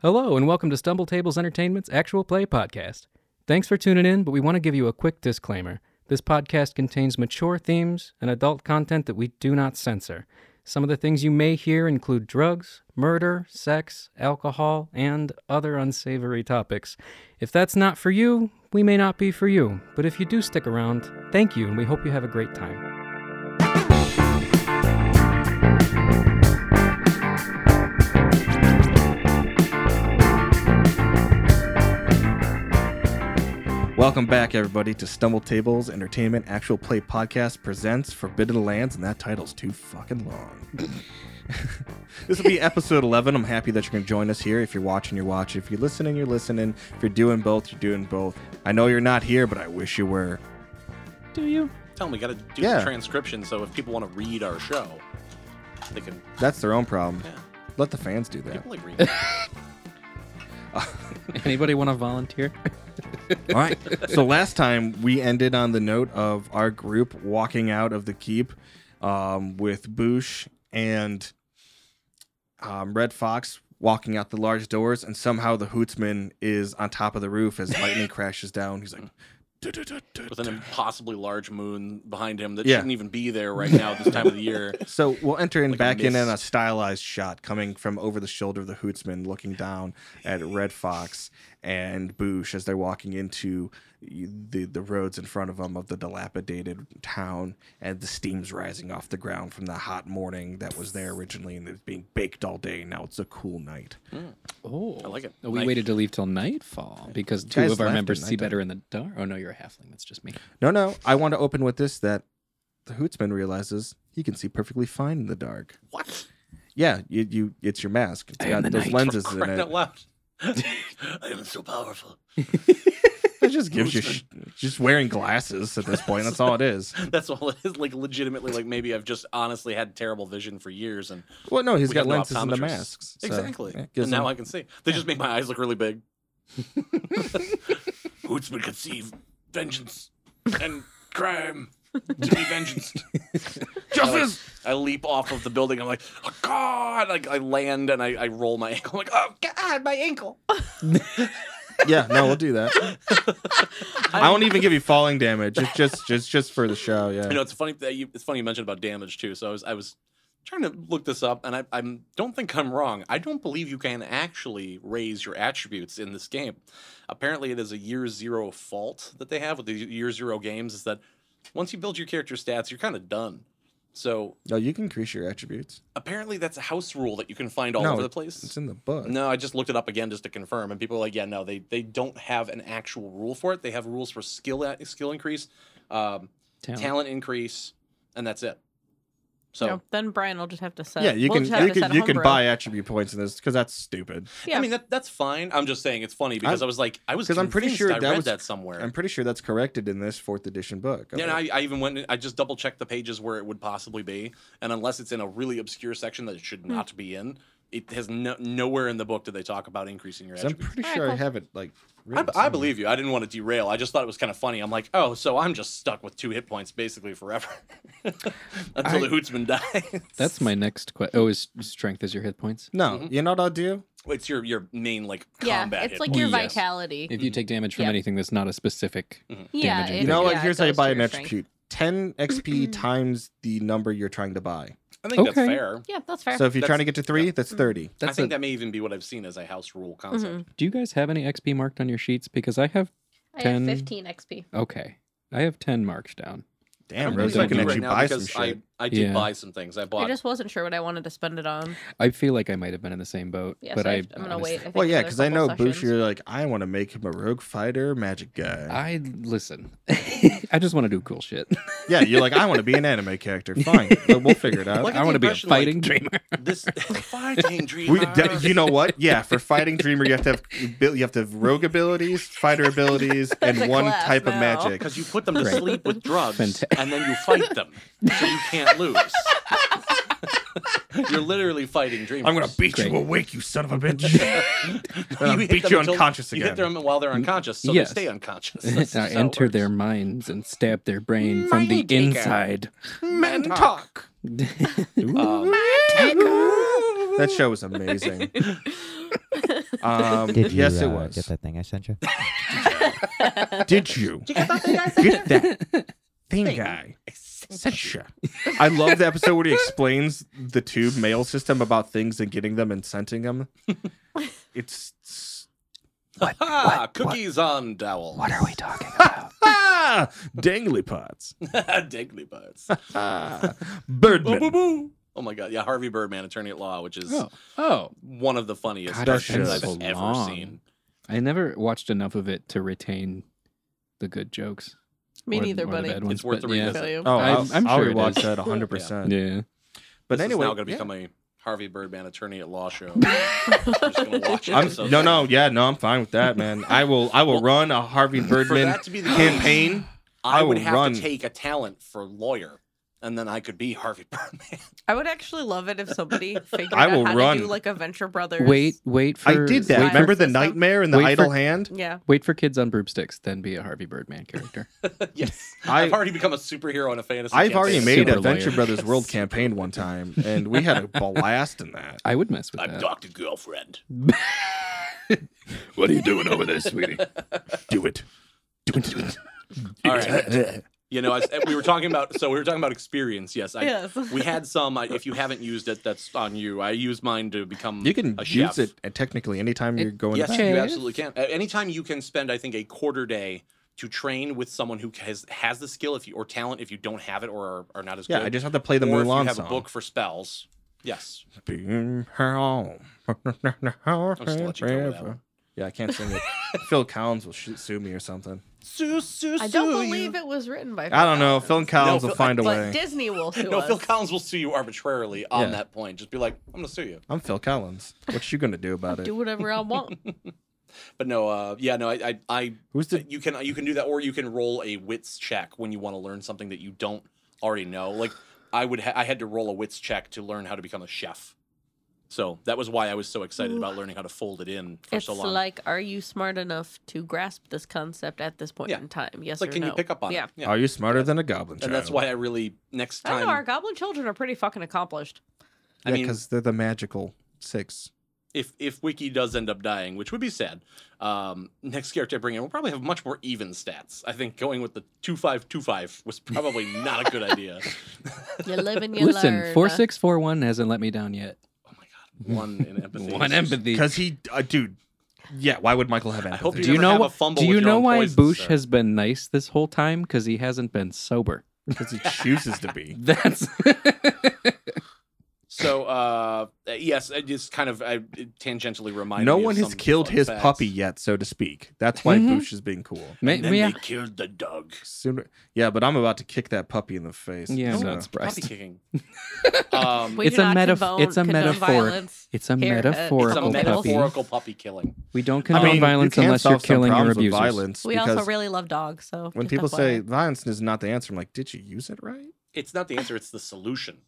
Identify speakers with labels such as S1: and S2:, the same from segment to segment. S1: Hello, and welcome to Stumble Tables Entertainment's Actual Play Podcast. Thanks for tuning in, but we want to give you a quick disclaimer. This podcast contains mature themes and adult content that we do not censor. Some of the things you may hear include drugs, murder, sex, alcohol, and other unsavory topics. If that's not for you, we may not be for you, but if you do stick around, thank you, and we hope you have a great time.
S2: Welcome back, everybody, to Stumble Tables Entertainment Actual Play Podcast presents Forbidden Lands, and that title's too fucking long. this will be episode 11. I'm happy that you're going to join us here. If you're watching, you're watching. If you're listening, you're listening. If you're doing both, you're doing both. I know you're not here, but I wish you were.
S1: Do you?
S3: Tell them we got to do
S2: Yeah.
S3: the transcription, so if people want to read our show, they can.
S2: That's their own problem.
S3: Yeah,
S2: Let the fans do that.
S3: people like reading.
S1: Anybody want to volunteer?
S2: All right. So last time we ended on the note of our group walking out of the keep um, with Boosh and um, Red Fox walking out the large doors, and somehow the Hootsman is on top of the roof as lightning crashes down. He's like, "Du-du-du-du-du."
S3: with an impossibly large moon behind him that
S2: Yeah.
S3: shouldn't even be there right now at this time of the year.
S2: so we'll enter in
S3: Like a
S2: back in in a
S3: mist.
S2: stylized shot coming from over the shoulder of the Hootsman, looking down at Red Fox and Boosh as they're walking into the the roads in front of them of the dilapidated town, and the steam's rising off the ground from the hot morning that was there originally, and it's being baked all day. And now it's a cool night.
S1: Oh,
S3: I like it.
S1: We
S3: Night-
S1: waited to leave till nightfall because two
S2: Guys
S1: of our
S2: left
S1: members
S2: at
S1: see
S2: nighttime.
S1: better in the dark. Oh no, you're a halfling. That's just me.
S2: No, no, I want to open with this that the Hootsman realizes he can see perfectly fine in the dark.
S3: What?
S2: Yeah, you, you it's your mask. It's
S1: I am
S2: got
S1: the
S2: those
S1: knight.
S2: lenses in
S3: Crying
S2: it.
S3: out loud. I am so powerful.
S2: It just gives you sh- just wearing glasses at this point. That's all it is.
S3: That's all it is. Like legitimately, like maybe I've just honestly had terrible vision for years, and
S2: Well, no, he's
S3: We
S2: got
S3: have no
S2: lenses and the
S3: optometrists.
S2: masks. so,
S3: exactly.
S2: yeah,
S3: and
S2: gives
S3: now
S2: him-
S3: I can see. They just make my eyes look really big. Hootsman conceive vengeance and crime to be vengeance.
S2: justice.
S3: I leap off of the building. I'm like, oh God! Like I land and I, I roll my ankle. I'm like, oh God, my ankle!
S2: yeah, no, we'll do that. I won't even give you falling damage. It's just just just for the show. Yeah.
S3: You know, it's funny that you, it's funny you mentioned about damage too. So I was I was trying to look this up, and I I'm, don't think I'm wrong. I don't believe you can actually raise your attributes in this game. Apparently, it is a year zero fault that they have with the year zero games. Is that once you build your character stats, you're kind of done. So
S2: no, you can increase your attributes.
S3: Um, oh,
S1: oh,
S3: Mm-hmm.
S2: Mm-hmm. Mm-hmm. Um,
S4: Did you
S2: yes, it
S4: uh,
S2: was.
S4: get that thing I sent you?
S2: Did you
S3: Did you get that thing I
S2: get
S3: sent
S2: that thing
S3: Thing.
S2: guy?
S3: you?
S2: Sentia. I love the episode where he explains the tube mail system about things and getting them and scenting them. It's, it's
S3: Ah, cookies on dowels. What are we talking?
S2: ah, dangly pots.
S3: Digleybuds.
S2: Ah,
S3: Boo, boo,
S2: Birdman.
S3: boo. Oh my god, yeah, Harvey Birdman, Attorney at Law, which is
S1: Oh, oh,
S3: one of the funniest
S2: God, that
S3: cartoons I've
S2: show's
S1: so
S3: ever
S1: long.
S3: seen.
S1: I never watched enough of it to retain the good jokes.
S5: Me
S1: or-
S5: neither,
S1: or the
S5: buddy.
S1: bad ones,
S3: It's worth
S1: but
S3: the
S1: yeah.
S3: revisit.
S5: Tell you.
S2: Oh,
S1: I'm-
S2: I'll,
S1: I'm
S2: I'll
S1: sure it
S2: rewatch
S1: is.
S2: that 100%.
S1: Yeah.
S2: But
S3: This is
S2: anyway,
S3: now going to
S2: yeah.
S3: become a Harvey Birdman Attorney at Law show. I'm just gonna watch
S2: I'm,
S3: episodes
S2: no,
S3: of
S2: no,
S3: it.
S2: yeah, no, I'm fine with that, man. I will, I will run a Harvey
S3: For
S2: Birdman
S3: that to be the case,
S2: campaign.
S3: I,
S2: I
S3: would
S2: will
S3: have
S2: run.
S3: to take a talent for lawyer, and then I could be Harvey Birdman.
S5: I would actually love it if somebody figured
S2: I will
S5: out how
S2: run.
S5: to do like a Venture Brothers.
S1: Wait, wait for.
S2: I did that.
S1: Wait for,
S2: Remember the
S5: System.
S2: nightmare and the
S1: Wait for-
S2: idle hand?
S5: Yeah.
S1: wait for kids on broomsticks, then be a Harvey Birdman character.
S3: yes,
S2: I-
S3: I've already become a superhero in a fantasy.
S2: I've already
S3: campaign.
S2: made
S1: Super
S2: a Venture
S1: lawyer.
S2: Brothers World campaign one time, and we had a blast in that.
S1: I would mess with
S3: I'm
S1: that.
S3: Doctor Girlfriend.
S2: What are you doing over there, sweetie? Do it. Do it.
S3: All right. You know, I s we were talking about so we were talking about experience. Yes, I,
S5: yes.
S3: we had some. I, if you haven't used it, that's on you. I used mine to become.
S2: You can
S3: a
S2: use
S3: chef.
S2: it at technically anytime you're going
S3: Yes,
S2: back.
S1: Okay.
S3: you absolutely can. A- Anytime you can spend, I think, a quarter day to train with someone who has has the skill, if you or talent, if you don't have it or are, are not as
S2: Yeah,
S3: good.
S2: I just have to play the
S3: or if you
S2: Mulan
S3: have
S2: song.
S3: a book for spells. Yes,
S2: Boom, home.
S3: just let you go with that one.
S2: Yeah, I can't sing it. Phil Collins will sh- sue me or something.
S3: sue, sue,
S5: I don't believe it was written by.
S2: I don't know. Phil Collins
S3: No,
S2: will
S3: Phil-
S2: find a
S5: But
S2: way.
S5: Disney will sue
S3: No,
S5: us.
S3: Phil Collins will sue you arbitrarily on
S2: Yeah.
S3: that point. Just be like, I'm gonna sue you.
S2: I'm Phil Collins. What you gonna do about it?
S5: do whatever I want.
S3: But no, uh, yeah, no, I, I, I
S2: Who's the
S3: you can you can do that, or you can roll a wits check when you want to learn something that you don't already know. Like I would, ha- I had to roll a wits check to learn how to become a chef. So that was why I was so excited
S5: Ooh.
S3: about learning how to fold it in for
S5: it's
S3: so long.
S5: like, are you smart enough to grasp this concept at this point
S3: Yeah.
S5: in time? Yes
S3: It's like,
S5: or
S3: can
S5: no.
S3: you pick up on
S5: Yeah.
S3: it? Yeah.
S2: Are you smarter than a goblin child?
S3: and that's why I really next
S5: I don't know. Our
S3: time.
S5: goblin children are pretty fucking accomplished.
S3: I
S2: Yeah,
S3: mean-
S2: because they're the magical six.
S3: If if Wiki does end up dying, which would be sad, um, next character I bring in will probably have much more even stats. I think going with the two five two five was probably not a good idea.
S5: You live and you
S1: Listen,
S5: learn.
S1: four six four one hasn't let me down yet.
S3: Oh my god, one in empathy.
S1: One
S3: is just-
S1: empathy.
S2: Because he, uh, dude, yeah. Why would Michael have empathy?
S3: hope
S1: Do
S3: you
S1: you
S3: never
S1: know
S3: have a
S1: what?
S3: fumble
S1: Do
S3: with
S1: you
S3: your
S1: know
S3: own
S1: why
S3: poison,
S1: Boosh
S3: sir.
S1: has been nice this whole time? Because he hasn't been sober.
S2: Because he chooses to be.
S1: That's
S3: So, uh, yes, I just kind of I, it tangentially reminded
S2: no
S3: me of
S2: one has
S3: some
S2: killed
S3: fun
S2: his
S3: facts.
S2: puppy yet, so to speak. That's why
S1: Mhm.
S2: Bush is being cool.
S1: Ma-
S3: And then
S1: yeah.
S3: they killed the dog.
S2: Sooner, yeah, but I'm about to kick that puppy in the face.
S1: Yeah, I'm
S2: so-
S1: not
S3: Oh, Puppy
S1: surprised.
S3: kicking. Um,
S5: We
S1: It's
S5: do
S1: a
S5: not
S1: metaf-
S5: condone-
S1: it's a
S5: condone
S1: metaphor.
S5: violence.
S1: It's a
S5: Here, uh, it's a
S3: it's a
S1: metaphorical puppy.
S3: metaphorical puppy killing.
S1: We don't
S2: I
S1: condone
S2: mean,
S1: violence
S2: you can
S1: unless you're
S2: solve some
S1: killing your
S2: problems with
S1: abusers.
S2: Violence
S5: We
S2: because
S5: also really love dogs, so
S2: when
S5: just
S2: people say
S5: FYI.
S2: violence is not the answer, I'm like, did you use it right?
S3: It's not the answer. It's the solution.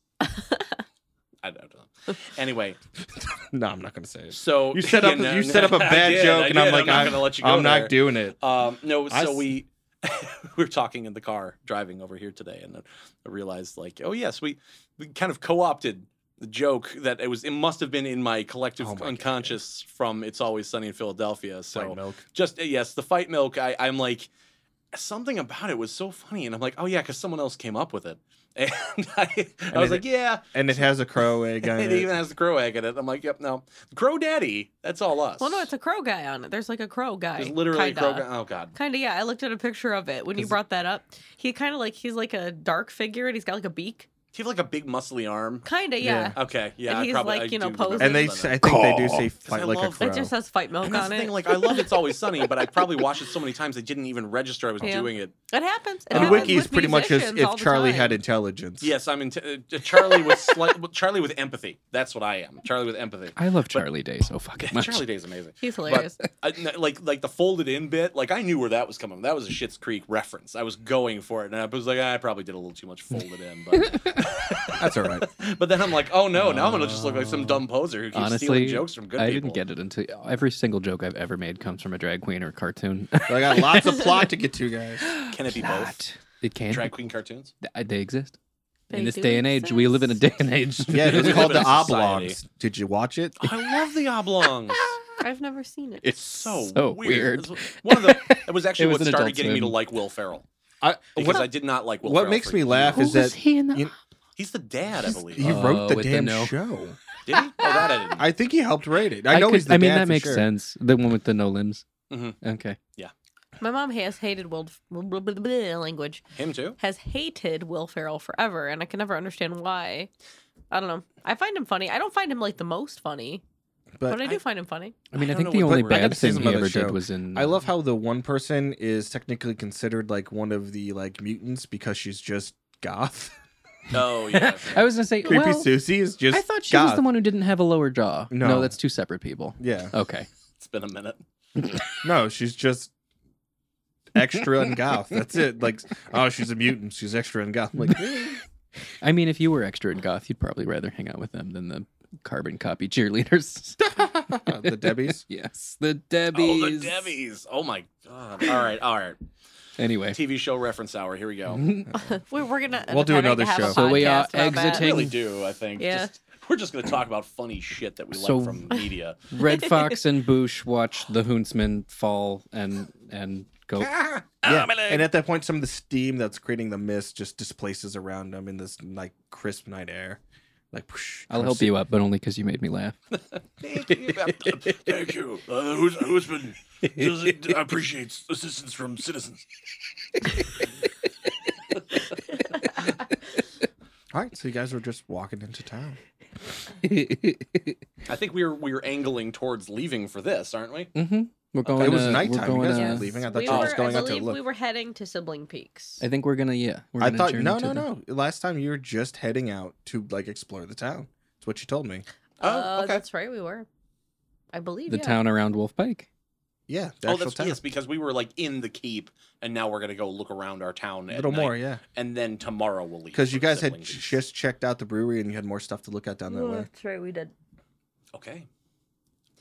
S3: I don't know. Anyway,
S2: no, I'm not gonna say it.
S3: so
S2: You set up
S3: Oh, Yeah, no,
S2: you set up a
S3: I
S2: bad
S3: did,
S2: joke,
S3: I
S2: and I'm
S3: did.
S2: like,
S3: I'm not gonna let you go
S2: I'm
S3: there.
S2: not doing it.
S3: Um, no,
S2: I
S3: so
S2: s-
S3: we we were talking in the car driving over here today, and I realized like, oh yes, we we kind of co-opted the joke that it was it must have been in my collective
S2: Oh my God.
S3: unconscious from "It's Always Sunny in Philadelphia." So
S2: Like milk.
S3: just eh, yes, the fight milk. I, I'm like something about it was so funny, and I'm like, oh yeah, because someone else came up with it, and I, I
S2: it-
S3: was like, yeah,
S2: and it has a crow egg on
S3: it
S2: it.
S3: even has the crow egg in it. I'm like, yep, no, Crow Daddy, that's all us.
S5: Well, no, it's a crow guy on it. There's like a crow guy.
S3: There's literally a
S5: kinda.
S3: crow. Guy. Oh god,
S5: Kind of, yeah. I looked at a picture of it when you
S2: 'Cause-
S5: brought that up. He kind of like he's like a dark figure, and he's got like a beak.
S3: do you have like a big muscly arm?
S5: Kind of,
S2: Yeah.
S5: yeah.
S3: Okay, yeah,
S5: And
S3: I
S5: he's,
S3: probably,
S5: like,
S3: I
S5: you know,
S3: do remember
S5: posing.
S2: and they,
S3: that.
S2: s- I think they do say
S3: I
S2: fight like a
S3: love-
S2: crow.
S5: It just says fight milk
S3: And that's
S5: on
S3: the
S5: it.
S3: thing, like I love It's Always Sunny, but I probably watched it so many times I didn't even register I was
S5: Yeah.
S3: doing it.
S5: it happens. It
S3: And
S2: the
S5: happens
S2: wiki is
S5: with
S2: pretty much as
S5: musicians all
S2: if
S5: the
S2: Charlie
S5: time.
S2: had intelligence.
S3: Yes, I'm in. T- uh, Charlie with slight, Charlie with empathy. That's what I am. Charlie with empathy.
S1: I love Charlie Day so fucking much.
S3: Charlie Day's amazing.
S5: He's hilarious.
S3: I, n- like like the folded in bit, like I knew where that was coming. That was a Shit's Creek reference. I was going for it, and I was like, "Ah, I probably did a little too much folded in, but
S2: that's all right.
S3: but then I'm like, oh no, now I'm gonna just look like some dumb poser who keeps
S1: Honestly,
S3: stealing jokes from good
S1: I
S3: people.
S1: didn't get it until every single joke I've ever made comes from a drag queen or cartoon.
S2: I got lots of plot to get to, guys.
S3: Can it be both?
S1: It can.
S3: Drag queen cartoons.
S1: I- They exist.
S5: They
S1: in this
S5: do
S1: day and age, we live in a
S5: exist.
S1: day and age.
S2: Yeah, it was
S3: We live
S2: called
S3: in
S2: the
S3: a society.
S2: Oblongs. Did you watch it?
S3: I love the oblongs.
S5: I've never seen it.
S3: It's so,
S1: So weird.
S3: It was One of the it was actually
S1: It was
S3: what
S1: an
S3: started
S1: Adult
S3: getting me to
S1: Swim.
S3: like Will Ferrell
S2: I,
S3: because
S2: what
S3: I did not like Will.
S2: what
S3: Ferrell
S2: makes
S3: for
S2: me laugh
S1: Who
S2: is
S1: was
S2: that
S1: he in the?
S2: you-
S3: He's the dad, I believe.
S2: he
S3: Uh,
S2: wrote the
S1: with the
S2: damn
S1: no.
S2: show.
S3: did he? Oh, that I didn't.
S2: I think he helped write it. I, know
S1: could-
S2: he's the
S1: I mean,
S2: dad
S1: that
S2: for
S1: makes
S2: sure.
S1: sense. The one with the no limbs.
S3: Mhm.
S1: Okay.
S5: My mom has hated Will blah, blah, blah, blah, language
S3: Him too.
S5: has hated Will Ferrell forever, and I can never understand why. I don't know. I find him funny. I don't find him like the most funny, but,
S2: But
S5: I do
S3: I-
S5: find him funny.
S1: I mean, I,
S3: I don't
S1: think
S3: know
S1: the
S3: what
S1: only
S3: the- Back
S2: in
S1: bad
S2: the
S1: thing
S2: season
S1: he
S2: of the
S1: ever did
S2: show,
S1: was in.
S2: I love how the one person is technically considered like one of the like mutants because she's just goth.
S3: Oh yeah.
S1: I was gonna say
S2: Creepy
S1: well,
S2: Susie is just.
S1: I thought she
S2: goth.
S1: was the one who didn't have a lower jaw.
S2: No.
S1: that's two separate people.
S2: Yeah.
S1: Okay.
S3: it's been a minute. Oh,
S2: No, she's just extra and goth. That's it. Like, oh, she's a mutant. She's extra and goth. I'm like,
S1: I mean, if you were extra in goth, you'd probably rather hang out with them than the carbon copy cheerleaders.
S2: the Debbies.
S1: yes, the Debbies.
S3: Oh, the Debbies. Oh my god. All right, all right.
S1: Anyway,
S3: TV show reference hour. Here we go.
S5: We're, we're gonna end
S2: We'll
S5: up
S2: do
S5: having to
S2: another
S5: have a
S2: show.
S1: So we are
S5: podcast about that.
S1: exiting-
S3: really do. I think.
S5: Yeah.
S3: Just, we're just going to talk about funny shit that we like
S1: So-
S3: from media.
S1: Red Fox and Boosh watch the Huntsman fall and and go.
S3: Ah,
S2: Yeah.
S3: my leg.
S2: And at that point, some of the steam that's creating the mist just displaces around them in this like crisp night air. Like, whoosh,
S1: I'll help you up, but only because you made me laugh.
S3: Thank you. Thank you. Uh, who's, who's been doesn't appreciates assistance from citizens.
S2: All right, so you guys were just walking into town.
S1: Mm-hmm.
S3: I think we were we were angling towards leaving for this, aren't we?
S1: Mm-hmm. We're going.
S2: it was
S1: uh,
S2: nighttime.
S1: We're
S2: You
S1: going,
S2: guys
S1: uh,
S2: were leaving. I thought
S5: we
S2: you were
S5: were,
S2: just going
S5: I
S2: out to
S5: believe we
S2: look.
S5: were heading to Sibling Peaks.
S1: I think we're gonna. Yeah, we're
S2: I
S1: gonna
S2: thought
S1: journey
S2: no,
S1: to
S2: no,
S1: the-
S2: no. Last time you were just heading out to like explore the town. That's what you told me.
S3: Oh,
S5: Uh,
S3: okay.
S5: That's right, we were. I believe
S1: The
S5: yeah.
S1: town around Wolf Pike.
S2: Yeah, the
S3: Oh,
S2: actual
S3: that's
S2: town.
S3: yes, because we were like in the keep, and now we're gonna go look around our town.
S2: a
S3: at
S2: little
S3: night,
S2: more, yeah.
S3: and then tomorrow we'll leave.
S2: Because you
S3: for
S2: guys had
S3: Sibling
S2: j-
S3: Peaks.
S2: just checked out the brewery and you had more stuff to look at down that
S5: Oh,
S2: way.
S5: That's right, we did.
S3: Okay.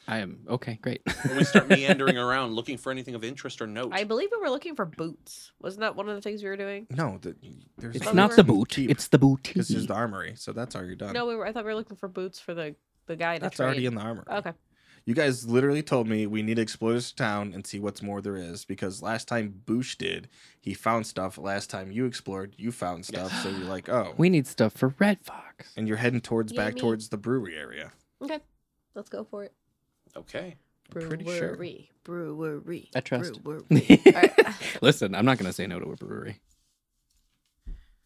S1: I am okay. Great.
S3: When we start meandering around looking for anything of interest or note.
S5: I believe we were looking for boots. Wasn't that one of the things we were doing?
S2: No, the, there's
S1: it's
S2: no
S5: But we
S1: not
S5: were-
S1: the boot.
S2: Keep.
S1: It's the boot.
S2: This is the armory, so that's already done.
S5: No, we were. I thought we were looking for boots for the the guy. to
S2: that's
S5: trade.
S2: already in the armory.
S5: Okay.
S2: You guys literally told me we need to explore this town and see what's more there is because last time Boosh did, he found stuff. Last time you explored, you found stuff. So you're like, oh.
S1: We need stuff for Red Fox.
S2: and you're heading towards
S5: You
S2: back
S5: need-
S2: towards the brewery area.
S5: Okay. Let's go for it.
S3: Okay.
S5: Brewery.
S2: pretty sure.
S5: Brewery.
S1: I trust.
S5: Brewery. Alright.
S1: Listen, I'm not gonna say no to a brewery.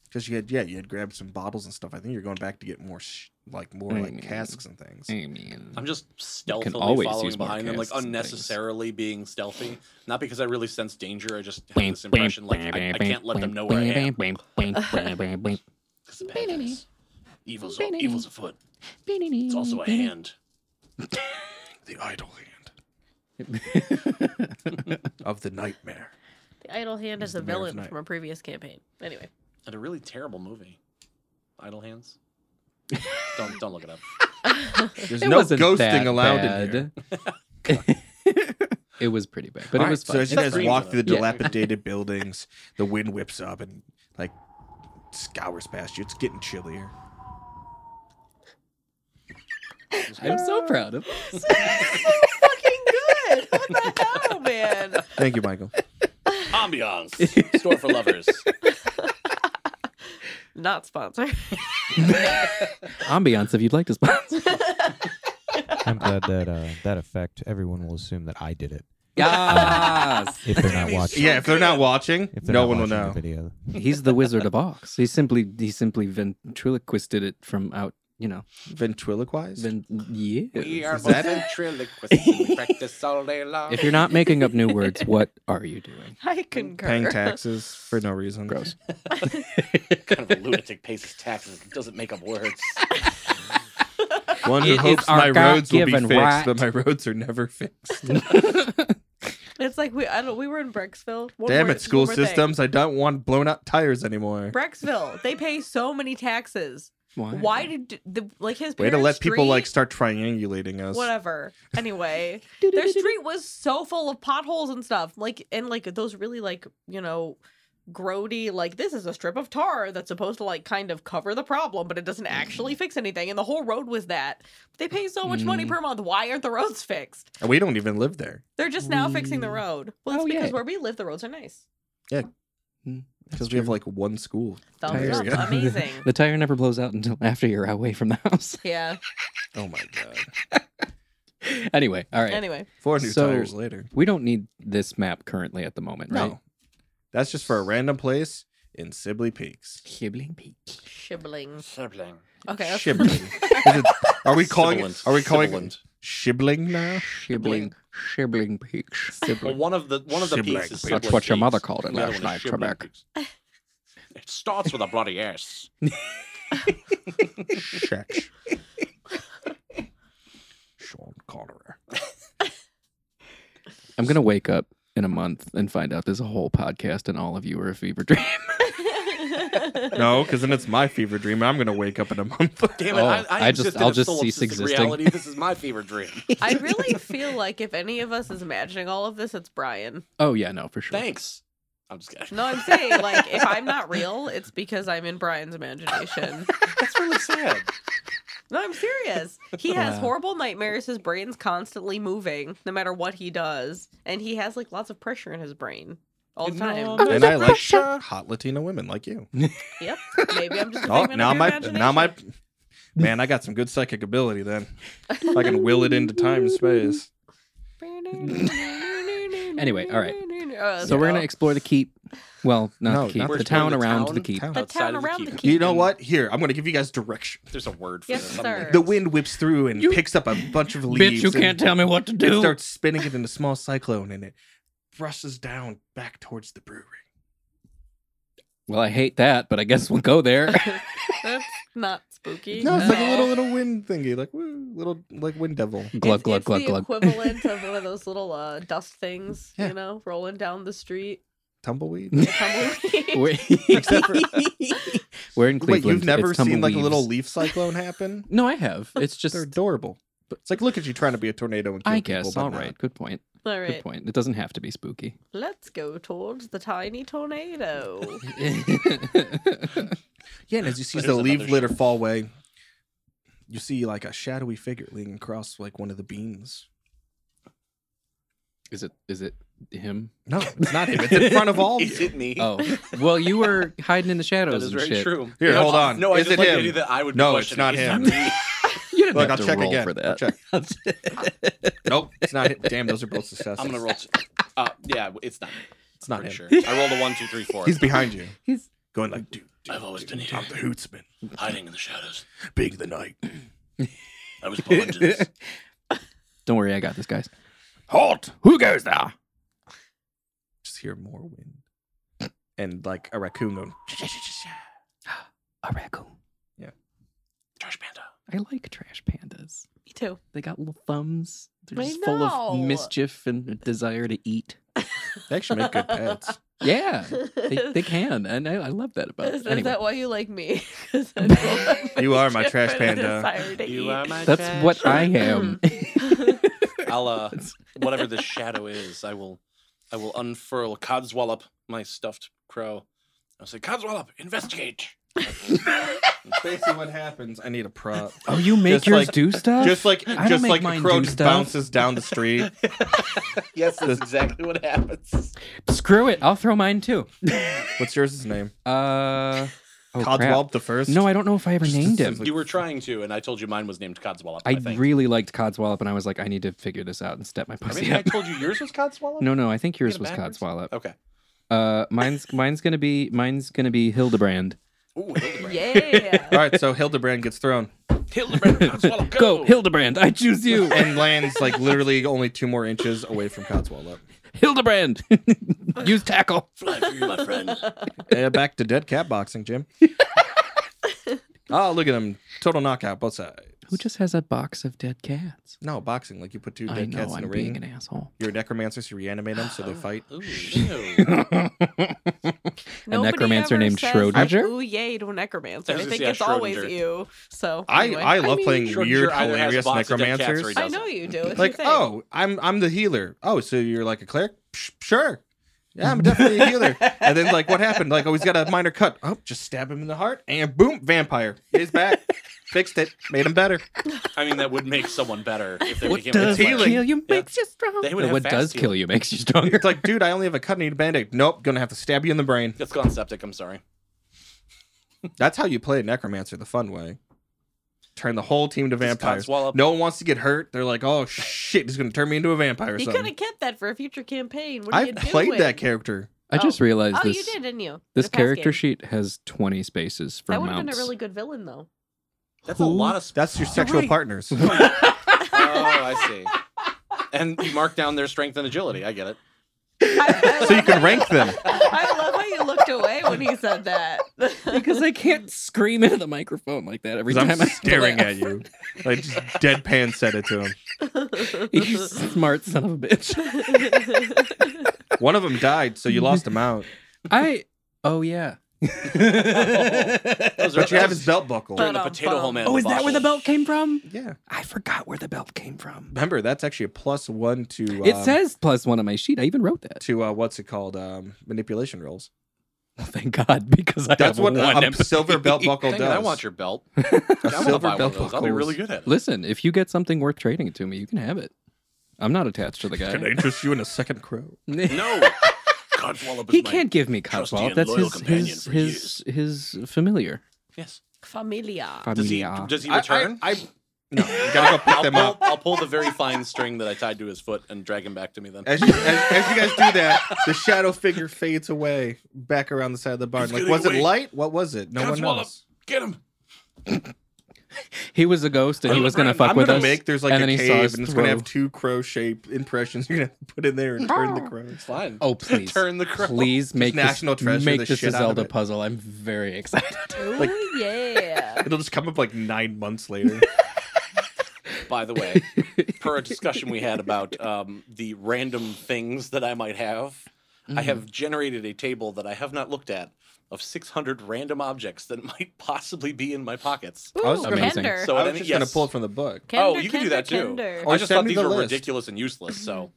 S2: Because you had, yeah, you had grabbed some bottles and stuff. I think you're going back to get more, sh- like, more
S1: I
S2: like
S1: mean-
S2: casks and things.
S1: I mean,
S3: I'm just stealthily
S1: always
S3: following
S1: use more
S3: behind them, like
S1: casts and things.
S3: unnecessarily being stealthy. Not because I really sense danger. I just have this impression like I, I can't let them know where I am. It's a bad guys. Evil's, a- evil's afoot. It's also a hand.
S2: The idle hand of the nightmare.
S5: the Idle Hand is
S2: the
S5: a
S2: mayor of
S5: villain
S2: Night.
S5: from a previous campaign. Anyway.
S3: And a really terrible movie. Idle Hands. don't don't look it up.
S2: There's
S1: It
S2: no
S1: wasn't
S2: ghosting
S1: that
S2: allowed in here.
S1: bad. it was pretty bad, but
S2: All
S1: it
S2: right,
S1: was fun.
S2: So as you
S1: It's
S2: guys
S1: fine.
S2: walk through the
S1: Yeah.
S2: dilapidated buildings, the wind whips up and like scours past you. It's getting chillier.
S1: I'm so proud of.
S5: fucking good. What the hell, man?
S2: Thank you, Michael.
S3: Ambiance. Store for lovers.
S5: Not sponsored.
S1: Ambiance, if you'd like to sponsor.
S4: I'm glad that uh, that effect. Everyone will assume that I did it
S1: yes,
S4: if they're
S3: Damn,
S4: not
S3: he's
S4: watching.
S2: yeah, if they're not watching,
S4: If they're
S2: no
S4: not
S2: one will
S4: watching the
S2: know.
S4: video.
S1: he's the Wizard of Oz. He simply he simply ventriloquisted it from out. You know,
S2: Ventriloquize?
S1: then yeah.
S3: We are
S2: Is that
S3: both
S2: it?
S3: ventriloquists. We practice all day long.
S1: If you're not making up new words, what are you doing?
S5: I concur.
S2: Paying taxes for no reason. Gross.
S3: kind of a lunatic pays his taxes, doesn't make up words.
S2: One who
S1: It is
S2: hopes
S1: our
S2: my roads will be
S1: God-given
S2: fixed,
S1: right.
S2: but my roads are never fixed.
S5: It's like we I don't we were in Brecksville. One
S2: Damn
S5: more-
S2: it, school
S5: one more thing.
S2: systems. I don't want blown out tires anymore.
S5: Brecksville. They pay so many taxes.
S1: Why?
S5: Why did the like his
S2: Way to
S5: parents'
S2: let people like start
S5: street-
S2: triangulating us.
S5: whatever. Anyway, their street was so full of potholes and stuff. Like and like those really like, you know, grody like this is a strip of tar that's supposed to like kind of cover the problem but it doesn't actually fix anything and the whole road was that they pay so much money
S1: Mm.
S5: per month why aren't the roads fixed
S2: And we don't even live there
S5: they're just now fixing the
S1: Mm.
S5: road well it's
S1: Oh,
S5: because
S1: yeah.
S5: where we live the roads are nice
S2: because we have like one school.
S5: thumbs
S1: Tires
S5: up
S2: go.
S5: amazing
S1: The tire never blows out until after you're away from the house.
S5: yeah
S2: Oh my god.
S1: anyway, all right.
S5: anyway
S2: Four new
S1: So-
S2: tires later.
S1: We don't need this map currently at the moment, right?
S2: No. That's just for a random place in Sibley Peaks.
S1: Hibbling Peak.
S5: shibling
S3: Sibling.
S5: okay that's-
S2: Shibling. Is it, are we calling it,
S3: Sibilant.
S2: are we calling it
S3: Sibilant.
S2: shibling now?
S1: Hibbling. Shibbling Peaks.
S3: Well, one of the one of the
S2: Sibling
S3: pieces.
S2: peaks.
S1: That's what your mother called it last night, Trebek.
S3: It starts with a bloody S.
S2: Shesh. Sean Connery.
S1: I'm going to wake up in a month and find out there's a whole podcast and all of you are a fever dream.
S2: No, because then it's my fever dream. and I'm gonna wake up in a month.
S3: Damn it!
S1: Oh,
S3: I, I,
S1: I just-
S3: exist in
S1: I'll
S3: a
S1: just
S3: solipsistic
S1: cease existing.
S3: Reality. This is my favorite dream.
S5: i really feel like if any of us is imagining all of this it's brian
S1: oh, yeah, no, for sure.
S3: Thanks. I'm just kidding.
S5: no i'm saying like if i'm not real it's because i'm in brian's imagination
S3: That's really sad.
S5: No, I'm serious. He has
S1: Wow.
S5: horrible nightmares. His brain's constantly moving, no matter what he does, and he has like lots of pressure in his brain all the time.
S2: and I like hot Latina women like you.
S5: Yep. Maybe I'm just. A
S2: Oh,
S5: figment of
S2: now
S5: your
S2: my
S5: imagination.
S2: now my man, I got some good psychic ability then. I can will it into time and space.
S1: Anyway, all right.
S5: Oh,
S1: So we're going to explore the keep. Well, not
S2: No,
S1: the keep,
S2: not-
S1: the
S3: We're
S1: town
S3: exploring the
S1: around
S3: town.
S1: the keep.
S2: Town.
S5: the
S3: outside
S5: town
S3: of the
S5: around the
S3: keep.
S5: keep.
S2: You know what? Here, I'm gonna give you guys direction.
S3: There's a word for
S5: Yes,
S3: this.
S5: sir.
S2: The wind whips through and
S1: You-
S2: picks up a bunch of leaves.
S1: Bitch, you
S2: and
S1: can't tell me what to
S2: It
S1: do.
S2: starts spinning it in a small cyclone, and it brushes down back towards the brewery.
S1: Well, I hate that, but I guess we'll go there.
S5: That's not spooky.
S2: No, it's like a
S5: No.
S2: little little wind thingy, like woo, little like wind devil.
S1: glug,
S5: it's,
S1: glug,
S5: it's
S1: glug,
S5: the
S1: glug.
S5: equivalent of one of those little uh, dust things,
S2: Yeah.
S5: you know, rolling down the street.
S2: Tumbleweed.
S5: Tumbleweed.
S1: We're,
S2: Except for-
S1: we're in
S2: Wait,
S1: Cleveland.
S2: you've never
S1: It's
S2: seen like a
S1: tumbleweeds.
S2: little leaf cyclone happen?
S1: No, I have. It's just
S2: They're adorable. It's like look at you trying to be a tornado and kill
S1: I
S2: people.
S1: guess.
S2: but
S1: All
S2: not.
S1: right. Good point.
S5: All
S1: Good
S5: right.
S1: point. It doesn't have to be spooky.
S5: Let's go towards the tiny tornado.
S2: Yeah, and as you see
S3: There's
S2: the
S3: another
S2: leaf litter fall away, you see like a shadowy figure leaning across like one of the beams.
S1: is it? Is it him?
S2: No, it's not him. It's in front of all of
S3: Is
S2: you.
S3: it me?
S1: Oh, well, you were hiding in the
S3: that
S1: shadows
S3: is
S1: and
S3: very
S1: shit.
S3: true.
S2: Here,
S3: No,
S2: hold
S3: I-
S2: on.
S3: No, I
S2: Is
S3: just
S2: it
S3: like the
S2: him?
S3: idea that I would.
S2: No,
S3: question
S2: it's not
S3: is
S2: him.
S3: it me?
S1: You didn't
S2: Look,
S1: have
S2: I'll
S1: to
S2: check
S1: roll
S2: again.
S1: for
S2: I'll
S1: that.
S2: check. Nope, it's not him. Damn, those are both successes.
S3: I'm gonna roll. Two. Uh, yeah, it's not. me.
S2: It's not him.
S3: Pretty sure. I rolled a one, two, three, four.
S2: He's behind you.
S1: He's-
S2: going like, dude. dude,
S3: I've always
S2: dude,
S3: been
S2: I'm the hootsman,
S3: hiding in the shadows.
S2: big the night.
S3: I was born into this.
S1: Don't worry, I got this, guys.
S2: Halt! Who goes there? Just hear more wind, and like a raccoon going.
S1: A raccoon.
S3: Trash panda.
S1: I like trash pandas.
S5: Me too.
S1: They got little thumbs. They're
S5: I
S1: just full of
S5: know.
S1: mischief and a desire to eat.
S2: They actually make good pets.
S1: Yeah, they, they can, and I, I love that about
S5: Is,
S1: it.
S5: is
S1: Anyway,
S5: that why you like me? 'Cause I don't like
S2: You are my
S5: shit,
S2: trash
S5: but I
S2: panda.
S5: desire to eat.
S3: my.
S1: that's what I am.
S3: I'll uh, whatever this shadow is, I will, I will unfurl Codswallop, my stuffed crow. I'll say, Codswallop, investigate.
S2: Basically, what happens? I need a prop.
S1: Oh, you make
S2: Just
S1: yours
S2: like-
S1: do stuff?
S2: Just like,
S1: Uh, I don't
S2: just
S1: make
S2: like
S1: mine
S2: a crow
S1: do
S2: just
S1: stuff.
S2: bounces down the street.
S3: yes, that's exactly what happens.
S1: Screw it. I'll throw mine too.
S2: What's yours? name?
S1: Uh, oh, crap.
S2: Codswallop the first.
S1: No, I don't know if I ever
S2: Just-
S1: named
S2: just-
S1: him.
S3: You were trying to, and I told you mine was named Codswallop. I,
S1: I
S3: think.
S1: really liked Codswallop, and I was like, I need to figure this out and step my
S3: Or
S1: pussy
S3: maybe I
S1: up.
S3: told you yours was Codswallop.
S1: No, no, I think yours
S3: it
S1: was
S3: backwards?
S1: Codswallop.
S3: Okay.
S1: Uh, mine's mine's gonna be mine's gonna be Hildebrand.
S3: Ooh, Hildebrand.
S5: yeah.
S2: All right, so Hildebrand gets thrown
S3: Hildebrand, Codswallop, go.
S1: Go Hildebrand! I choose you,
S2: and lands like literally only two more inches away from Codswallop.
S1: Hildebrand. Use tackle.
S3: Fly for you, my friend.
S2: Uh, back to dead cat boxing, Jim. oh, look at him! Total knockout, both sides.
S1: Who just has a box of dead cats?
S2: No boxing, like you put two
S1: I
S2: dead
S1: know
S2: cats in a
S1: I'm
S2: ring.
S1: being an asshole.
S2: You're a necromancer, so you reanimate them, so they fight.
S3: Ooh, ew.
S1: A necromancer
S5: ever
S1: named
S5: says,
S1: Schrodinger?
S5: Ooh, yay to a necromancer.
S3: I
S5: I
S3: was gonna
S5: think
S3: say, yeah,
S5: it's always
S3: Schrodinger.
S5: you. So
S2: I,
S5: anyway.
S2: I love
S5: mean,
S2: playing
S3: Schrodinger
S2: weird,
S3: either has
S2: hilarious
S3: a box of dead cats or he
S2: necromancers.
S3: doesn't.
S5: I know you do. It's
S2: like
S5: your thing.
S2: oh i'm i'm the healer oh so you're like a cleric Psh, sure Yeah, I'm definitely a healer. And then like, what happened? Like, oh, he's got a minor cut. Oh, just stab him in the heart, and boom, vampire. He's back. Fixed it. Made him better.
S3: I mean, that would make someone better if they
S1: What
S3: became
S1: does
S3: a
S2: healing.
S1: kill you
S3: Yeah.
S1: makes you strong.
S3: They would
S1: No,
S3: have
S1: what
S3: fast
S1: does kill
S3: healing.
S1: you makes you stronger.
S2: It's like, dude, I only have a cut. I need a band-aid. Nope, gonna have to stab you in the brain.
S3: It's gone septic. I'm sorry.
S2: That's how you play a necromancer the fun way. Turn the whole team to
S3: Just
S2: vampires.
S3: Swallow up.
S2: No one wants to get hurt. They're like, oh shit, he's gonna turn me into a vampire. Or
S5: You could
S2: something.
S5: have kept that for a future campaign. What are
S2: I
S5: you
S2: played
S5: doing?
S2: that character.
S1: I just realized
S5: Oh,
S1: this
S5: you did, didn't you?
S1: this
S5: The past
S1: character
S5: game.
S1: sheet has 20 spaces for
S5: That would
S1: mounts.
S5: have been a really good villain, though.
S3: That's a lot of. Sp-
S2: That's your sexual partners.
S3: oh, I see. And you mark down their strength and agility. I get it.
S2: so you can rank them.
S5: I love how you looked away when he said that.
S1: because I can't scream into the microphone like that every
S2: 'Cause
S1: time
S2: I'm
S1: I
S2: staring at you. I just deadpan said it to him.
S1: You smart son of a bitch.
S2: One of them died, so you lost him out.
S1: I. Oh yeah.
S3: Those
S2: But you have
S3: those-
S2: his belt buckle.
S3: during the
S5: Ba-dum,
S3: potato
S5: ba-dum.
S3: hole man.
S1: Oh, is that where the
S3: debacle.
S1: belt came from?
S2: Yeah.
S1: I forgot where the belt came from.
S2: Remember, that's actually a plus one to.
S1: It
S2: um,
S1: says plus one on my sheet. I even wrote that.
S2: to uh, what's it called? Um, manipulation rolls.
S1: Thank God, because I
S2: That's
S1: have
S2: what
S1: one
S2: a, a
S1: empathy.
S2: silver belt buckle
S3: Dang it,
S2: does.
S3: I want your belt.
S2: a
S3: I want to
S2: silver
S3: buy one
S2: belt
S3: of those. I'll be
S2: buckle.
S3: really good at it.
S1: Listen, if you get something worth trading to me, you can have it. I'm not attached to the
S2: Can I
S1: guy.
S2: interest you in a second crow?
S3: No. Codswallop is
S1: he
S3: my-
S1: can't give me
S3: trusty
S1: Codswallop.
S3: and
S1: That's
S3: loyal
S1: his
S3: companion
S1: his
S3: for
S1: his, his familiar.
S3: Yes.
S5: Familia.
S3: Does he?
S1: Familia.
S3: Does he return?
S2: I, I, no, you uh, gotta go pick them
S3: I'll,
S2: up.
S3: I'll pull the very fine string that I tied to his foot and drag him back to me. Then
S2: As you, as, as you guys do that, the shadow figure fades away back around the side of the barn.
S3: He's
S2: Like,
S3: getting
S2: was it
S3: away.
S2: light? What was it? No
S3: Count
S2: one
S3: Swallow.
S2: knows.
S3: get him.
S1: He was a ghost, and he was gonna
S3: I'm
S1: fuck
S2: I'm
S1: with
S2: gonna
S1: us.
S2: make there's like
S1: and
S2: a
S1: then he saw
S2: cave,
S1: us
S2: and it's gonna have
S1: throw.
S2: two crow shape impressions. You're gonna have to put in there and turn the crows.
S3: Fine.
S1: Oh please,
S3: Turn the crow.
S1: please make
S2: National
S1: this,
S2: Treasure
S1: make
S2: the
S1: this a
S2: shit out of
S1: Zelda
S2: it.
S1: puzzle. I'm very excited.
S2: Like-
S5: Ooh, yeah.
S2: It'll just come up like nine months later.
S3: By the way, per a discussion we had about um, the random things that I might have,
S2: Mm.
S3: I have generated a table that I have not looked at of 600 random objects that might possibly be in my pockets.
S5: Ooh,
S2: I was
S1: amazing.
S5: Kender.
S3: So
S2: I
S3: at
S2: was
S3: any-
S2: just gonna
S3: yes.
S2: pull it from the book.
S5: Kender,
S3: oh, you can do
S5: Kender,
S3: that too.
S5: Kender.
S2: Or
S3: I just
S2: send
S3: thought
S2: me
S3: these
S2: the
S3: were
S2: list.
S3: ridiculous and useless. So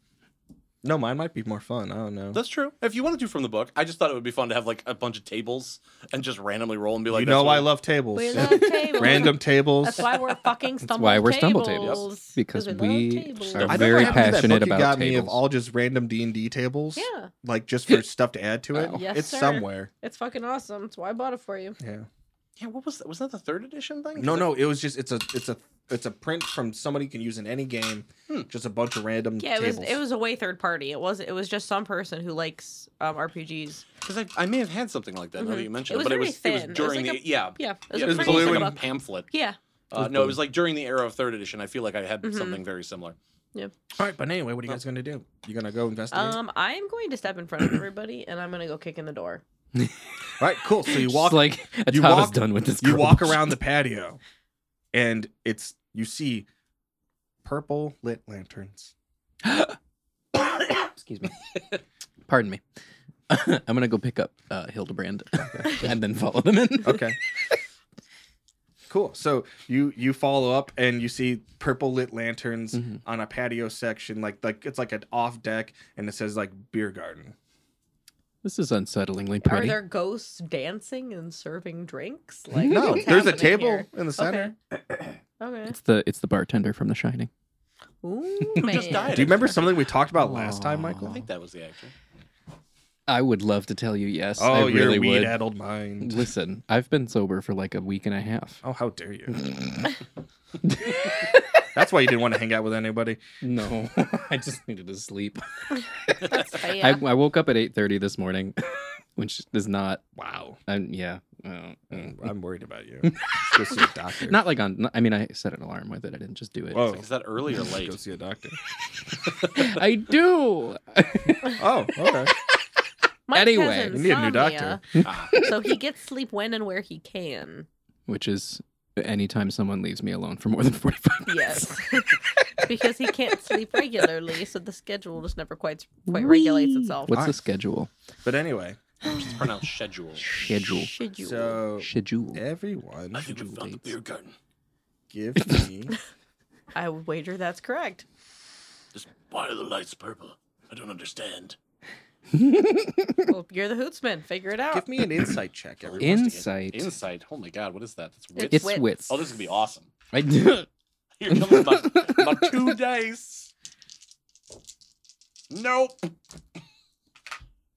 S2: No, mine might be more fun. I don't know.
S3: that's true. If you want to do from the book, I just thought it would be fun to have like a bunch of tables and just randomly roll and be like,
S2: you
S3: that's
S2: know
S3: what-
S2: I love tables.
S5: We love tables.
S2: Random tables.
S5: That's why we're fucking
S1: That's
S5: stumble
S1: why we're stumble tables,
S5: tables.
S1: because
S5: love
S1: we
S5: tables.
S1: are
S2: I
S1: I'm
S2: don't know
S1: very
S2: what happened to
S1: passionate
S2: that book
S1: about
S2: you got me of
S1: tables.
S2: all just random D and D tables.
S5: Yeah,
S2: Like just for stuff to add to it.
S1: Oh.
S5: Yes,
S2: it's
S5: sir.
S2: somewhere.
S5: it's fucking awesome. That's why I bought it for you.
S2: Yeah.
S3: Yeah, what was that? Was that the third edition thing?
S2: No, no, it was just it's a it's a it's a print from somebody you can use in any game.
S3: Hmm.
S2: Just a bunch of random
S5: Yeah, it
S2: tables.
S5: was it was a way third party. It was it was just some person who likes um, RPGs.
S3: because I, I may have had something like that. Now
S2: Mm-hmm.
S3: that
S5: Mhm.
S3: you mentioned
S5: It
S3: it,
S5: was
S3: but it
S5: very
S3: was it
S5: thin. It
S3: was
S5: was
S3: during
S5: like
S3: the yeah
S5: Yeah, it was
S3: yeah,
S5: a
S3: it was
S5: pretty
S2: blue
S3: almost
S5: simple
S3: like a
S2: and-
S5: book.
S3: pamphlet.
S5: Yeah,
S3: Uh,
S2: was
S3: no,
S2: blue.
S3: it was like during the era of third edition. I feel like I had
S5: Mhm.
S3: something very similar.
S2: All right, but anyway, what are you guys gonna do? You gonna go investigate?
S5: Oh. um, I am going to step in front of everybody and I'm gonna go kick in the door.
S2: All right, cool. So you
S1: Just
S2: walk
S1: like that's
S2: you
S1: how I was
S2: walk-
S1: done with this.
S2: you
S1: girl
S2: walk
S1: bullshit.
S2: around the patio, and it's you see purple lit lanterns.
S1: Excuse me. Pardon me. I'm gonna go pick up uh, Hildebrand and then follow them in.
S2: Okay. cool. So you you follow up and you see purple lit lanterns
S1: Mhm.
S2: on a patio section, like like it's like an off deck, and it says like beer garden.
S1: This is unsettlingly pretty.
S5: Are there ghosts dancing and serving drinks? Like
S2: No,
S5: what's
S2: there's a
S5: happening
S2: table
S5: here?
S2: in the center.
S5: Okay.
S1: It's the it's the bartender from The Shining.
S5: Ooh,
S3: Who just
S5: man.
S3: died?
S2: Do you remember something we talked about last time,
S3: I
S2: Michael?
S1: Oh.
S3: think that was the actor.
S1: I would love to tell you yes.
S2: Oh,
S1: I
S2: your
S1: really would.
S2: weed-addled mind.
S1: Listen, I've been sober for like a week and a half.
S2: Oh, how dare you! That's why you didn't want to hang out with anybody.
S1: No, I just needed to sleep.
S5: That's fair.
S1: I, I woke up at 8:30 this morning, which is not.
S2: Wow,
S1: I'm, yeah, uh, mm.
S2: I'm worried about you. Let's Go see a doctor.
S1: not like on. I mean, I set an alarm with it. I didn't just do it.
S2: Whoa.
S3: It's like, is that early or
S2: Let's
S3: late?
S2: Go see a doctor.
S1: I do.
S2: Oh, okay.
S5: Mike has
S1: Anyway.
S2: You need a new
S5: insomnia,
S3: Ah,
S5: so he gets sleep when and where he can.
S1: Which is anytime someone leaves me alone for more than 45 minutes.
S5: Yes. because he can't sleep regularly, so the schedule just never quite quite regulates itself.
S1: What's the
S2: Alright.
S1: schedule?
S2: But anyway,
S3: it's pronounced schedule.
S1: Schedule.
S5: Schedule.
S3: Oh.
S2: so
S1: Schedule.
S2: everyone,
S1: we found the beer
S3: garden.
S2: give me.
S5: I would wager that's correct.
S3: Just why are the lights purple? I don't understand. Eh.
S5: well, you're the hootsman. Figure it out.
S2: Give me an insight check, everyone.
S3: Investigate.
S1: Insight.
S3: Insight. Oh my god, what is that? That's wits.
S5: It's
S1: It's
S5: wits.
S1: wits.
S3: Oh, this is gonna be awesome.
S1: I-
S3: Here comes my, my two dice. Nope.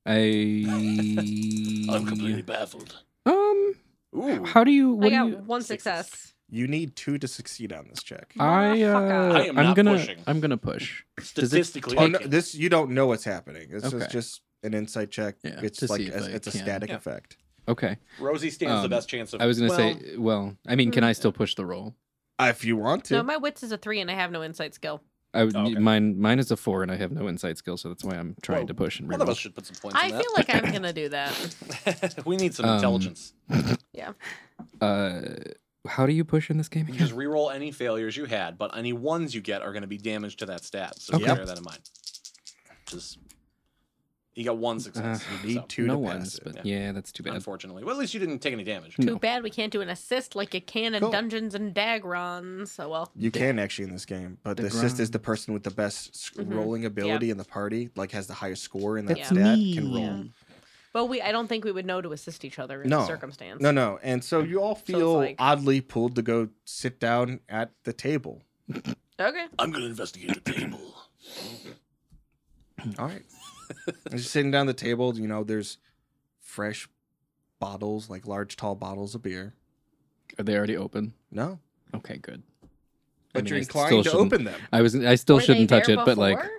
S1: I.
S3: I'm completely baffled.
S1: Um.
S3: Ooh.
S1: How do you?
S5: I
S1: What do
S5: got
S1: you?
S5: one
S3: Success.
S5: success.
S2: You need two to succeed on this check.
S1: I. Uh,
S5: Motherfucker.
S3: I am
S1: I'm
S3: not
S1: gonna.
S3: pushing.
S1: I'm gonna push.
S3: Statistically,
S2: Oh,
S3: I
S2: no,
S3: can-
S2: this you don't know what's happening. This is
S1: Okay.
S2: just an insight check.
S1: Yeah,
S2: it's
S1: to
S2: like
S1: see if
S2: a,
S1: I
S2: it's a
S1: can.
S2: static
S3: Yeah.
S2: effect.
S1: Okay.
S3: Rosie stands the
S1: Um,
S3: best chance of.
S1: I was gonna
S3: well,
S1: say. Well, I mean, can
S5: mm,
S1: I still push the roll?
S2: Uh, if you want to,
S5: No, my wits is a three, and I have no insight skill.
S1: I would,
S3: Oh, okay.
S1: mine. Mine is a four, and I have no insight skill, so that's why I'm trying
S3: Well,
S1: to push and
S3: One of us
S1: reroll.
S3: should put some points.
S5: I
S3: in
S5: feel like I'm gonna do that.
S3: that. we need some
S1: Um,
S3: intelligence.
S1: Uh, how do you push in this game?
S3: You
S1: Again?
S3: just re-roll any failures you had, but any ones you get are going to be damage to that stat. So
S2: Okay.
S3: bear that in mind. Just you got one success.
S1: Uh,
S2: you need
S3: so,
S2: two
S1: no
S2: to
S1: ones,
S2: pass it.
S1: but yeah, that's too bad.
S3: Unfortunately, well, at least you didn't take any damage.
S1: No.
S5: Too bad we can't do an assist like you can in
S2: Cool.
S5: Dungeons and Dagrons. So well,
S2: You can actually in this game, but
S1: The
S2: the, assist is
S1: grind.
S2: the person with the best s-
S5: Mhm.
S6: Mm-hmm.
S2: rolling ability in the party, like has the highest score in that
S5: That's
S2: stat, can roll.
S5: Yeah. but we I don't think we would know to assist each other in
S2: No.
S5: this circumstance.
S2: No, no, and so you all
S5: it's
S2: feel
S5: like-
S2: oddly pulled to go sit down at the table.
S5: Okay.
S3: I'm going to investigate the table.
S1: Mm.
S2: All right, And just sitting down at the table. You know, there's fresh bottles, like large, tall bottles of beer.
S1: Are they already open?
S2: No,
S1: Okay, good.
S2: but
S1: mean,
S2: you're
S1: I
S2: inclined
S1: still
S2: to
S1: shouldn't-
S2: open them.
S1: I was. I still
S5: Were they
S1: shouldn't touch it,
S5: there
S1: but like,
S5: before?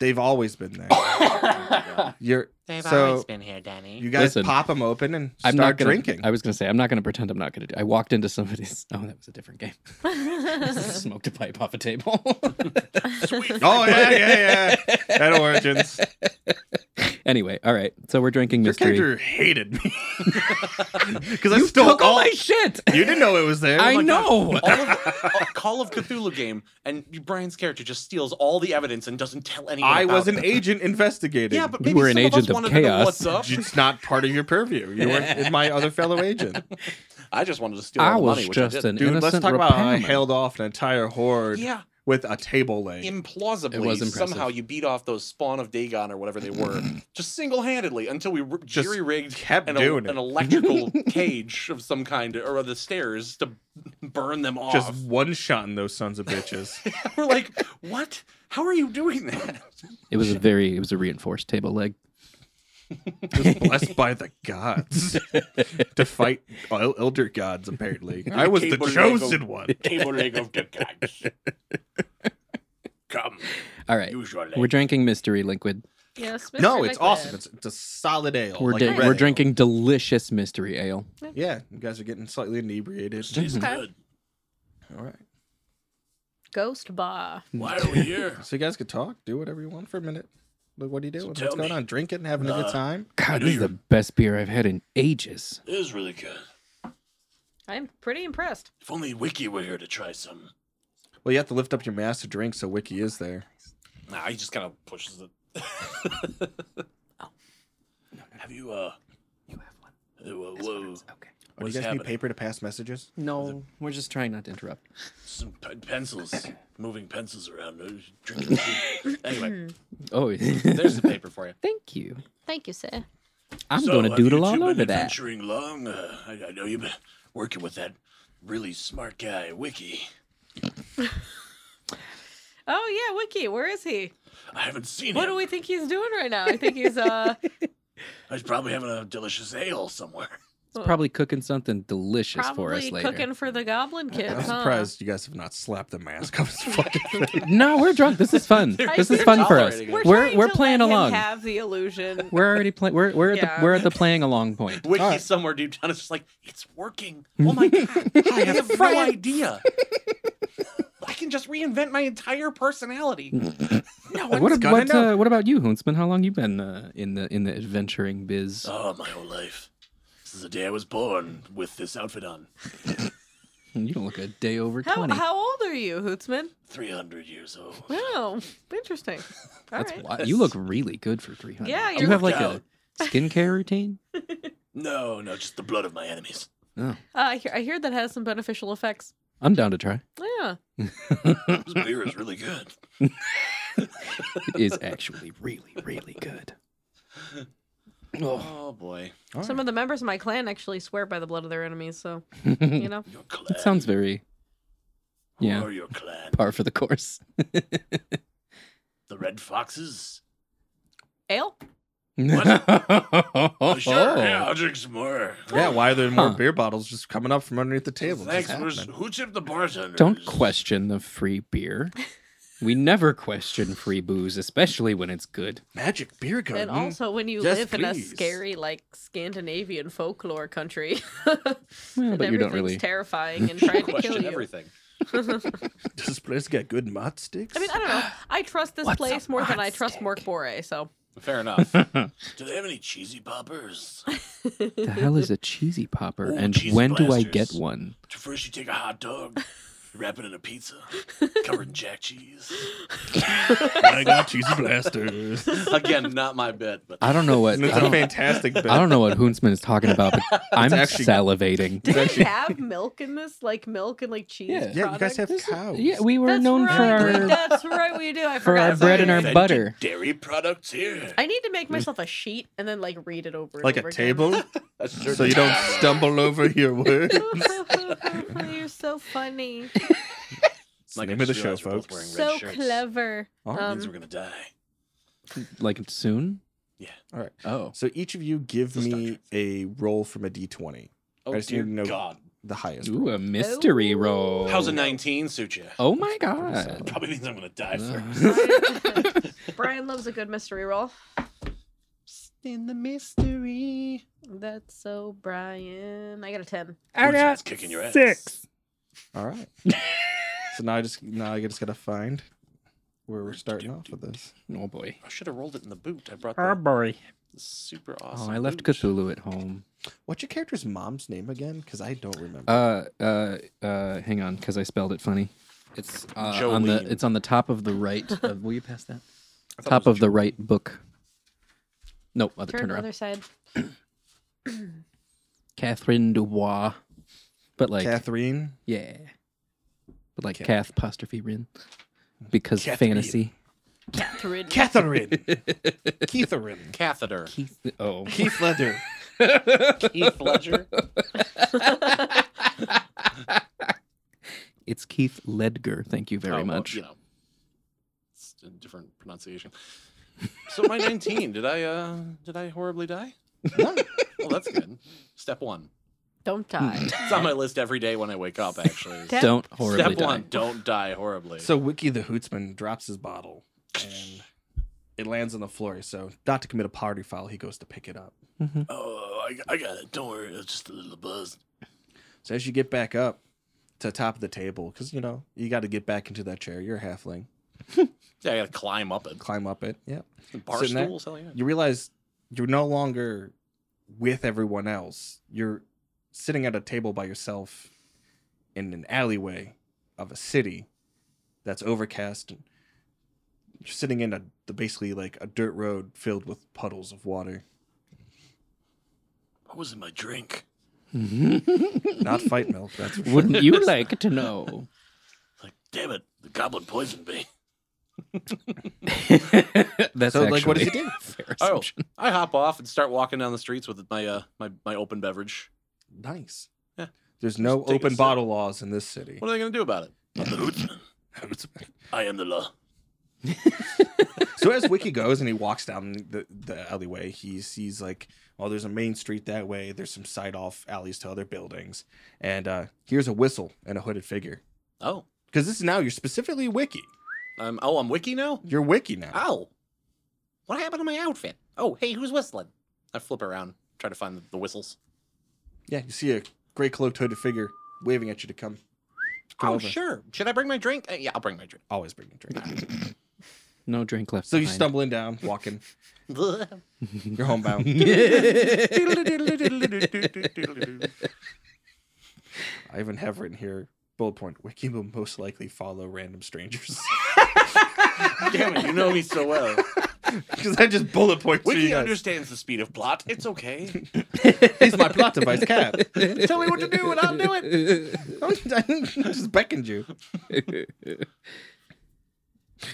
S2: They've always been there. You're
S6: They've
S2: so
S6: always been here, Danny.
S2: you guys
S1: Listen,
S2: pop them open and start
S1: I'm not gonna,
S2: drinking.
S1: I was gonna say I'm not gonna pretend I'm not gonna do. I walked into somebody's. Oh, that was a different game. Smoked a pipe off a table.
S2: Oh yeah, yeah, yeah. At Origins,
S1: anyway, all right. So we're drinking
S2: your
S1: mystery.
S2: character hated me because I
S1: you
S2: stole
S1: took all
S2: all.
S1: my shit.
S2: You Oh didn't know it was there.
S1: I
S3: my God.
S1: know.
S3: All of, a Call of Cthulhu game, and Brian's character just steals all the evidence and doesn't tell anyone.
S2: I
S3: about
S2: was an
S3: it.
S2: agent investigating.
S3: Yeah, but
S1: You
S3: maybe
S1: were an
S3: some of
S1: agent
S3: us
S1: of
S3: wanted to know
S1: chaos.
S3: what's up.
S2: it's not part of your purview. You weren't my other fellow agent,
S3: I just wanted to steal.
S1: I
S3: all the
S1: was
S3: money, which
S1: just
S3: I did.
S1: an
S2: dude. let's
S1: innocent
S2: talk about how I
S1: repairman.
S2: held off an entire horde
S3: Yeah,
S2: with a table leg.
S3: implausibly
S1: It was impressive.
S3: somehow you beat off those spawn of Dagon or whatever they were, just single handedly until we r-
S2: Just
S3: jerry rigged
S2: kept
S3: an,
S2: doing it.
S3: an electrical cage of some kind or the stairs to burn them off.
S2: Just one shot in those sons of bitches.
S3: We're like, what? How are you doing that?
S1: It was a very. It was a reinforced table leg.
S2: Just blessed by the gods to fight el- elder gods. Apparently, I was the
S3: Cable Lego.
S2: chosen one.
S3: Table leg of the gods. Come,
S1: All right.
S3: usually.
S1: We're drinking mystery liquid.
S5: Yes.
S2: No,
S5: Mr.
S2: it's
S5: Liquid.
S2: awesome. It's, it's a solid ale.
S3: Oh,
S1: We're
S2: like
S1: di-
S2: red
S1: we're
S2: ale.
S1: drinking delicious mystery ale.
S2: Yeah, you guys are getting slightly inebriated.
S5: Okay.
S2: All right.
S5: Ghost Bar.
S3: Why are we here?
S2: So you guys could talk, do whatever you want for a minute. Like, what are you doing?
S3: tell
S2: What's going
S3: me.
S2: on? Drinking, having a good
S3: Uh,
S2: time?
S1: God,
S3: knew
S1: this is
S3: you-
S1: the best beer I've had in ages.
S3: It is really good.
S5: I'm pretty impressed.
S3: If only Wiki were here to try some.
S2: Well, you have to lift up your mask to drink, so Wiki is there.
S3: Nah, he just kind of pushes it.
S1: Oh.
S3: Have you, uh.
S1: You have one.
S3: uh, Whoa, whoa.
S1: Okay.
S2: Oh, do you guys
S3: What's
S2: need
S3: happening?
S2: paper to pass messages?
S1: No, we're just trying not to interrupt.
S3: Some p- pencils. Moving pencils around. uh, Drinking tea. anyway,
S1: Oh,
S3: there's the paper for you.
S1: thank you.
S5: Thank you, sir.
S1: I'm
S3: So,
S1: gonna
S3: have you
S1: doodle
S3: two
S1: all
S3: been
S1: over that.
S3: adventuring long. Uh, I, I know you've been working with that really smart guy, Wiki.
S5: Oh yeah, Wiki. Where is he?
S3: I haven't seen
S5: What
S3: him.
S5: do we think he's doing right now? I think he's uh
S3: He's probably having a delicious ale somewhere.
S5: well,
S1: Probably cooking something delicious for us
S5: probably
S1: later.
S5: cooking for the Goblin Kids.
S2: I'm
S5: huh?
S2: surprised you guys have not slapped the mask off his fucking face.
S1: No, we're drunk. This is fun.
S3: They're-
S1: this is
S3: they're
S1: fun for us.
S3: tolerating it.
S5: We're
S1: We're-
S5: trying
S1: we're
S5: to
S1: playing
S5: let him
S1: along.
S5: have the illusion.
S1: We're already playing. We're we're at
S5: Yeah.
S1: the we're at the playing along point.
S3: Wiki's
S2: All right.
S3: somewhere deep down is just like, it's working. Oh my god, I have no idea. I can just reinvent my entire personality. No
S1: What,
S3: one's
S1: ab-
S2: gonna
S1: what,
S2: know.
S1: uh, what about you, Huntsman? How long you been uh, in the in the adventuring biz?
S3: Oh, my whole life. Since the day I was born with this outfit on.
S1: You don't look a day over
S5: How,
S1: twenty.
S5: how old are you, Hootsman?
S3: 300 years old.
S5: Oh, interesting. All
S1: That's
S5: right.
S1: wild. You look really good for three hundred.
S5: Yeah,
S1: Do you
S5: you're
S1: have like
S3: looking
S1: a skincare routine.
S3: No, no, just the blood of my enemies.
S1: No,
S5: Uh, I, hear, I hear that has some beneficial effects.
S1: I'm down to try.
S5: Yeah.
S3: This beer is really good.
S1: It is actually really really good.
S3: Oh boy.
S2: All
S5: Some
S2: right.
S5: of the members of my clan actually swear by the blood of their enemies, so you know.
S3: Your clan.
S1: It sounds very
S3: Who
S1: yeah.
S3: are your clan?
S1: par for the course.
S3: The red foxes?
S5: Ale?
S3: Oh, sure. Yeah, I'll drink some more.
S2: Yeah, why are there more
S1: Huh.
S2: beer bottles just coming up from underneath the table? It's
S3: Thanks,
S2: just
S3: Bruce.
S2: happening.
S3: Who tipped the bartender?
S1: Don't question the free beer. We never question free booze, especially when it's good.
S2: Magic beer gun.
S5: And
S2: mm.
S5: also when you
S2: Yes,
S5: live in a
S2: please.
S5: scary like Scandinavian folklore country.
S1: Well,
S5: and
S1: but you don't
S5: everything's
S1: really.
S5: terrifying and trying to kill
S3: question
S5: you.
S3: everything.
S2: Does this place get good mott sticks?
S5: I mean, I don't know. I trust this
S1: What's a
S5: place more than I
S1: rod
S5: trust
S1: stick?
S5: Mork Bore, so
S3: Fair enough. Do they have any cheesy poppers?
S1: the hell is a cheesy popper,
S3: Ooh,
S1: and
S3: cheese
S1: when do I
S3: blasters.
S1: get one?
S3: First, you take a hot dog, wrap it in a pizza, cover it in jack cheese.
S2: I got cheesy blasters.
S3: Again, not my bit, but
S1: I don't know what.
S2: And it's
S1: I
S2: a
S1: don't,
S2: fantastic bit.
S1: I don't know what Hoonsman is talking about, but I'm
S2: actually-
S1: salivating.
S5: do they
S2: actually-
S5: have milk in this? Like milk and like cheese?
S1: Yeah.
S2: yeah, you guys
S5: product?
S2: have cows.
S1: Yeah, we were
S5: That's
S1: known
S5: right.
S1: for our.
S5: That's right, we do. I
S1: for our
S5: forgot.
S1: bread and our
S5: sorry.
S3: Invented
S1: butter.
S3: dairy products here.
S5: I need to make myself a sheet and then like read it over. and
S2: like
S5: over
S2: a
S5: again.
S2: table,
S3: That's
S2: so you don't stumble over your words.
S5: Oh, You're so funny.
S2: It's the name of the show, folks.
S5: so clever.
S2: Oh,
S5: Um,
S3: means we're gonna die.
S1: Like soon?
S3: Yeah.
S2: All right.
S1: Oh.
S2: So each of you give
S3: It's a Star
S2: me
S3: Trek.
S2: a roll from a d20,
S3: Oh
S2: I just need
S3: dear
S2: to know-
S3: God!
S2: the highest.
S1: Ooh, a mystery
S5: Oh.
S1: roll.
S3: How's a 19 suit you?
S1: Oh Uh. my
S2: solid.
S1: god.
S3: Probably means I'm gonna die first.
S1: Ugh.
S5: Brian loves a good mystery roll.
S3: In the mystery.
S5: That's so Brian. I got a ten.
S1: I
S3: Hoonsman's
S1: got
S3: kicking your ass.
S1: six.
S2: All right. so now I just now I just gotta find where we're starting off with this.
S1: Oh boy.
S3: I should have rolled it in the boot. I brought
S1: Oh
S3: the,
S1: boy.
S3: the super
S1: Oh,
S3: awesome.
S1: I left
S3: boot.
S1: Cthulhu at home.
S2: What's your character's mom's name again? Because I don't remember.
S1: Uh, uh, uh, hang on, because I spelled it funny. It's uh, on
S3: Jolene.
S1: the it's on the top of the right. Of, will you pass that?
S3: I thought it
S1: Top
S3: was
S1: of the right book. No, other
S5: Turn
S1: turn
S5: the
S1: around.
S5: other side.
S1: Catherine Dubois. But like,
S2: Catherine.
S1: yeah. But like
S2: Cath-
S1: Cath apostrophe Rin. Because
S2: Catherine.
S1: fantasy.
S5: Catherine.
S2: Catherine. Catherine.
S3: catheter.
S1: Keith. Oh.
S2: Keith Leather.
S3: Keith Ledger.
S1: It's Keith Ledger. Thank you
S3: Oh,
S1: very
S3: well,
S1: much.
S3: you know, it's a different pronunciation. So my 19, did I uh did I horribly die?
S2: No.
S3: Well, that's good. Step one.
S5: Don't die.
S3: It's on my list every day when I wake up. Actually,
S5: Step-
S1: Don't horribly
S3: step
S1: die.
S3: one: don't die horribly.
S2: So Wiki the Hootsman drops his bottle and it lands on the floor. So not to commit a party foul, he goes to pick it up.
S3: oh, I, I got it. Don't worry, it's just a little buzz.
S2: So as you get back up to the top of the table, because you know you got to get back into that chair. You're a halfling.
S3: Yeah, I gotta climb up it.
S2: Climb up it. Yep.
S3: Bar
S2: Sitting there.
S3: stools, hell yeah.
S2: You realize you're no longer with everyone else. You're sitting at a table by yourself in an alleyway of a city that's overcast. And you're sitting in a the- basically like a dirt road filled with puddles of water.
S3: What was in my drink?
S2: Not fight milk. That's for sure.
S1: Wouldn't you like to know?
S3: Like, damn it, the goblin poisoned me.
S1: That's
S2: So, like, what does he
S1: actually
S2: do?
S1: a fair
S3: Oh.
S1: assumption.
S3: I hop off and start walking down the streets with my uh my, my open beverage.
S2: nice.
S3: Yeah.
S2: There's no
S3: Just take a
S2: open
S3: sip.
S2: bottle laws in this city.
S3: What are they gonna do about it? I'm the hootsman. I am the law.
S2: so as Wiki goes and he walks down the, the alleyway, he sees like, oh, there's a main street that way. There's some side off alleys to other buildings, and uh, here's a whistle and a hooded figure.
S3: Oh,
S2: Because this is now you're specifically Wiki.
S3: I'm oh I'm Wiki now.
S2: You're Wiki now.
S3: Ow! What happened to my outfit? Oh, hey, who's whistling? I flip around, try to find the, the whistles.
S2: Yeah, you see a gray cloaked hooded figure waving at you to come. come
S3: oh,
S2: over.
S3: sure. Should I bring my drink? Uh, yeah, I'll bring my drink.
S2: Always bring a drink.
S1: No drink left.
S2: so you're
S1: behind.
S2: stumbling down, walking. You're homebound. I even have written here bullet point. Wiki will most likely follow random strangers
S3: Damn it, you know me so well.
S2: because I just bullet point.
S3: Wiki
S2: you guys.
S3: understands the speed of plot. It's okay.
S2: He's my plot device, Cap.
S3: Tell me what to do and I'll do it.
S2: I just beckoned you.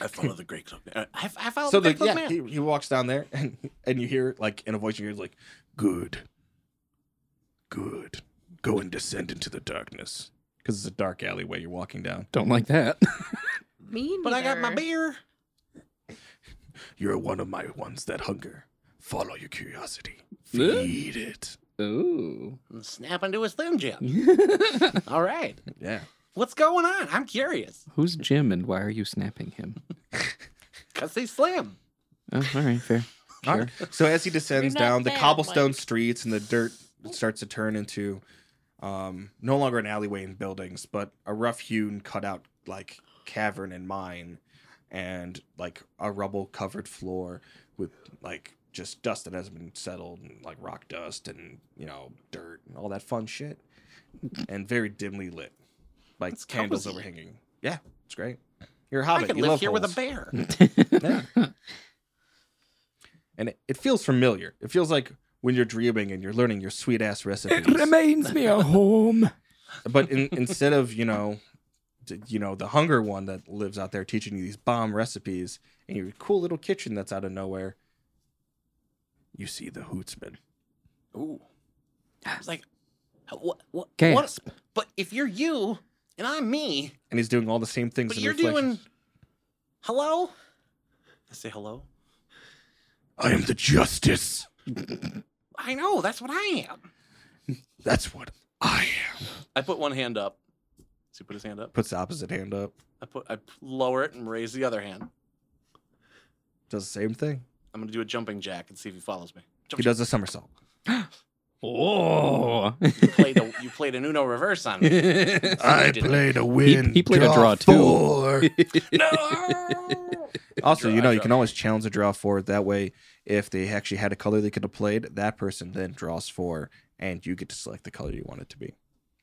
S3: I follow the Great Cloak. Uh, I, I follow
S2: so
S3: the
S2: the,
S3: Great Cloak
S2: yeah, he,
S3: Man.
S2: he walks down there and and you hear like in a voice you hear like, good, good, go and descend into the darkness because it's a dark alleyway you're walking down.
S1: Don't like that.
S5: Mean.
S3: but I got my
S5: beard.
S3: beer.
S2: You're one of my ones that hunger. Follow your curiosity.
S1: Yeah.
S2: Feed it.
S1: Ooh.
S3: and Snap into a Slim Jim. All right.
S2: Yeah.
S3: What's going on? I'm curious.
S1: Who's Jim and why are you snapping him?
S3: Because they slim.
S1: Oh, all right, fair.
S2: All right. So as he descends
S5: not
S2: down the
S5: bad,
S2: cobblestone
S5: Mike.
S2: streets and the dirt starts to turn into um, no longer an alleyway and buildings, but a rough hewn cutout like cavern and mine and like a rubble covered floor with like just dust that hasn't been settled and like rock dust and you know dirt and all that fun shit and very dimly lit like
S3: That's
S2: candles
S3: cozy.
S2: overhanging yeah it's great you're a
S3: I
S2: hobbit
S3: could
S2: you
S3: live
S2: love
S3: here with
S2: holes.
S3: a bear.
S2: and it, it feels familiar. It feels like when you're dreaming and you're learning your sweet ass recipes,
S1: remains me a home.
S2: but in, instead of you know, d- you know the hunger one that lives out there teaching you these bomb recipes and your cool little kitchen that's out of nowhere, you see the hootsman.
S3: Ooh. I was like, what? what, what
S1: Gasp.
S3: but if you're you and I'm me,
S2: And he's doing all the same things.
S3: but
S2: in
S3: you're
S2: reflections.
S3: doing hello? I say hello.
S2: I am the justice.
S3: I know. That's what I am.
S2: That's what I am.
S3: I put one hand up. Does he put his hand up?
S2: Puts the opposite hand up.
S3: I put I lower it and raise the other hand.
S2: Does the same thing.
S3: I'm gonna do a jumping jack and see if he follows me.
S2: He does a somersault.
S1: Oh.
S3: You played a you played an Uno reverse on me.
S2: I
S3: didn't.
S2: played a win.
S1: he played a draw, too.
S2: four.
S3: no.
S2: Also,
S3: Draw-
S2: you know,
S3: I
S2: you
S3: draw.
S2: can always challenge a draw forward. That way, if they actually had a color they could have played, that person then draws four, and you get to select the color you want it to be.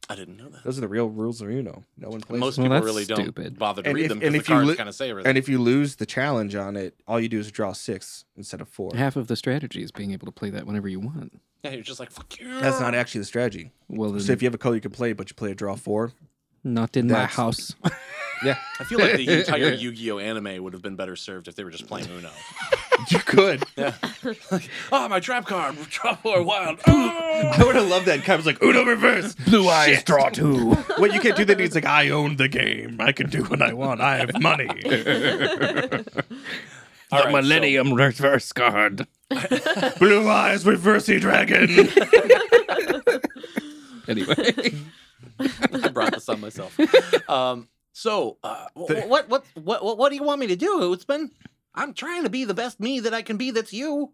S3: I didn't know that.
S2: Those are the real rules of Uno. No one plays.
S3: Most
S1: Well,
S3: people
S1: that's
S3: really don't
S1: stupid.
S3: bother to
S2: And
S3: read
S2: if-
S3: them
S2: and
S3: because the
S2: if you
S3: cards
S2: li-
S3: kind of say everything.
S2: and if you lose the challenge on it, all you do is draw six instead of four.
S1: Half of the strategy is being able to play that whenever you want.
S3: yeah, you're just like fuck you.
S2: That's not actually the strategy.
S1: Well, then,
S2: So if you have a color you can play, but you play a draw four,
S1: not in my
S2: That's-
S1: house.
S2: yeah,
S3: I feel like the entire Yu-Gi-Oh anime would have been better served if they were just playing Uno.
S2: you could.
S3: Yeah. Like, oh, my trap card, trap or wild. Oh!
S2: I would have loved that. Kind of like Uno reverse.
S1: Blue eyes draw two.
S2: Well, you can't do that. He's like, I own the game. I can do what I want. I have money.
S3: All right, so-
S1: reverse card.
S2: Blue eyes reversey dragon.
S1: Anyway,
S3: I brought this on myself. Um, so, uh, wh- wh- what, what, what, what, what do you want me to do, Hootsman? I'm trying to be the best me that I can be. That's you.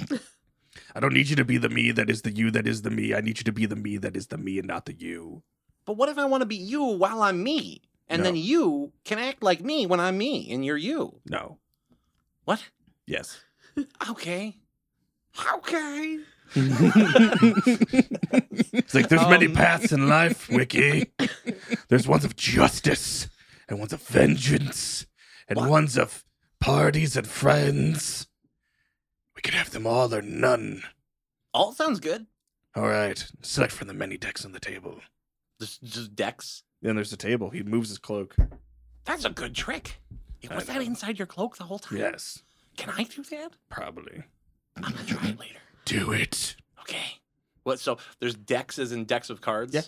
S2: I don't need you to be the me that is the you that is the me. I need you to be the me that is the me and not the you.
S3: But what if I want to be you while I'm me, and then
S2: No.
S3: you can act like me when I'm me, and you're you?
S2: No.
S3: What?
S2: Yes.
S3: Okay. Okay.
S2: It's like there's many
S3: Um.
S2: paths in life, Wiki. there's ones of justice and ones of vengeance and
S3: What?
S2: ones of parties and friends. We could have them all or none.
S3: All sounds good.
S2: All right. Select from the many decks on the table.
S3: Just, just decks.
S2: Then there's the table. He moves his cloak.
S3: That's a good trick.
S2: I
S3: Was that
S2: know.
S3: inside your cloak the whole time?
S2: Yes,
S3: Can I do that?
S2: probably.
S3: I'm gonna try it later.
S2: Do it.
S3: Okay. What? So there's decks as in decks of cards.
S2: Yeah.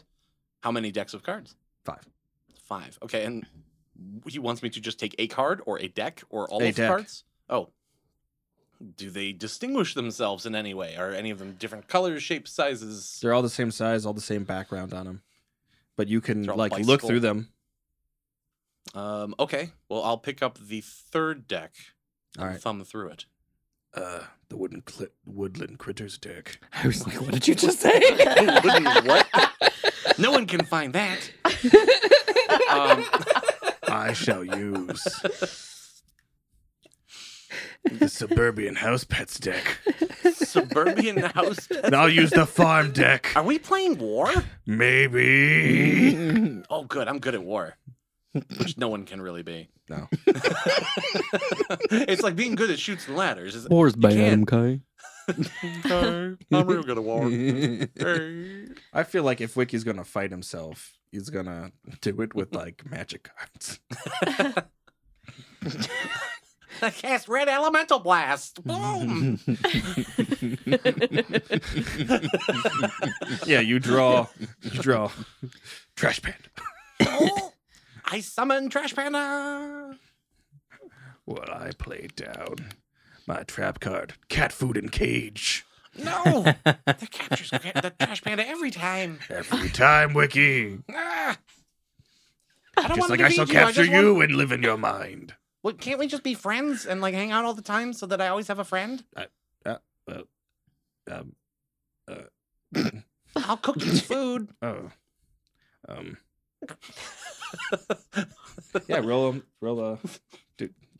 S3: How many decks of cards?
S2: Five.
S3: Five. Okay. And he wants me to just take a card or a deck or all
S2: A
S3: of the
S2: deck.
S3: cards. Oh. Do they distinguish themselves in any way? Are any of them different colors, shapes, sizes?
S2: They're all the same size, all the same background on them. But you can
S3: They're all
S2: like look
S3: bicycle.
S2: through them.
S3: Um. Okay. Well, I'll pick up the third deck.
S2: All
S3: and
S2: right.
S3: Thumb through it.
S2: Uh, the wooden cli woodland critters deck.
S1: I was like, "What did you just say?"
S3: Wouldn't- what? No one can find that. Um,
S2: I shall use the suburban house pets deck.
S3: suburban house.
S2: And I'll use the farm deck.
S3: Are we playing war?
S2: Maybe.
S3: Oh, good. I'm good at war, which no one can really be.
S2: No.
S3: it's like being good at shoots and ladders. It's-
S1: War's
S3: You can't.
S1: Kai.
S3: I'm real good at war.
S2: I feel like if Wiki's gonna fight himself, he's gonna do it with like magic cards.
S3: I cast red elemental blast. Boom.
S2: yeah, you draw. You draw. Trash panda.
S3: Oh, I summon Trash Panda.
S2: Well, I played down my trap card, cat food and cage.
S3: No, the captures the Trash Panda every time.
S2: Every time, Wiki.
S3: Ah. I don't
S2: Just
S3: want
S2: like
S3: to
S2: I shall
S3: you. I
S2: capture
S3: just want-
S2: you and live in your mind.
S3: Well, can't we just be friends and like hang out all the time so that I uh, always have a friend?
S2: Um,
S3: uh, I'll cook you food.
S2: oh. Um. Yeah, roll him. Roll a.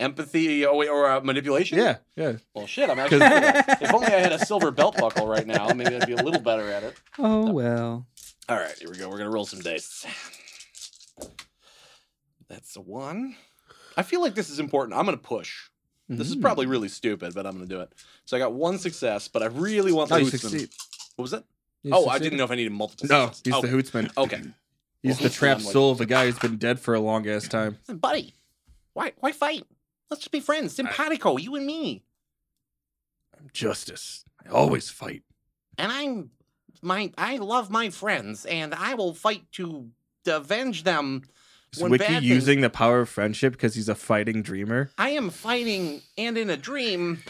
S3: Empathy or, or uh, manipulation?
S2: Yeah, yeah.
S3: Well, shit. I'm actually. good at it. if only I had a silver belt buckle right now, maybe I'd be a little better at it.
S1: Oh well.
S3: All right, here we go. We're gonna roll some dice. That's a one. I feel like this is important. I'm gonna push. This is probably
S2: Mm.
S3: really stupid, but I'm gonna do it. So I got one success, but I really want
S2: Oh,
S3: the
S2: you
S3: Hootsman.
S2: succeed.
S3: What was that?
S2: You
S3: oh, I
S2: succeeded.
S3: didn't know if I needed multiple.
S2: No,
S3: successes.
S2: he's
S3: oh,
S2: the hootsman.
S3: Okay,
S2: He's
S3: Well,
S2: the trapped
S3: I'm like-
S2: soul of a guy who's been dead for a long ass time.
S3: Listen, buddy. Why? Why fight? Let's just be friends. Simpatico, you and me.
S2: Justice. I always fight.
S3: And I'm my. I love my friends, and I will fight to avenge them.
S2: Is
S3: When
S2: Wiki
S3: bad things-
S2: using the power of friendship because he's a fighting dreamer?
S3: I am fighting, and in a dream.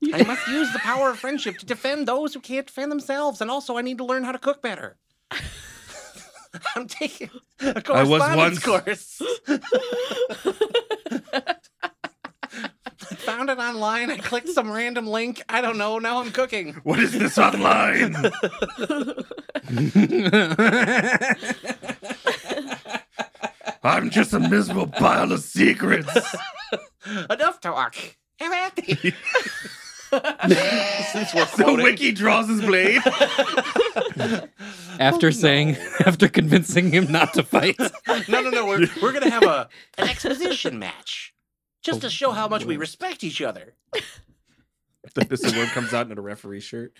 S5: You-
S3: I must use the power of friendship to defend those who can't defend themselves, and also I need to learn how to cook better. I'm taking a correspondence
S2: once-
S3: course. I found it online. I clicked some random link. I don't know. Now I'm cooking.
S2: What is this online? I'm just a miserable pile of secrets.
S3: Enough talk. I'm happy. Since we're
S2: So
S3: quoting-
S2: Wiki draws his blade.
S1: After
S3: Oh,
S1: saying,
S3: no.
S1: after convincing him not to fight.
S3: No, no, no. We're, we're going to have a an exposition match just to show how much we respect each other.
S2: this award comes out in a referee shirt.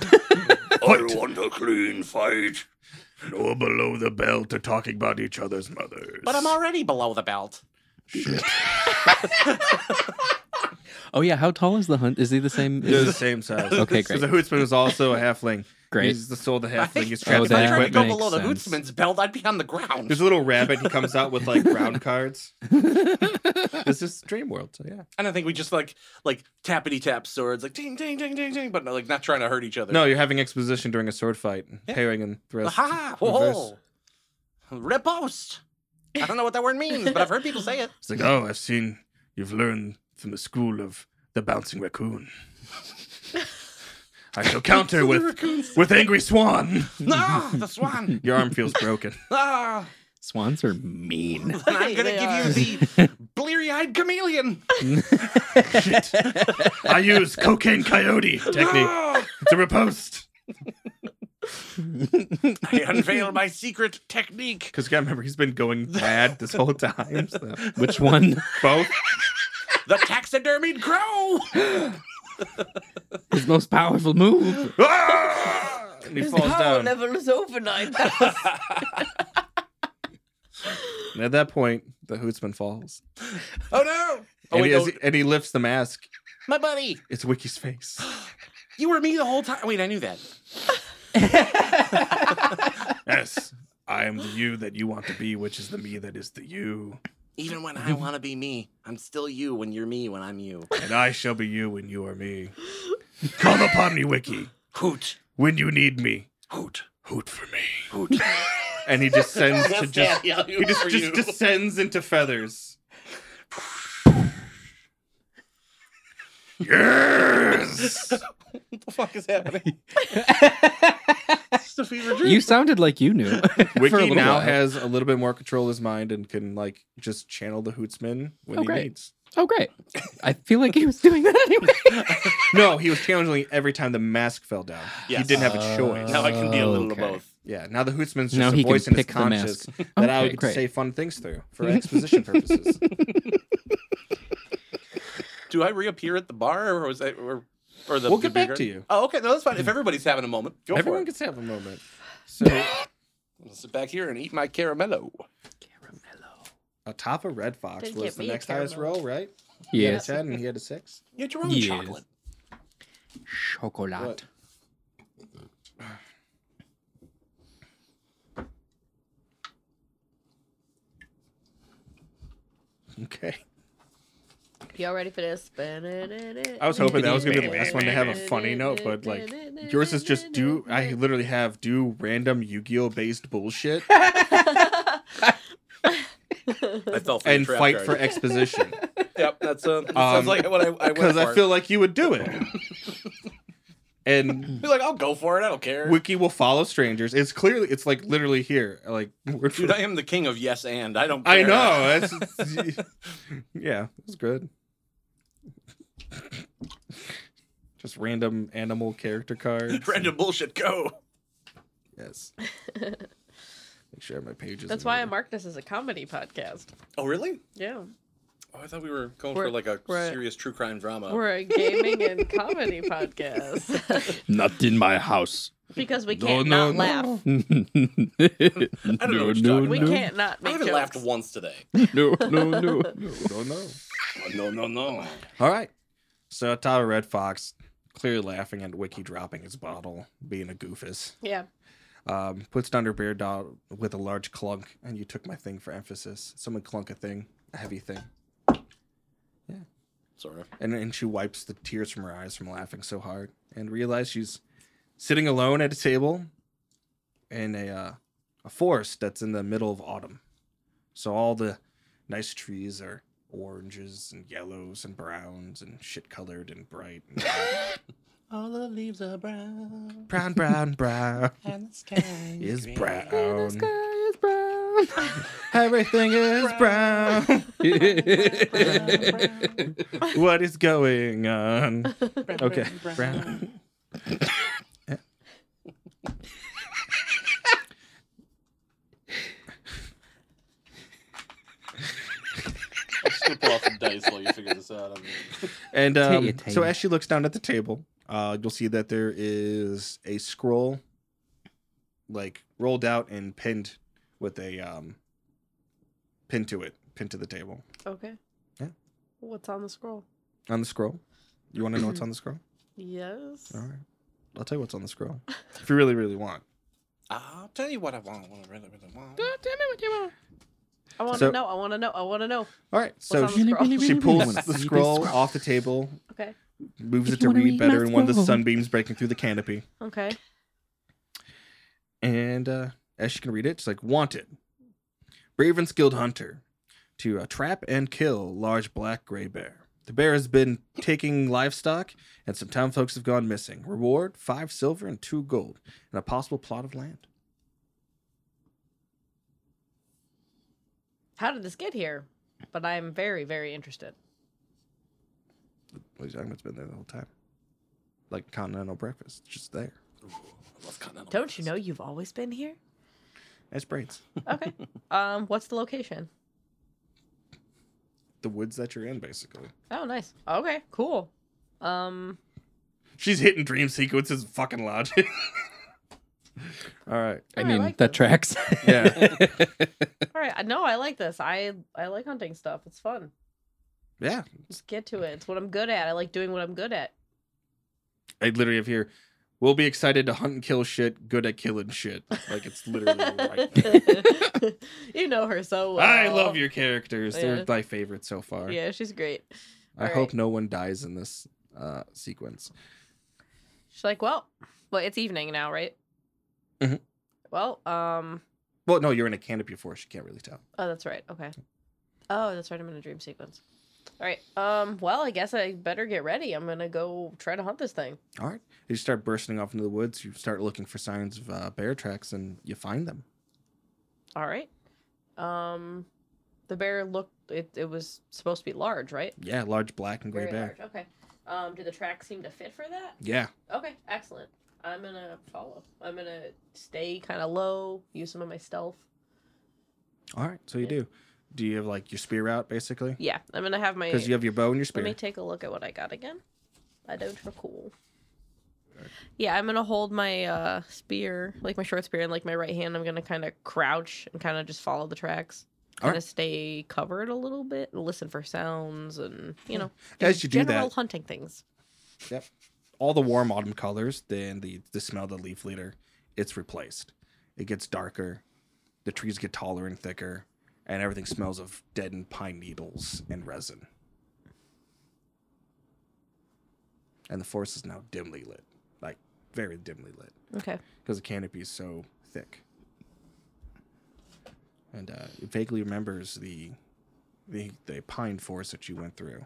S6: I want a clean fight.
S2: No below the belt to talking about each other's mothers.
S3: But I'm already below the belt.
S1: Oh yeah, how tall is the hunt? Is he the same?
S2: They're
S1: Is
S2: the
S1: this
S2: same size.
S1: Okay, great.
S2: Because the Hootsman is also a halfling.
S1: great?
S2: He's the soul of the
S3: I
S2: halfling.
S3: think
S2: He's
S3: if
S1: Oh,
S2: trapped in
S3: I
S1: that
S2: the
S3: tried to go
S2: equipment.
S1: makes
S3: below the
S1: sense.
S3: hootsman's belt, I'd be on the ground.
S2: There's a little rabbit. He comes out with like round cards. this is Dream World. So yeah.
S3: And I think we just like like tappity tap swords, like ding ding ding ding ding, but like not trying to hurt each other.
S2: No, you're having exposition during a sword fight,
S3: Yeah.
S2: pairing and thrust.
S3: ha whoa, repost. I don't know what that word means, but I've heard people say it.
S2: It's like, oh, I've seen you've learned from the school of the bouncing raccoon. I shall counter with with angry swan.
S3: No, Ah, the swan.
S2: Your arm feels broken.
S3: Ah,
S1: Swans are mean.
S3: and I'm gonna
S5: They
S3: give you the bleary-eyed chameleon
S2: I use cocaine coyote technique
S3: Ah,
S2: to repost.
S3: I unveil my secret technique.
S2: Because gotta remember, he's been going mad this whole time. So.
S1: Which one?
S2: Both.
S3: The taxidermied crow.
S1: His most powerful move.
S2: Ah! And he falls down.
S5: level is overnight.
S2: And at that point, the hootsman falls.
S3: Oh no! Oh
S2: and,
S3: wait,
S2: he, as
S3: no,
S2: he- and he lifts the mask.
S3: my buddy,
S2: It's Wiki's face.
S3: you were me the whole time. Wait, I knew that.
S2: yes, I am the you that you want to be, which is the me that is the you.
S3: Even when I want to be me, I'm still you when you're me when I'm you.
S2: And I shall be you when you are me. Call upon me, Wiki,
S3: Hoot,
S2: when you need me.
S3: hoot,
S2: Hoot for me.
S3: hoot.
S2: And he descends to just.
S3: yeah,
S2: He just, just descends into feathers. yes!
S3: what the fuck is happening? just a fever dream.
S1: You sounded like you knew. for a
S2: Wiki
S1: little
S2: now
S1: while.
S2: has a little bit more control of his mind and can like just channel the Hootsman when
S1: Oh,
S2: he
S1: great.
S2: needs.
S1: Oh great. I feel like he was doing that anyway.
S2: No, he was channeling every time the mask fell down. He
S3: Yes.
S2: didn't have a choice.
S3: now I can be a little
S1: Okay.
S3: of both.
S2: Yeah, now the Hootsman's just
S1: Now
S2: a
S1: he can
S2: voice in his
S1: pick the mask.
S2: conscious that I
S1: Okay,
S2: would
S1: great.
S2: say fun things through for exposition purposes.
S3: Do I reappear at the bar, or was I, or, or the?
S2: We'll
S3: the
S2: get back
S3: bigger-
S2: to you.
S3: Oh, okay. No, that's fine. If everybody's having a moment, go
S2: Everyone
S3: for it.
S2: gets to have a moment. So
S3: I'll sit back here and eat my caramello.
S2: atop of Red Fox
S5: Didn't
S2: was
S5: get
S2: the
S5: me a
S2: next highest
S5: caramel.
S2: roll, right? He had a
S1: Yes.
S2: ten and he had a six.
S3: You had your own
S1: Yes.
S3: chocolate.
S1: Chocolate.
S2: What? Okay.
S5: Y'all ready for this?
S2: I was hoping that was gonna be the last one to have a funny note, but like yours is just do. I literally have do random Yu-Gi-Oh based bullshit
S3: I fell for your
S2: and
S3: trap
S2: fight
S3: card.
S2: for exposition
S3: Yep, that's uh, that
S2: Um,
S3: sounds like what I, I went
S2: because I
S3: for.
S2: feel like you would do it. And
S3: Be like I'll go for it. I don't care.
S2: Wiki will follow strangers. It's clearly it's like literally here, like word for
S3: Dude, I am the king of yes and. I don't.
S2: I
S3: Care.
S2: know. That's yeah, it's good. Just random animal character cards.
S3: Random bullshit. Go.
S2: Yes. Make sure my pages.
S5: That's why I marked this as a comedy podcast.
S3: Oh really?
S5: Yeah,
S3: Oh, I thought we were going for
S5: We're-
S3: like a
S5: we're-
S3: serious true crime drama.
S5: we're a gaming and comedy podcast
S7: Not in my house.
S5: because we
S2: No,
S5: can't
S2: no,
S5: not
S2: no.
S5: laugh.
S7: no,
S3: know what
S7: no,
S3: you're talking
S5: We
S7: no,
S3: about.
S5: can't not
S3: I
S5: make
S3: haven't
S5: jokes.
S3: laughed once today.
S7: no, no, no, no.
S2: Don't know.
S3: Oh,
S7: No, no, no.
S2: All right. So Tyler Red Fox clearly laughing at Wiki dropping his bottle, being a goofus.
S5: Yeah,
S2: Um, puts down her beer doll with a large clunk, and you took my thing for emphasis. Someone clunk a thing, a heavy thing.
S3: Sort of.
S2: and and she wipes the tears from her eyes from laughing so hard and realizes she's sitting alone at a table in a uh, a forest that's in the middle of autumn. So all the nice trees are oranges and yellows and browns and shit colored and bright. And
S3: All the leaves are brown.
S2: brown, brown, brown
S3: And the sky
S2: is brown. Everything is brown. what is going on? Okay, brown.
S3: I'm just gonna pull off some dice while you figure this out. I mean,
S2: And
S1: Ta-
S2: um,
S1: ta-
S2: so as she looks down at the table, uh, you'll see that there is a scroll, like rolled out and pinned with a um, pin to it, pinned to the table.
S5: Okay.
S2: Yeah.
S5: What's on the scroll?
S2: On the scroll, you want to know what's on the scroll?
S5: Yes.
S2: All right, I'll tell you what's on the scroll if you really, really want.
S3: I'll tell you what I want. What I really, really want.
S5: I want to
S2: So-
S5: know. I want to know. I want to know.
S2: All right, so
S5: What's on
S2: she,
S5: the scroll?
S2: she pulls
S1: wanna see
S2: the
S1: this
S2: scroll
S1: scroll?
S2: off the table,
S5: Okay.
S2: moves
S1: If
S2: it
S1: you
S2: to
S1: wanna
S2: read
S1: read
S2: better,
S1: my
S2: and one of the
S1: scroll.
S2: sunbeams breaking through the canopy.
S5: Okay.
S2: And uh, as she can read it, it's like wanted. Brave and skilled hunter to uh, trap and kill large black gray bear. The bear has been taking livestock, and some town folks have gone missing. Reward five silver and two gold, and a possible plot of land.
S5: How did this get here? But I'm very, very interested.
S2: What are you talking about? It's been there the whole time. Like continental breakfast, it's just there.
S3: I love continental
S5: Don't you
S3: breakfast.
S5: know you've always been here?
S2: That's brains.
S5: Okay. um, what's the location?
S2: The woods that you're in, basically.
S5: Oh, nice. Okay, cool. Um,
S2: She's hitting dream sequences. and Fucking logic. All right.
S1: I
S5: I
S1: mean,
S5: like
S1: that
S5: this.
S1: tracks.
S2: Yeah.
S5: all right. I- No, I like this. I I like hunting stuff. It's fun.
S2: yeah.
S5: Just get to it. It's what I'm good at. I like doing what I'm good at.
S2: I literally have here. We'll be excited to hunt and kill shit. Good at killing shit. Like it's literally right. there.
S5: you know her so well.
S2: I love your characters.
S5: Yeah.
S2: They're my favorite so far.
S5: Yeah, she's great.
S2: I
S5: All
S2: hope
S5: right.
S2: no one dies in this uh, sequence.
S5: She's like, well, well, it's evening now, right?
S2: Mhm.
S5: Well, um,
S2: Well, no, you're in a canopy forest. You can't really tell.
S5: oh, that's right. Okay. Oh, that's right. I'm in a dream sequence. All right. Um, well, I guess I better get ready. I'm gonna go try to hunt this thing.
S2: All right. You start bursting off into the woods. You start looking for signs of uh, bear tracks, and you find them.
S5: All right. Um, the bear looked. It it was supposed to be large, right?
S2: Yeah, large black and gray
S5: Very
S2: bear.
S5: large. Okay. Um, do the tracks seem to fit for that?
S2: Yeah.
S5: Okay, excellent. I'm gonna follow. I'm gonna stay kind of low. Use some of my stealth.
S2: All right. So you
S5: Yeah.
S2: do. Do you have like your spear out basically?
S5: Yeah, I'm gonna have my.
S2: Because you have your bow and your spear.
S5: Let me take a look at what I got again. I don't recall. Yeah, I'm gonna hold my uh, spear, like my short spear, in like my right hand. I'm gonna kind of crouch and kind of just follow the tracks.
S2: All
S5: kind
S2: right.
S5: of stay covered a little bit and listen for sounds and you know
S2: As you do
S5: general
S2: that,
S5: hunting things.
S2: all the warm autumn colors, then the the smell of the leaf litter, it's replaced. It gets darker, the trees get taller and thicker, and everything smells of deadened pine needles and resin. And the forest is now dimly lit, like very dimly lit,
S5: Okay.
S2: because the canopy is so thick. And uh, it vaguely remembers the, the the pine forest that you went through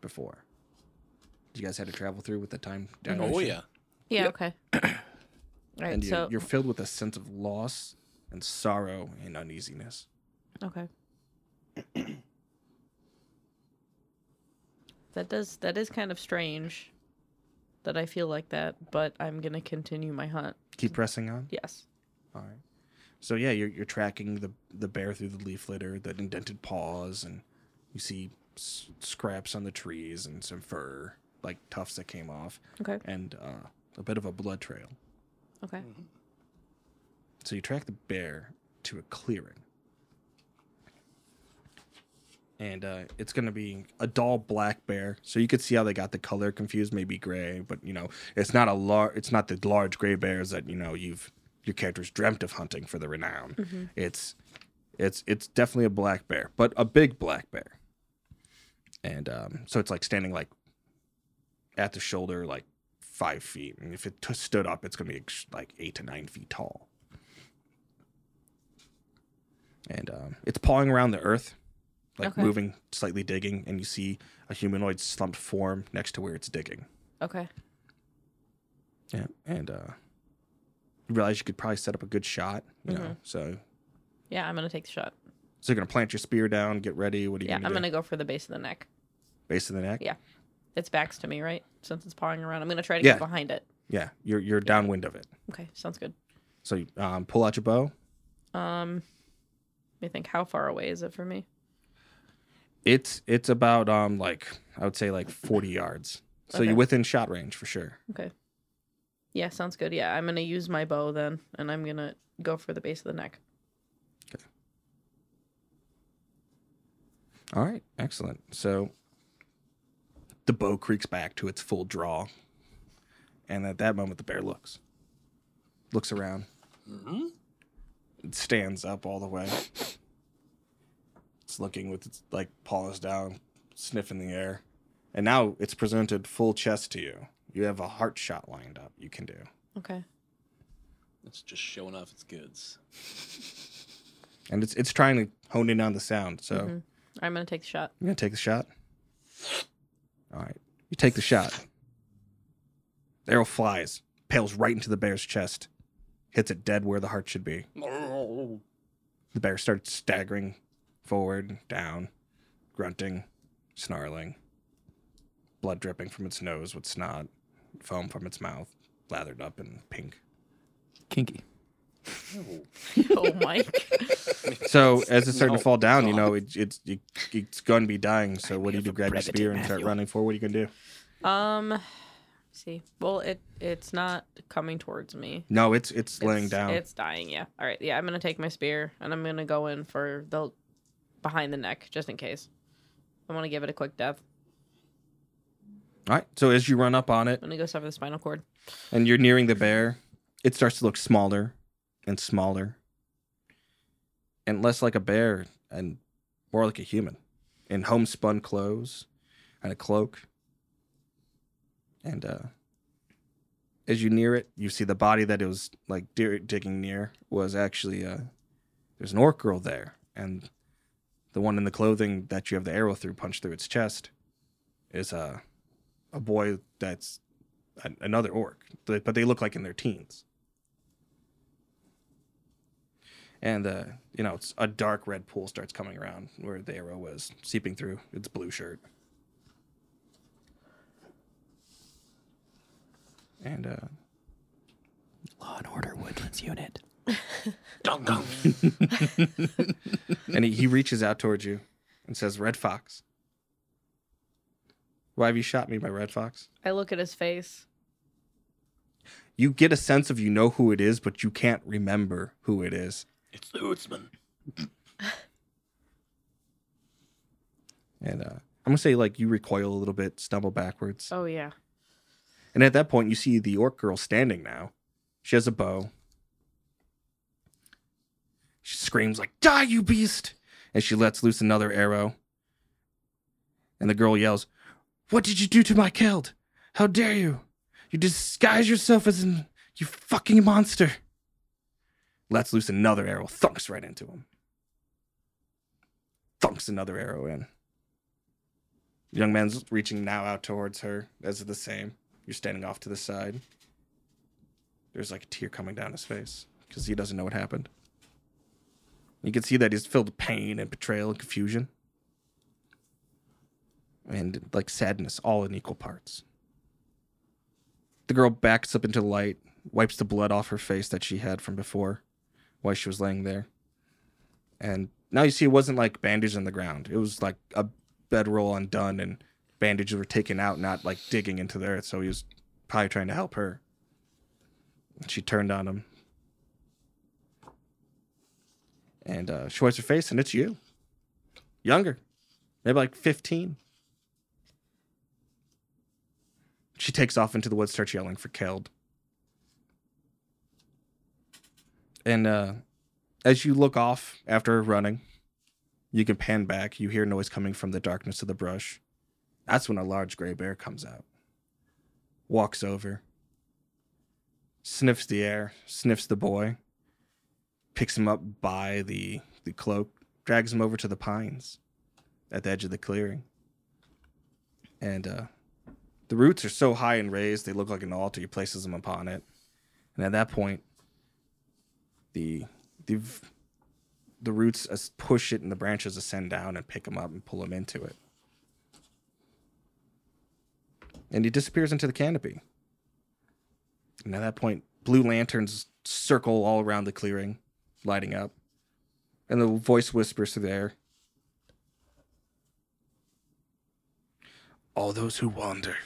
S2: before. You guys had to travel through with the time.
S3: Oh
S2: dilation?
S3: yeah.
S5: Yeah. Okay. All right.
S2: and you're,
S5: so
S2: you're filled with a sense of loss and sorrow and uneasiness.
S5: okay. that does that is kind of strange that I feel like that, but I'm gonna continue my hunt.
S2: Keep pressing on.
S5: Yes.
S2: All right. So yeah, you're you're tracking the the bear through the leaf litter, the indented paws, and you see s- scraps on the trees and some fur, like tufts that came off,
S5: Okay.
S2: and uh, a bit of a blood trail.
S5: Okay.
S2: Mm-hmm. So you track the bear to a clearing. And uh, it's going to be a dull black bear. So you could see how they got the color confused, maybe gray, but you know, it's not a lar- it's not the large gray bears that, you know, you've your characters dreamt of hunting for the renown. It's it's it's definitely a black bear, but a big black bear. And um, so it's like standing like at the shoulder like 5 feet. And if it t- stood up, it's going to be ex- like 8 to 9 feet tall and um, it's pawing around the earth, like
S5: Okay.
S2: moving, slightly digging, and you see a humanoid slumped form next to where it's digging.
S5: Okay.
S2: Yeah, and uh, you realize you could probably set up a good shot, you
S5: Mm-hmm.
S2: know. So,
S5: Yeah, I'm gonna take the shot.
S2: so you're gonna plant your spear down, get ready. What are you
S5: Yeah,
S2: gonna
S5: I'm
S2: do?
S5: gonna go for the base of the neck.
S2: Base of the neck.
S5: Yeah. Its back's to me, right? Since it's pawing around, I'm gonna try to
S2: Yeah.
S5: get behind it.
S2: Yeah, you're you're downwind of it.
S5: Okay, sounds good.
S2: So you, um, pull out your bow.
S5: Um, let me think. How far away is it for me?
S2: It's it's about um like I would say like 40 yards. So
S5: Okay.
S2: you're within shot range for sure.
S5: Okay. Yeah, sounds good. Yeah, I'm gonna use my bow then, and I'm gonna go for the base of the neck.
S2: All right, excellent. So the bow creaks back to its full draw, and at that moment, the bear looks, looks around, it stands up all the way. It's looking with its like paws down, sniffing the air, and now it's presented full chest to you. You have a heart shot lined up. You can do.
S5: Okay.
S3: It's just showing off its goods.
S2: And it's it's trying to hone in on the sound. So
S5: Mhm. I'm gonna take the shot.
S2: I'm gonna take the shot. All right, you take the shot. The arrow flies, pales right into the bear's chest, hits it dead where the heart should be.
S3: Oh,
S2: The bear starts staggering forward, down, grunting, snarling, blood dripping from its nose with snot, foam from its mouth, lathered up in pink.
S8: Kinky.
S5: oh, Mike.
S2: So as it's starting
S3: No.
S2: to fall down, you know it, it's it, it's going to be dying. So what do you do? Grab your
S8: brevity,
S2: spear and start
S8: Matthew.
S2: running forward. What are you gonna do?
S5: Um, let's see. Well, it it's not coming towards me.
S2: No, it's it's laying
S5: It's-
S2: down.
S5: It's dying. Yeah. All right. Yeah, I'm gonna take my spear and I'm gonna go in for the behind the neck just in case. I want to give it a quick death.
S2: All right. So as you run up on it
S5: I'm gonna go suffer the spinal cord.
S2: and you're nearing the bear, it starts to look smaller and smaller and less like a bear and more like a human in homespun clothes and a cloak. And uh, as you near it, you see the body that it was like deer- digging near was actually uh, there's an orc girl there, and the one in the clothing that you have the arrow through punched through its chest is uh, a boy that's an- another orc, but but they look like in their teens. And uh, you know, it's a dark red pool starts coming around where the arrow was seeping through its blue shirt. And uh,
S8: Law and Order Woodlands Unit.
S3: dong dong.
S2: and he, he reaches out towards you and says, "Red Fox, why have you shot me, my Red Fox?"
S5: I look at his face.
S2: You get a sense of you know who it is, but you can't remember who it is.
S3: It's the hootsman.
S2: And uh, I'm gonna say like you recoil a little bit, stumble backwards,
S5: Oh yeah.
S2: and at that point you see the orc girl standing now. She has a bow. She screams like "Die, you beast!" and she lets loose another arrow. And the girl yells, "What did you do to my keld? How dare you? You disguise yourself as an you fucking monster!" Lets loose another arrow, thunks right into him. Thunks another arrow in. Young man's reaching now out towards her as the same. You're standing off to the side. There's like a tear coming down his face because he doesn't know what happened. You can see that he's filled with pain and betrayal and confusion. And like sadness, all in equal parts. The girl backs up into the light, wipes the blood off her face that she had from before while she was laying there. And now you see it wasn't like bandage on the ground. It was like a bedroll undone and bandages were taken out, not like digging into the earth. So he was probably trying to help her. And she turned on him. And uh, she wipes her face, and it's you. Younger. Maybe like 15. She takes off into the woods, starts yelling for Keld. And uh, as you look off after running, you can pan back. You hear noise coming from the darkness of the brush. That's when a large gray bear comes out, walks over, sniffs the air, sniffs the boy, picks him up by the, the cloak, drags him over to the pines at the edge of the clearing. And uh, the roots are so high and raised, they look like an altar. He places him upon it. And at that point, the, the v- the roots as- push it and the branches ascend down and pick him up and pull him into it. And he disappears into the canopy. And at that point, blue lanterns circle all around the clearing, lighting up. And the voice whispers through the air All those who wander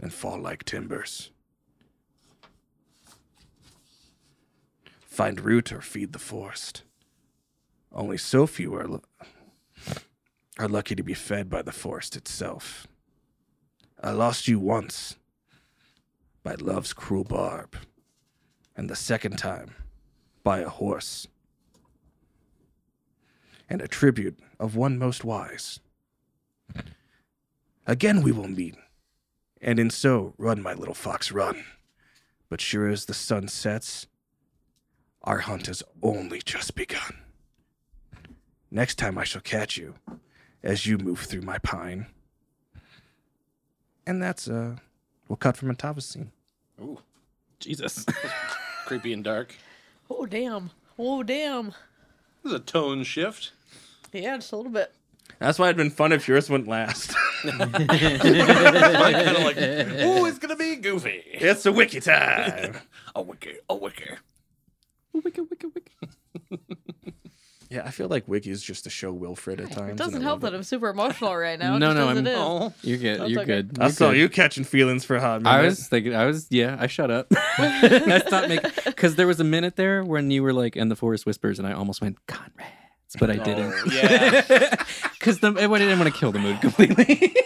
S2: and fall like timbers. Find root or feed the forest. Only so few are, lu- are lucky to be fed by the forest itself. I lost you once by love's cruel barb, and the second time by a horse. And a tribute of one most wise. Again we will meet, and in so run, my little fox, run. But sure as the sun sets, our hunt has only just begun. Next time I shall catch you as you move through my pine. And that's uh we'll cut from a Tava scene.
S8: Jesus.
S3: Creepy and dark.
S5: Oh damn. Oh damn.
S3: This is a tone shift.
S5: Yeah, just a little bit.
S2: That's why it'd been fun if yours went last.
S3: I'm kind of like, ooh, it's gonna be goofy.
S2: it's a wiki time.
S3: A wiki, a wiki.
S2: yeah, I feel like wiki is just to show Wilfred at times.
S5: It doesn't help that I'm super emotional right now.
S1: No,
S5: just
S1: no,
S5: as
S1: I'm-
S5: it is.
S3: Oh,
S1: You're good.
S5: That's
S1: You're
S5: okay.
S1: good.
S2: I
S1: You're
S2: saw
S1: good.
S2: you catching feelings for a hot minute.
S1: I was thinking. I was. Yeah. I shut up. I stopped making because there was a minute there when you were like, "And the forest whispers," and I almost went Conrads, but I didn't.
S3: Oh, yeah.
S1: Because the I didn't want to kill the mood completely.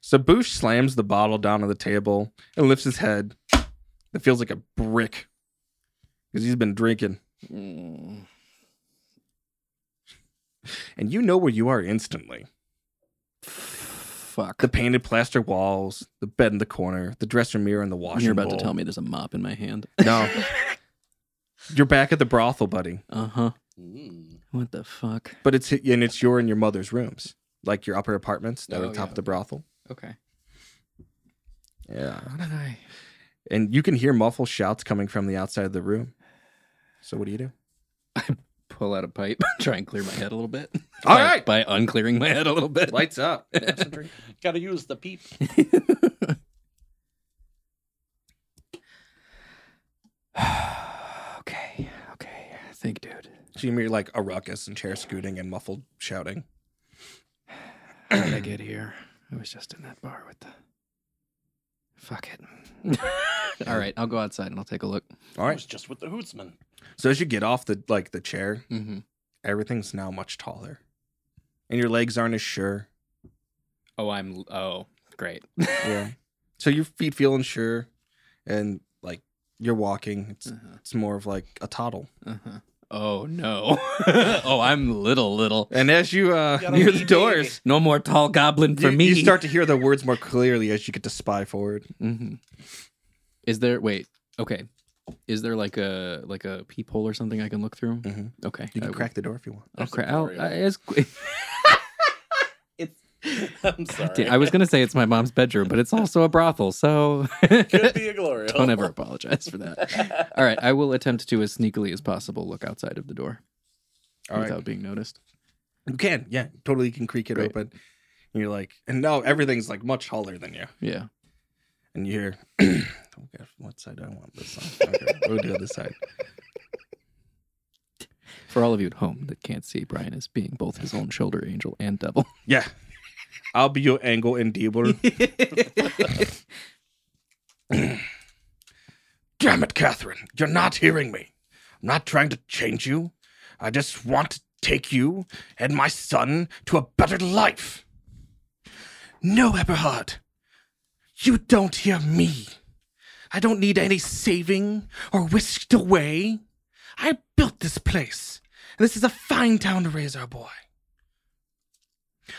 S2: So Boosh slams the bottle down on the table and lifts his head. It feels like a brick because he's been drinking.
S1: Mm.
S2: And you know where you are instantly.
S1: Fuck.
S2: The painted plaster walls, the bed in the corner, the dresser mirror, and the washing
S1: You're about to
S2: bowl.
S1: tell me there's a mop in my hand.
S2: No. You're back at the brothel, buddy.
S1: Uh huh.
S3: Mm.
S1: What the fuck?
S2: But it's and it's your and your mother's rooms, like your upper apartments that are
S1: Oh,
S2: at the top
S1: yeah.
S2: of the brothel.
S1: Okay.
S2: Yeah.
S1: How did I?
S2: And you can hear muffled shouts coming from the outside of the room. So what do you do?
S1: Pull out a pipe, try and clear my head a little bit.
S2: All
S1: All
S2: right.
S1: right. by, by unclearing my head a little bit.
S2: Lights up.
S3: Gotta use the peep.
S1: okay. Okay. Think, dude.
S2: So you hear like a ruckus and chair scooting and muffled shouting.
S1: How did I get here? I was just in that bar with the Fuck it. All right, I'll go outside and I'll take a look.
S2: All
S3: I
S2: right.
S3: was just with the Hootsman.
S2: So as you get off the like the chair,
S1: Mm-hmm.
S2: everything's now much taller, and your legs aren't as sure.
S1: Oh, I'm. Oh, great.
S2: Yeah. so your feet feel unsure, and like you're walking. It's
S1: Uh-huh.
S2: it's more of like a toddle.
S1: Uh-huh. Oh no. oh, I'm little, little.
S2: And as you uh,
S3: Gotta
S2: near the
S3: be
S2: doors,
S1: No more tall goblin for
S2: you,
S1: me.
S2: you start to hear the words more clearly as you get to spy forward.
S1: hmm Is there? Wait. Okay. Is there like a like a peephole or something I can look through?
S2: Mhm.
S1: Okay.
S2: You
S1: I-
S2: can
S1: Oh,
S2: crack the door if you want.
S1: I'll
S3: There's a
S1: cra- I'll,
S3: tutorial.
S1: I, it's, God
S3: I'm sorry.
S1: damn, I was gonna say it's my mom's bedroom, but it's also a brothel, so
S3: Could be a glory.
S1: don't ever apologize for that. All right, I will attempt to as sneakily as possible look outside of the door
S2: All right.
S1: without being noticed.
S2: You can, yeah, totally can creak it
S1: Great.
S2: open. And you're like, and now everything's like much taller than you.
S1: Yeah.
S2: And you hear, okay, what side do I want this on? Okay, we'll do the other side.
S1: For all of you at home that can't see, Brian is being both his own shoulder angel and devil.
S2: Yeah. I'll be your angle enabler. Damn it, Catherine. You're not hearing me. I'm not trying to change you. I just want to take you and my son to a better life. No, Eberhard. You don't hear me. I don't need any saving or whisked away. I built this place, and this is a fine town to raise our boy.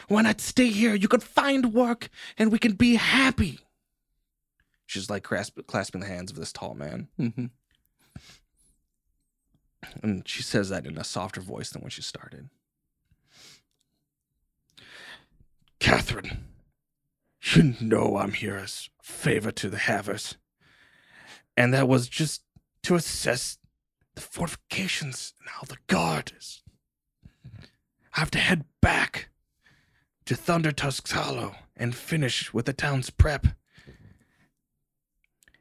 S2: Why not stay here? You could find work and we can be happy. She's like clasp- clasping the hands of this tall man.
S1: Mhm.
S2: And she says that in a softer voice than when she started. Catherine, you know I'm here as favor to the havers. And that was just to assess the fortifications and how the guard is. I have to head back to Thunder Tusk's Hollow and finish with the town's prep.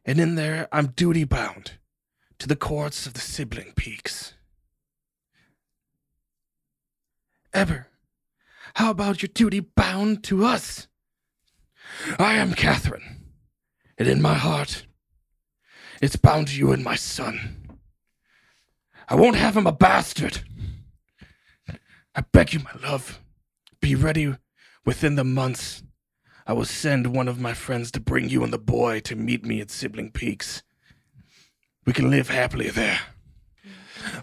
S2: And in there, I'm duty bound to the courts of the sibling peaks. Eber, how about your duty bound to us? I am Catherine, and in my heart, it's bound to you and my son. I won't have him a bastard. I beg you, my love, be ready within the months. I will send one of my friends to bring you and the boy to meet me at Sibling Peaks. We can live happily there.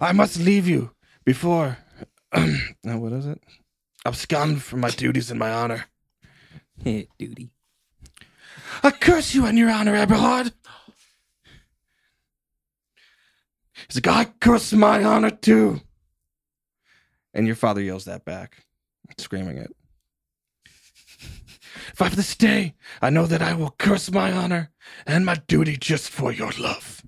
S2: I must leave you before. now, what is it? Abscond from my duties and my honor.
S1: duty.
S2: I curse you and your honor, Eberhard. He's like, I curse my honor too. And your father yells that back, screaming it. If I have to stay, I know that I will curse my honor and my duty just for your love.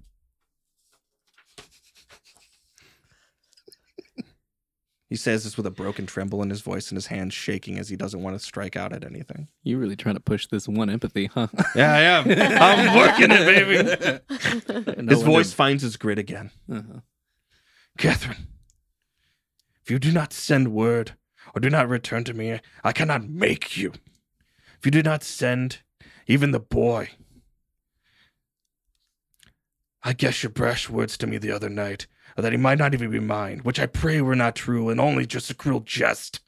S2: He says this with a broken tremble in his voice and his hands shaking as he doesn't want to strike out at anything.
S1: You really trying to push this one empathy, huh?
S2: Yeah, I am. I'm working it, baby.
S1: No
S2: His
S1: wonder-
S2: voice finds his grit again.
S1: Uh-huh.
S2: Catherine, if you do not send word or do not return to me, I cannot make you. If you do not send even the boy. I guess your brash words to me the other night are that he might not even be mine, which I pray were not true and only just a cruel jest.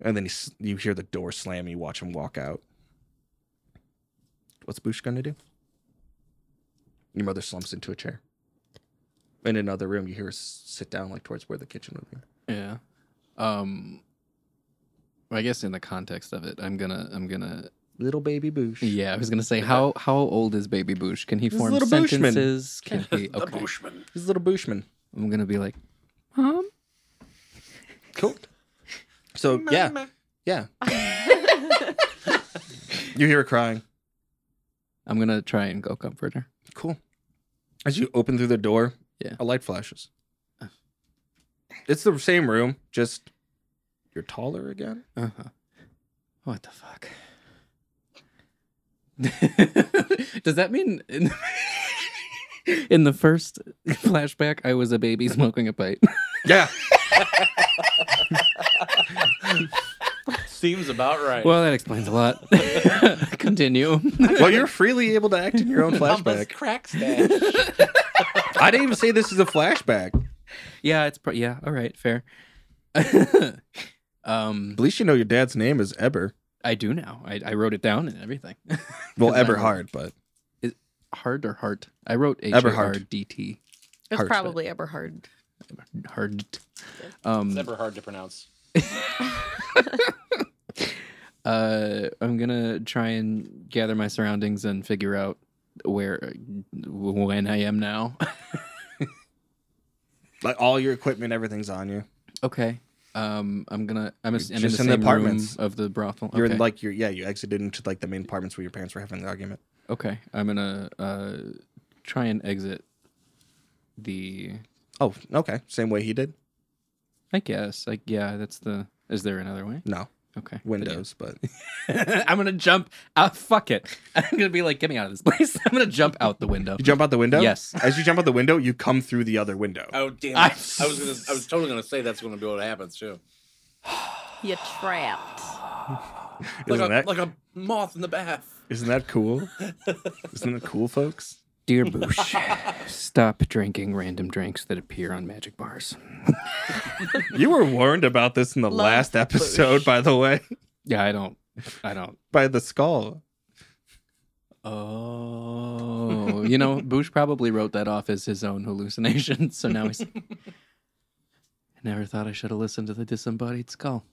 S2: And then he, s- you hear the door slam, you watch him walk out. What's Boosh gonna do? Your mother slumps into a chair. In another room, you hear her s- sit down, like towards where the kitchen would be.
S1: Yeah. Um. I guess in the context of it, I'm gonna, I'm gonna.
S2: Little baby Boosh.
S1: Yeah, I was gonna say, how how old is Baby Boosh? Can he
S2: He's a
S1: form
S2: little Bushman.
S1: sentences? Can he?
S3: The
S1: Okay.
S3: Bushman.
S2: He's a little Booshman.
S1: I'm gonna be like, Mom.
S2: Cool. So yeah, yeah. you hear her crying.
S1: I'm gonna try and go comfort her.
S2: Cool. As you open through the door,
S1: Yeah.
S2: a light flashes. It's the same room, just you're taller again.
S1: Uh huh. What the fuck? Does that mean in, in the first flashback I was a baby smoking a pipe?
S2: Yeah.
S3: Seems about right.
S1: Well, that explains a lot. Continue.
S2: well, you're freely able to act in your own
S3: Papa's
S2: flashback.
S3: crack stash.
S2: I didn't even say this is a flashback.
S1: Yeah, it's pro- yeah. All right, fair. um,
S2: At least you know your dad's name is Eber.
S1: I do now. I, I wrote it down and everything.
S2: Well,
S1: Good
S2: Eberhard, but
S1: Hard or heart? I wrote H A R
S2: Eberhard.
S1: D T.
S5: It's
S2: Hard
S5: probably Eberhard.
S1: Hard. Um,
S3: It's never hard to pronounce.
S1: uh, I'm gonna try and gather my surroundings and figure out where when I am now.
S2: like all your equipment, everything's on you.
S1: okay. Um, I'm gonna. I'm, a, I'm in the
S2: just
S1: same
S2: in the
S1: room
S2: apartments.
S1: of the brothel.
S2: You're
S1: okay.
S2: in like your yeah. You exited into like the main apartments where your parents were having the argument.
S1: Okay, I'm gonna uh, try and exit the.
S2: Oh, okay. Same way he did.
S1: I guess, like, yeah, that's the. Is there another way?
S2: No
S1: Okay. good deal.
S2: windows, but
S1: I'm gonna jump. out fuck it. I'm gonna be like, get me out of this place. I'm gonna jump out the window.
S2: you jump out the window.
S1: Yes.
S2: As you jump out the window, you come through the other window.
S3: Oh damn!
S1: I-
S3: I, I was gonna, I was totally gonna say that's gonna be what happens too.
S5: You trapped.
S2: Isn't
S3: Like a,
S2: that
S3: like a moth in the bath.
S2: not that cool? Isn't that cool, folks?
S1: Dear Boosh, stop drinking random drinks that appear on magic bars.
S2: You were warned about this in the
S5: Love
S2: last episode, by the way,
S1: Yeah, I don't. I don't.
S2: by the skull.
S1: Oh, you know, Boosh probably wrote that off as his own hallucination. So now he's. I never thought I should have listened to the disembodied skull.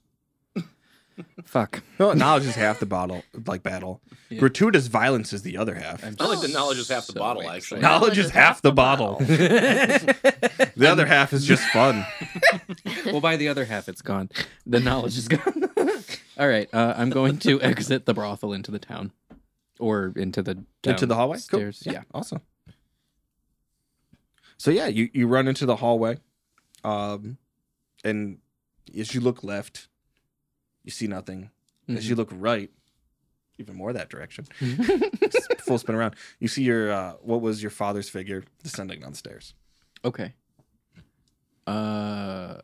S1: Fuck.
S2: No, knowledge is half the bottle, like battle.
S1: Yeah.
S2: Gratuitous violence is the other half.
S1: I'm
S3: I like the knowledge is half the
S1: so
S3: bottle,
S1: excited.
S3: actually.
S2: knowledge, is half the bottle. the other half is just fun.
S1: well, by the other half, it's gone. The knowledge is gone. All right, uh, I'm going to exit the brothel into the town, or into the
S2: into the hallway. Cool.
S1: downstairs. Yeah.
S2: awesome. So yeah, you you run into the hallway, um, and as you look left, you see nothing. As
S1: Mm-hmm.
S2: you look right, even more that direction, s- full spin around. You see your uh, what was your father's figure descending downstairs.
S1: Okay. Uh.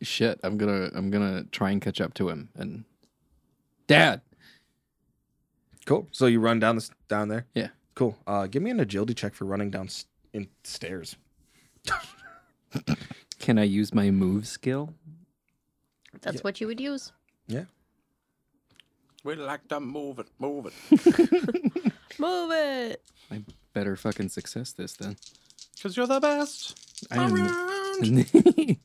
S1: Shit, I'm gonna I'm gonna try and catch up to him and. Dad.
S2: Cool. So you run down this down there.
S1: Yeah.
S2: Cool. Uh, give me an agility check for running down s- in stairs.
S1: Can I use my move skill?
S5: That's what you would use.
S3: We like to move it, move it.
S5: Move it.
S1: I better fucking success this then.
S3: Cause you're the best.
S1: I am-
S3: around. Uh-oh.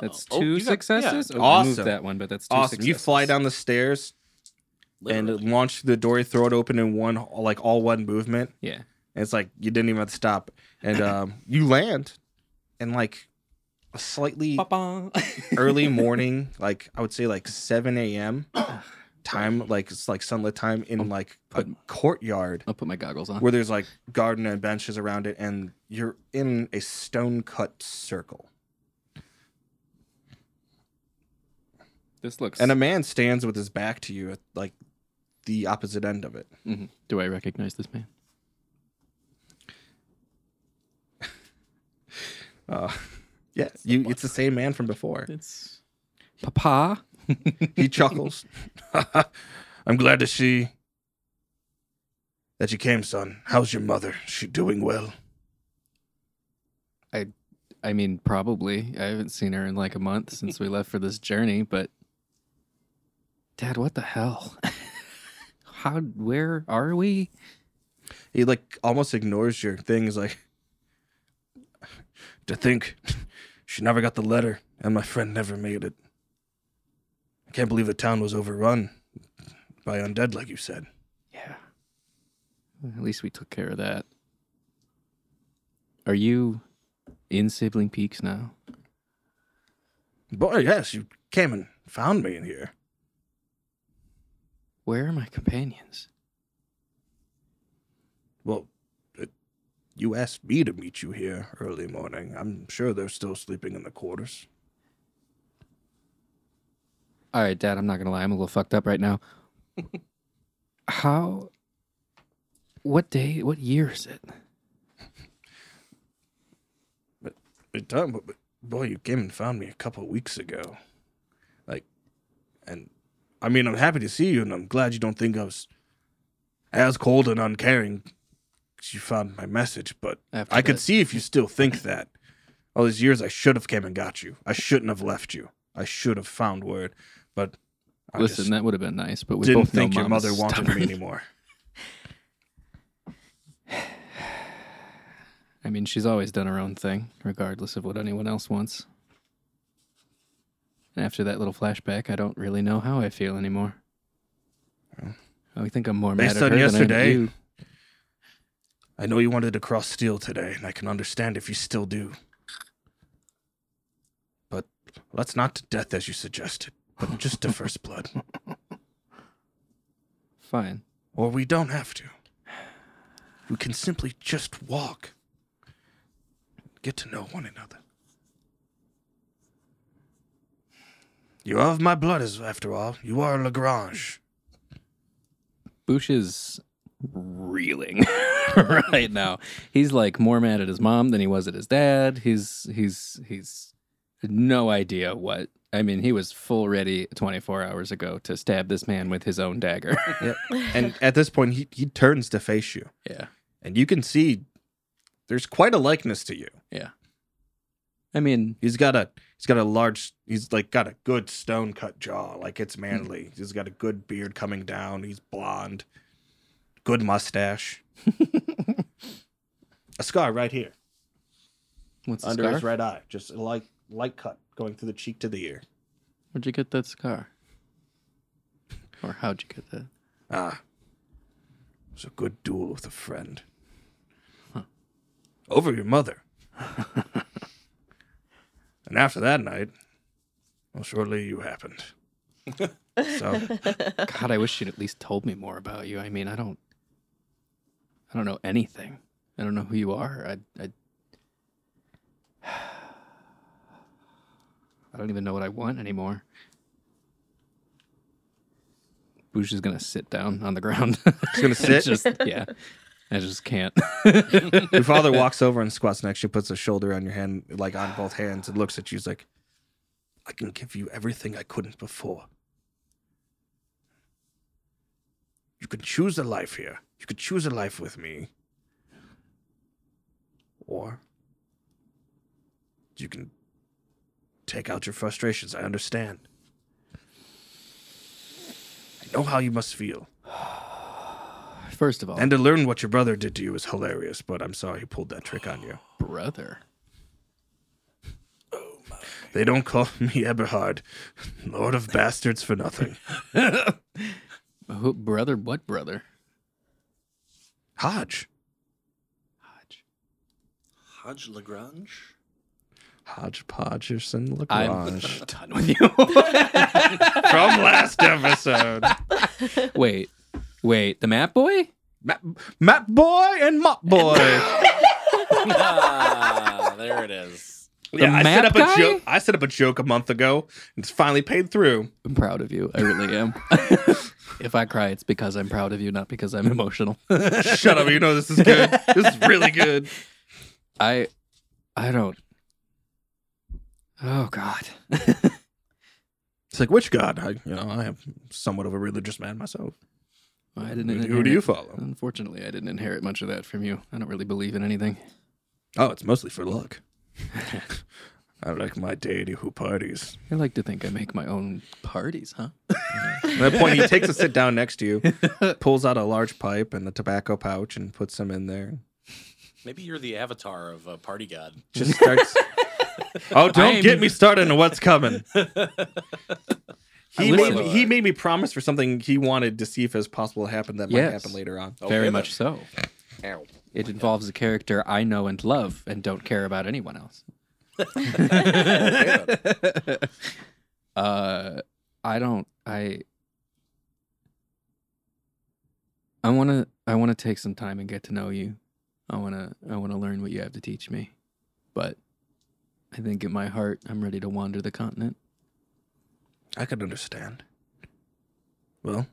S1: that's
S3: Oh,
S1: two
S3: you got-
S1: successes. Oh, I moved
S2: Awesome.
S1: that one, but that's two
S2: Awesome. You fly
S1: successes.
S2: down the stairs
S3: yeah, literally.
S2: and launch through the door, throw it open in one like all one movement.
S1: Yeah.
S2: And it's like you didn't even have to stop. And um, you land in like a slightly
S1: Er,
S2: early morning, like I would say like seven AM time, like it's like sunlit time in like a courtyard
S1: I'll put my goggles on.
S2: where there's like garden and benches around it, and you're in a stone cut circle.
S1: This looks.
S2: And a man stands with his back to you at like the opposite end of it.
S1: Mhm. Do I recognize this man?
S2: Uh, yeah, you, it's the same man from before.
S1: It's Papa.
S2: He chuckles. I'm glad to see that you came, son. How's your mother? Is she doing well?
S1: I mean, probably. I haven't seen her in like a month since we left for this journey, but Dad, what the hell? How? Where are we?
S2: He like almost ignores your thing. He's like, to think she never got the letter, and my friend never made it. I can't believe the town was overrun by undead, like you said.
S1: Yeah. At least we took care of that. Are you in Sibling Peaks now?
S2: Boy, yes, you came and found me in here.
S1: Where are my companions?
S2: Well, it, you asked me to meet you here early morning. I'm sure they're still sleeping in the quarters.
S1: All right, Dad, I'm not gonna lie, I'm a little fucked up right now. How? What day? What year is it?
S2: It, time, but, but boy, you came and found me a couple of weeks ago. Like, and I mean, I'm happy to see you, and I'm glad you don't think I was as cold and uncaring 'cause you found my message, but
S1: After
S2: I could
S1: that.
S2: see if you still think that. All these years, I should have came and got you. I shouldn't have left you. I should have found word, but I
S1: Listen,
S2: just
S1: that would have been nice, but we
S2: didn't
S1: both know
S2: think your
S1: Mom is
S2: mother wanted
S1: stubborn.
S2: me anymore.
S1: I mean, she's always done her own thing, regardless of what anyone else wants. And after that little flashback, I don't really know how I feel anymore. I think I'm more
S2: Based
S1: mad at
S2: on
S1: her than I am
S2: yesterday.
S1: at you.
S2: I know you wanted to cross steel today, and I can understand if you still do. But let's not to death as you suggested, but just to first blood.
S1: Fine.
S2: Or we don't have to. We can simply just walk. Get to know one another. You are of my blood, as after all. You are Lagrange.
S1: Boosh is reeling right now. He's like more mad at his mom than he was at his dad. He's he's he's no idea what. I mean, he was full ready 24 hours ago to stab this man with his own dagger.
S2: and at this point, he, he turns to face you.
S1: Yeah.
S2: And you can see there's quite a likeness to you.
S1: I mean,
S2: He's got a he's got a large he's like got a good stone cut jaw, like it's manly. He's got a good beard coming down. He's blonde. Good mustache. a scar right here
S1: what's the
S2: under
S1: scar?
S2: his right eye, just a light light cut going through the cheek to the ear.
S1: Where'd you get that scar? Or how'd you get that?
S2: Ah. It was a good duel with a friend. Over your mother. and after that night, well, shortly you happened. so
S1: God, I wish she'd at least told me more about you. I mean, I don't, I don't know anything. I don't know who you are. I, I, I don't even know what I want anymore. Boosh is gonna sit down on the ground.
S2: He's gonna sit.
S1: just, yeah, I just can't.
S2: Your father walks over and squats next to you, puts a shoulder on your hand, like on both hands, and looks at you. He's like, I can give you everything I couldn't before. You can choose a life here. You could choose a life with me. Or you can take out your frustrations. I understand. I know how you must feel.
S1: First of all,
S2: And to learn what your brother did to you is hilarious, but I'm sorry he pulled that trick on you.
S1: brother.
S2: They don't call me Eberhard, Lord of Bastards for nothing.
S1: Who, brother, what brother?
S2: Hodge.
S1: Hodge.
S3: Hodge Lagrange?
S2: Hodgepodgerson
S1: I'm
S2: Lagrange.
S1: done with you.
S2: From last episode.
S1: wait, wait, the map boy?
S2: Map, map Boy and Mop Boy.
S3: ah, there it is.
S1: The
S2: I set
S1: map
S2: up
S1: guy?
S2: a joke. I set up a joke a month ago. and It's finally paid through.
S1: I'm proud of you. I really am. if I cry, it's because I'm proud of you, not because I'm emotional.
S2: Shut up. You know this is good. This is really good.
S1: I, I don't. Oh God.
S2: It's like which god? I, you know, I am somewhat of a religious man myself.
S1: I didn't.
S2: Who
S1: inherit-
S2: do you follow?
S1: Unfortunately, I didn't inherit much of that from you. I don't really believe in anything.
S2: Oh, it's mostly for luck. I like my deity who parties.
S1: I like to think I make my own parties, huh?
S2: At that point, he takes a sit down next to you, pulls out a large pipe and a tobacco pouch, and puts them in there.
S3: Maybe you're the avatar of uh, Party God.
S2: Just starts. oh, don't
S1: I'm-
S2: get me started on what's coming. He
S1: I
S2: made,
S1: listen.
S2: me- he made me promise for something he wanted to see if it's possible to happen that might
S1: Yes.
S2: happen later on.
S1: Very
S3: then.
S1: much so. It involves a character I know and love and don't care about anyone else. uh, I don't. I. I want to. I want to take some time and get to know you. I want to. I want to learn what you have to teach me. But I think in my heart, I'm ready to wander the continent.
S2: I can understand. Well,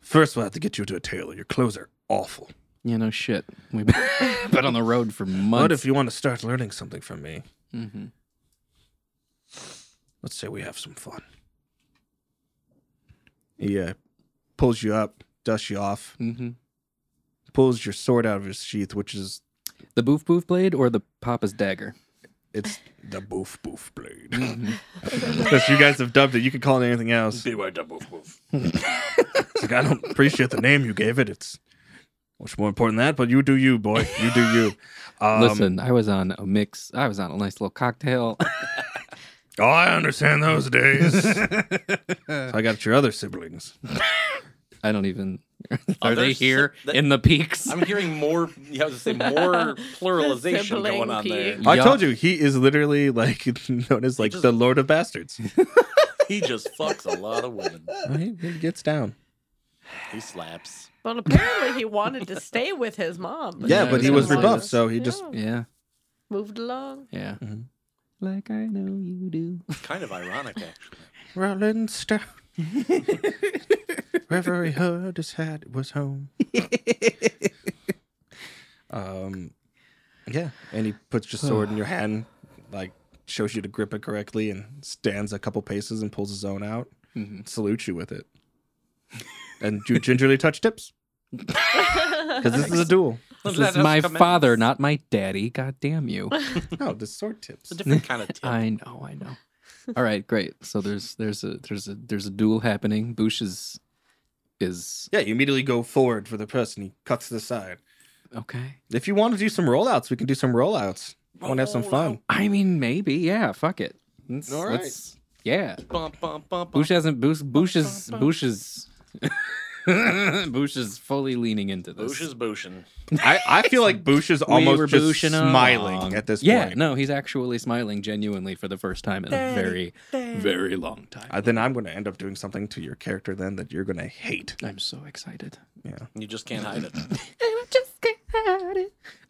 S2: first we'll have to get you to a tailor. Your clothes are awful.
S1: You know, shit. We've been on the road for months.
S2: But if you want to start learning something from me,
S1: hmm
S2: Let's say we have some fun. He uh, pulls you up, dusts you off,
S1: Mm-hmm.
S2: pulls your sword out of his sheath, which is
S1: The boof boof blade or the papa's dagger?
S2: it's the boof boof blade. That's you guys have dubbed it. You could call it anything else.
S6: Beware the boof boof.
S2: It's like, I don't appreciate the name you gave it. It's much more important than that, but you do you, boy. You do you. Um,
S1: Listen, I was on a mix. I was on a nice little cocktail.
S2: Oh, I understand those days. So I got your other siblings.
S1: I don't even. Are they
S3: Others-
S1: here
S3: Oh, that-
S1: in the peaks?
S3: I'm hearing more. You have to say more pluralization going on there.
S5: Sibling
S2: I
S1: Yeah.
S2: told you, he is literally like known as like
S3: just-
S2: the Lord of Bastards.
S3: He just fucks a lot of women.
S2: he, he gets down.
S3: He slaps.
S5: Well, apparently he wanted to stay with his mom.
S2: Yeah,
S1: but he was
S5: didn't want
S1: rebuffed,
S5: to.
S2: so he just-
S5: Yeah,
S1: yeah,
S5: moved along.
S1: yeah.
S2: Mhm.
S1: Like I know you do.
S3: Kind of ironic, actually.
S2: Rolling Stone. Wherever he heard his hat was home. um, yeah, and he puts your sword in your hand, like shows you to grip it correctly, and stands a couple paces and pulls his own out.
S3: Mm-hmm.
S1: Mhm.
S2: Salutes you with it, and you gingerly touch tips because this is a duel.
S3: Let
S1: This is
S3: us
S1: my
S3: commence.
S1: father, not my daddy. God damn you.
S2: No, the sword tips.
S3: It's a different kind of tip.
S1: I know, I know. All right, great. So there's there's a there's a there's a duel happening. Boosh is is
S2: Yeah, you immediately go forward for the person. He cuts to the side.
S1: okay.
S2: If you want to do some rollouts, we can do some rollouts. I want to have some fun.
S1: I mean, maybe. Yeah. Fuck it. Let's-
S2: All right.
S1: let's- yeah.
S3: Bum, bum, bum, bum.
S1: Bush hasn't. Bush. Bush is. Bush is. Bush is fully leaning into this.
S3: Boosh is booshin'.
S2: I, I feel like Boosh is
S1: were
S2: almost just
S1: booshing
S2: smiling
S1: along.
S2: at this
S1: yeah.
S2: point.
S1: No, he's actually smiling genuinely for the first time in a very, very long time.
S2: Uh, then I'm going to end up doing something to your character then that you're going to hate.
S1: I'm so excited.
S3: You just can't hide it.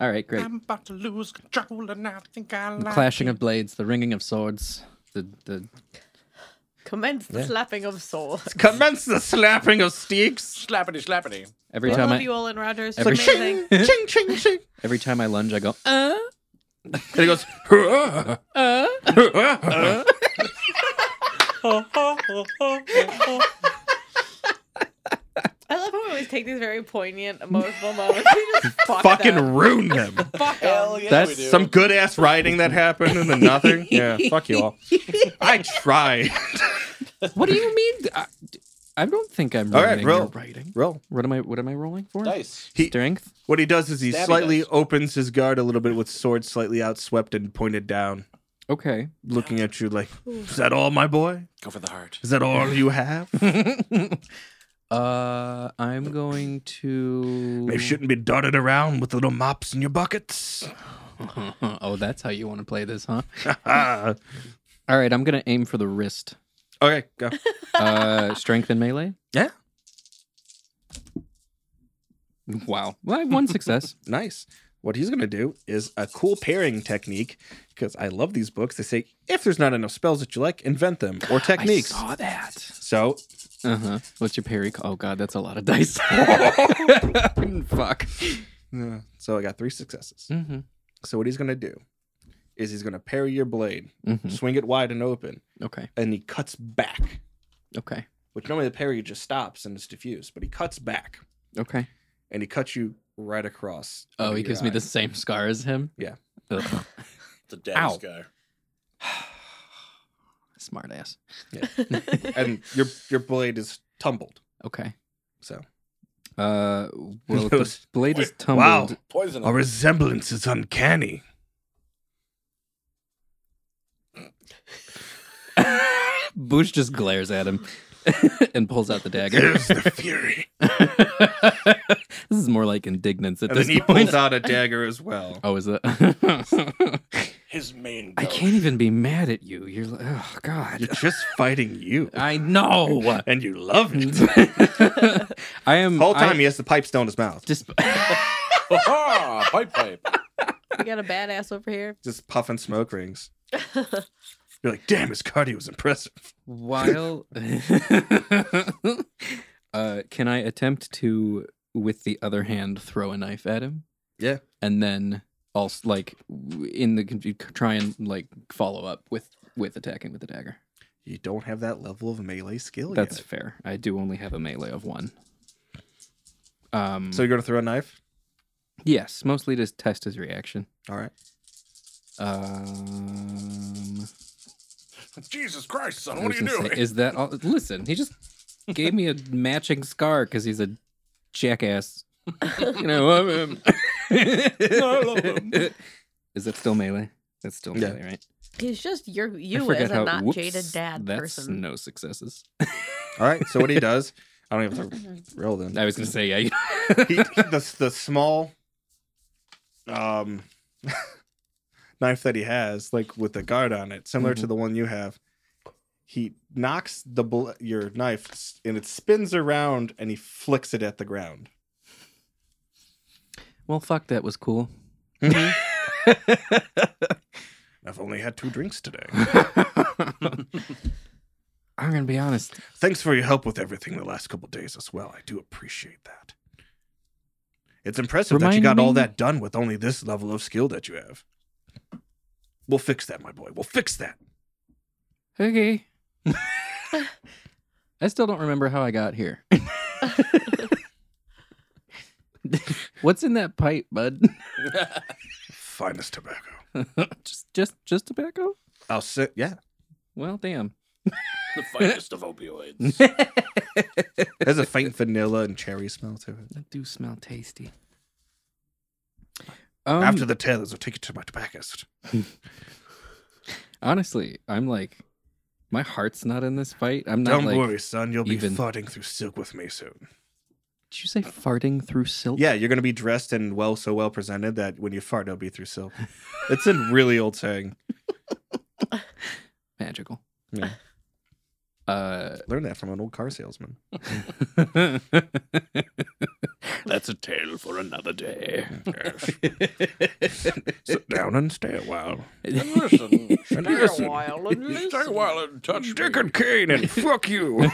S1: All right, great.
S3: I'm about to lose control, and I think I
S1: The
S3: like
S1: clashing of blades, the ringing of swords, the the
S5: Commence the slapping of soul.
S2: Commence the slapping of steaks.
S3: slappity slappity.
S1: every
S5: I
S1: time
S5: love
S1: I
S5: you, Olin Rogers.
S1: every-
S5: It's amazing.
S2: ching, ching, ching.
S1: every time I lunge, I go. Uh,
S2: And he goes, "Huh,
S1: uh.
S2: huh, huh."
S5: I love how we always take these very poignant emotional moments. We just fuck
S2: fucking
S5: them.
S2: ruin them.
S5: fuck 'em.
S3: Hell yeah,
S1: That's
S3: we do.
S2: Some good ass writing that happened and then nothing. Yeah, fuck you all. I tried.
S1: What do you mean? I, I don't think I'm
S2: All right,
S1: ruining
S2: roll.
S1: your writing.
S2: Roll.
S1: What am I? What am I rolling for?
S3: dice.
S2: He,
S1: Strength.
S2: what he does is he
S3: Stabby
S2: slightly
S3: dice.
S2: opens his guard a little bit with sword slightly outswept and pointed down,
S1: Okay.
S2: looking at you like, is that all, my boy?
S3: Go for the heart.
S2: Is that all you have?
S1: Uh, I'm going to.
S2: They shouldn't be darted around with little mops in your buckets.
S1: oh, that's how you want to play this, huh?
S2: Ah.
S1: All right, I'm gonna aim for the wrist.
S2: okay, go.
S1: Uh, strength and melee.
S2: Yeah.
S1: Wow. Well, I have one success.
S2: nice. What he's going to do is a cool pairing technique because I love these books. They say if there's not enough spells that you like, invent them or techniques. Uh-huh.
S1: I saw that.
S2: So
S1: Uh huh. What's your parry? ca- Oh God, that's a lot of dice. Fuck.
S2: Yeah, Hmm. so I got three successes.
S1: Mm-hmm.
S2: So what he's going to do is he's going to parry your blade,
S1: Mm-hmm.
S2: swing it wide and open,
S1: Okay.
S2: and he cuts back.
S1: Okay.
S2: Which normally the parry just stops and it's diffused, but he cuts back
S1: Okay.
S2: and he cuts you right across.
S1: Oh,
S2: under
S1: he
S2: your
S1: gives me
S2: eye.
S1: the same scar as him.
S2: Yeah.
S1: Ugh,
S3: The
S1: Ow.
S3: daddy's guy.
S1: smart ass.
S2: and your your blade is tumbled.
S1: Okay.
S2: So
S1: Uh, well, if the
S2: Those-
S1: blade is
S2: Wow.
S1: tumbled.
S3: Poison.
S2: a resemblance is uncanny.
S1: Bush just glares at him and pulls out the dagger.
S2: There's the fury.
S1: this is more like indignance at
S2: and
S1: this
S2: then he
S1: point.
S2: pulls out a dagger as well.
S1: Oh, is it?
S3: His main.
S1: I
S3: goat.
S1: can't even be mad at you. You're like, oh
S2: You're
S1: God.
S2: just fighting you,
S1: I know.
S2: and you love it. The
S1: I am.
S2: whole time
S1: I,
S2: he has the pipes down his mouth,
S1: just
S3: Ah, pipe pipe.
S5: We got a badass over here.
S2: just puffing smoke rings. You're like, damn, his cardio was impressive.
S1: while. uh, can I attempt to, with the other hand, throw a knife at him?
S2: Yeah.
S1: And then also like w- in the con- try and like follow up with with attacking with the dagger.
S2: you don't have that level of melee skill
S1: That's
S2: yet.
S1: fair. I do only have a melee of one. Um,
S2: So you're gonna throw a knife?
S1: yes, mostly to test his reaction.
S2: All right.
S1: Um,
S6: Jesus Christ, son,
S1: I
S6: what
S1: was
S6: are you
S1: gonna say,
S6: doing?
S1: Is that all? Listen, he just gave me a matching scar because he's a jackass. you know, I love him. Is that still melee? That's still
S2: Yeah.
S1: melee, right?
S5: He's just your
S1: I
S5: you
S1: forget
S5: as a not
S1: whoops,
S5: jaded dad
S1: that's
S5: person.
S1: no successes.
S2: All right. So what he does, I don't even have to roll then.
S1: I was gonna say, yeah. You
S2: he, the the small um knife that he has, like with the guard on it, similar
S1: Mm-hmm.
S2: to the one you have, he knocks the bl- your knife s- and it spins around and he flicks it at the ground.
S1: well, fuck, that was cool.
S2: I've only had two drinks today.
S1: I'm gonna be honest.
S2: Thanks for your help with everything the last couple days as well. I do appreciate that. It's impressive that you
S1: Remind
S2: got all
S1: me-
S2: that done with only this level of skill that you have. We'll fix that, my boy. We'll fix that.
S1: Okay. I still don't remember how I got here. What's in that pipe, bud?
S2: Finest tobacco.
S1: just, just, just tobacco?
S2: I'll sit. Yeah.
S1: Well, damn.
S6: the finest of opioids.
S2: There's a faint vanilla and cherry smell to it.
S1: That do smell tasty. Um,
S2: After the tailors, I'll take you to my tobacconist.
S1: honestly, I'm like, my heart's not in this fight. I'm not
S2: Don't
S1: like.
S2: worry, son. You'll
S1: even-
S2: be farting through silk with me soon.
S1: Did you say farting through silk?
S2: Yeah, you're gonna be dressed and well, so well presented that when you fart, it'll be through silk. it's a really old saying.
S1: magical.
S2: Yeah.
S1: Uh,
S2: Learned that from an old car salesman.
S7: That's a tale for another day.
S2: Sit down and stay a while.
S6: and listen,
S5: Stay a while and
S6: stay a
S5: listen.
S6: while and touch me.
S2: Dickon Kane and fuck you.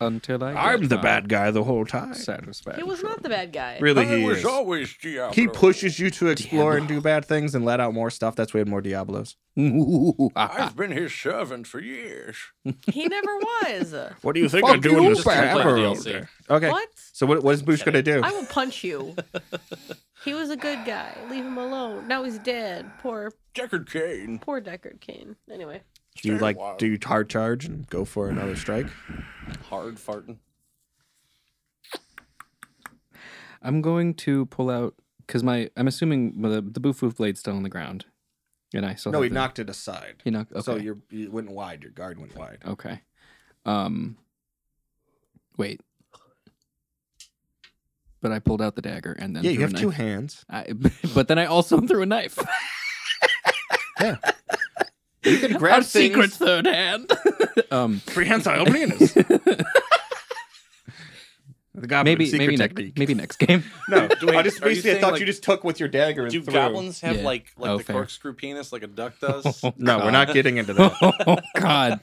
S1: until I.
S2: I'm
S1: get
S2: the
S1: my
S2: bad guy the whole time.
S1: Satisfaction.
S5: He was not the bad guy.
S2: Really,
S6: I
S2: he
S6: was
S2: is.
S6: always Diablo.
S2: He pushes you to explore and do bad things and let out more stuff. That's why we had more Diablos.
S6: I've been his servant for years.
S5: He never was.
S2: What do you think
S3: Fuck I'm doing you, this Brad. time around?
S2: Okay.
S5: What?
S2: So what, what is Boosh gonna do?
S5: I will punch you. he was a good guy. Leave him alone. Now he's dead. Poor,
S6: Deckard Kane.
S5: poor Deckard Kane. Anyway,
S2: Do you
S6: Stay a
S2: like
S6: while.
S2: do you hard charge and go for another strike?
S3: Hard farting.
S1: I'm going to pull out because my I'm assuming the the boof boof blade's still on the ground, and I still
S2: no,
S1: have
S2: he
S1: the-
S2: knocked it aside.
S1: He knocked. Okay.
S2: So your you went wide. Your guard went wide.
S1: okay. Um. Wait. But I pulled out the dagger and then
S2: yeah, you
S1: threw a
S2: have two
S1: knife.
S2: hands.
S1: I, but then I also threw a knife.
S2: You can grab
S1: Our
S2: things.
S1: secret third hand. um,
S2: Prehensile penis. The goblin
S1: maybe
S2: secret
S1: maybe next
S2: technique.
S1: maybe next game.
S2: No,
S3: Do we-
S2: I just
S3: are you
S2: basically I
S3: saying,
S2: thought
S3: like,
S2: you just took with your dagger and
S3: Do
S2: threw.
S3: goblins have
S1: Yeah.
S3: like like
S1: Oh,
S3: the
S1: fair.
S3: corkscrew penis like a duck does?
S2: No, we're not getting into that.
S1: oh God!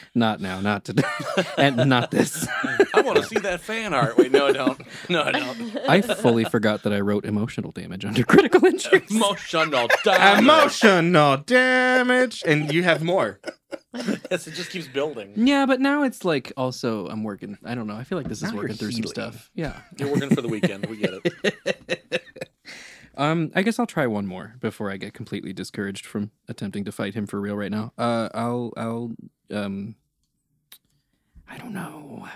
S1: not now, not today, and not this.
S3: I want to see that fan art. Wait, no, I don't. No, I don't.
S1: I fully forgot that I wrote emotional damage under critical injury.
S3: Emotional damage.
S2: Emotional damage, and you have more.
S3: Yes, it just keeps building.
S1: Yeah, but now it's like also I'm working. I don't know. I feel like this
S2: Now
S1: is
S2: you're
S1: working through
S2: healing.
S1: some stuff. Yeah.
S3: You're working for the weekend. We get it.
S1: Um, I guess I'll try one more before I get completely discouraged from attempting to fight him for real right now. Uh, I'll I'll um, I don't know.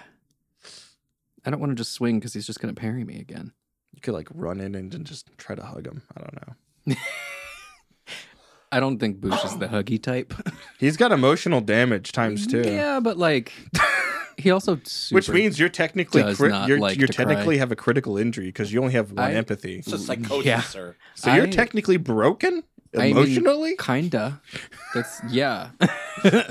S1: I don't want to just swing because he's just gonna parry me again.
S2: You could like run in and then just try to hug him. I don't know.
S1: I don't think Boosh is the huggy type.
S2: He's got emotional damage times two.
S1: Yeah, but like he also super,
S2: Which means you're technically
S1: does
S2: cri-
S1: not
S2: you're,
S1: like
S2: you
S1: to cry.
S2: technically have a critical injury because you only have one
S1: I-
S2: empathy.
S3: It's a psychosis,
S1: Yeah.
S3: sir.
S2: So you're
S1: I-
S2: technically broken
S1: I mean-
S2: emotionally,
S1: kinda. That's yeah.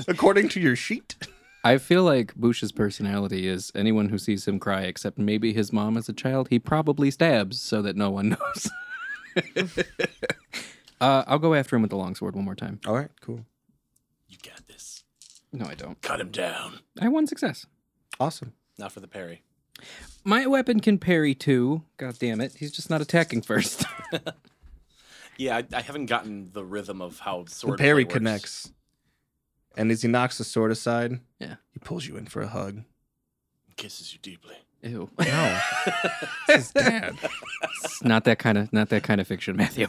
S2: according to your sheet.
S1: I feel like Bush's personality is anyone who sees him cry, except maybe his mom as a child, he probably stabs so that no one knows. uh, I'll go after him with the longsword one more time.
S2: All right, cool,
S3: You got this.
S1: No, I don't.
S6: Cut him down.
S1: I won success.
S2: awesome.
S3: Not for the parry.
S1: My weapon can parry too. God damn it. He's just not attacking first.
S3: Yeah, I, I haven't gotten the rhythm of how sword
S2: the parry
S3: play works.
S2: connects. And as he knocks the sword aside,
S1: Yeah.
S2: he pulls you in for a hug.
S3: Kisses you deeply.
S1: Ew.
S2: No, this is dad.
S1: It's not that kind of not that kind of fiction, Matthew.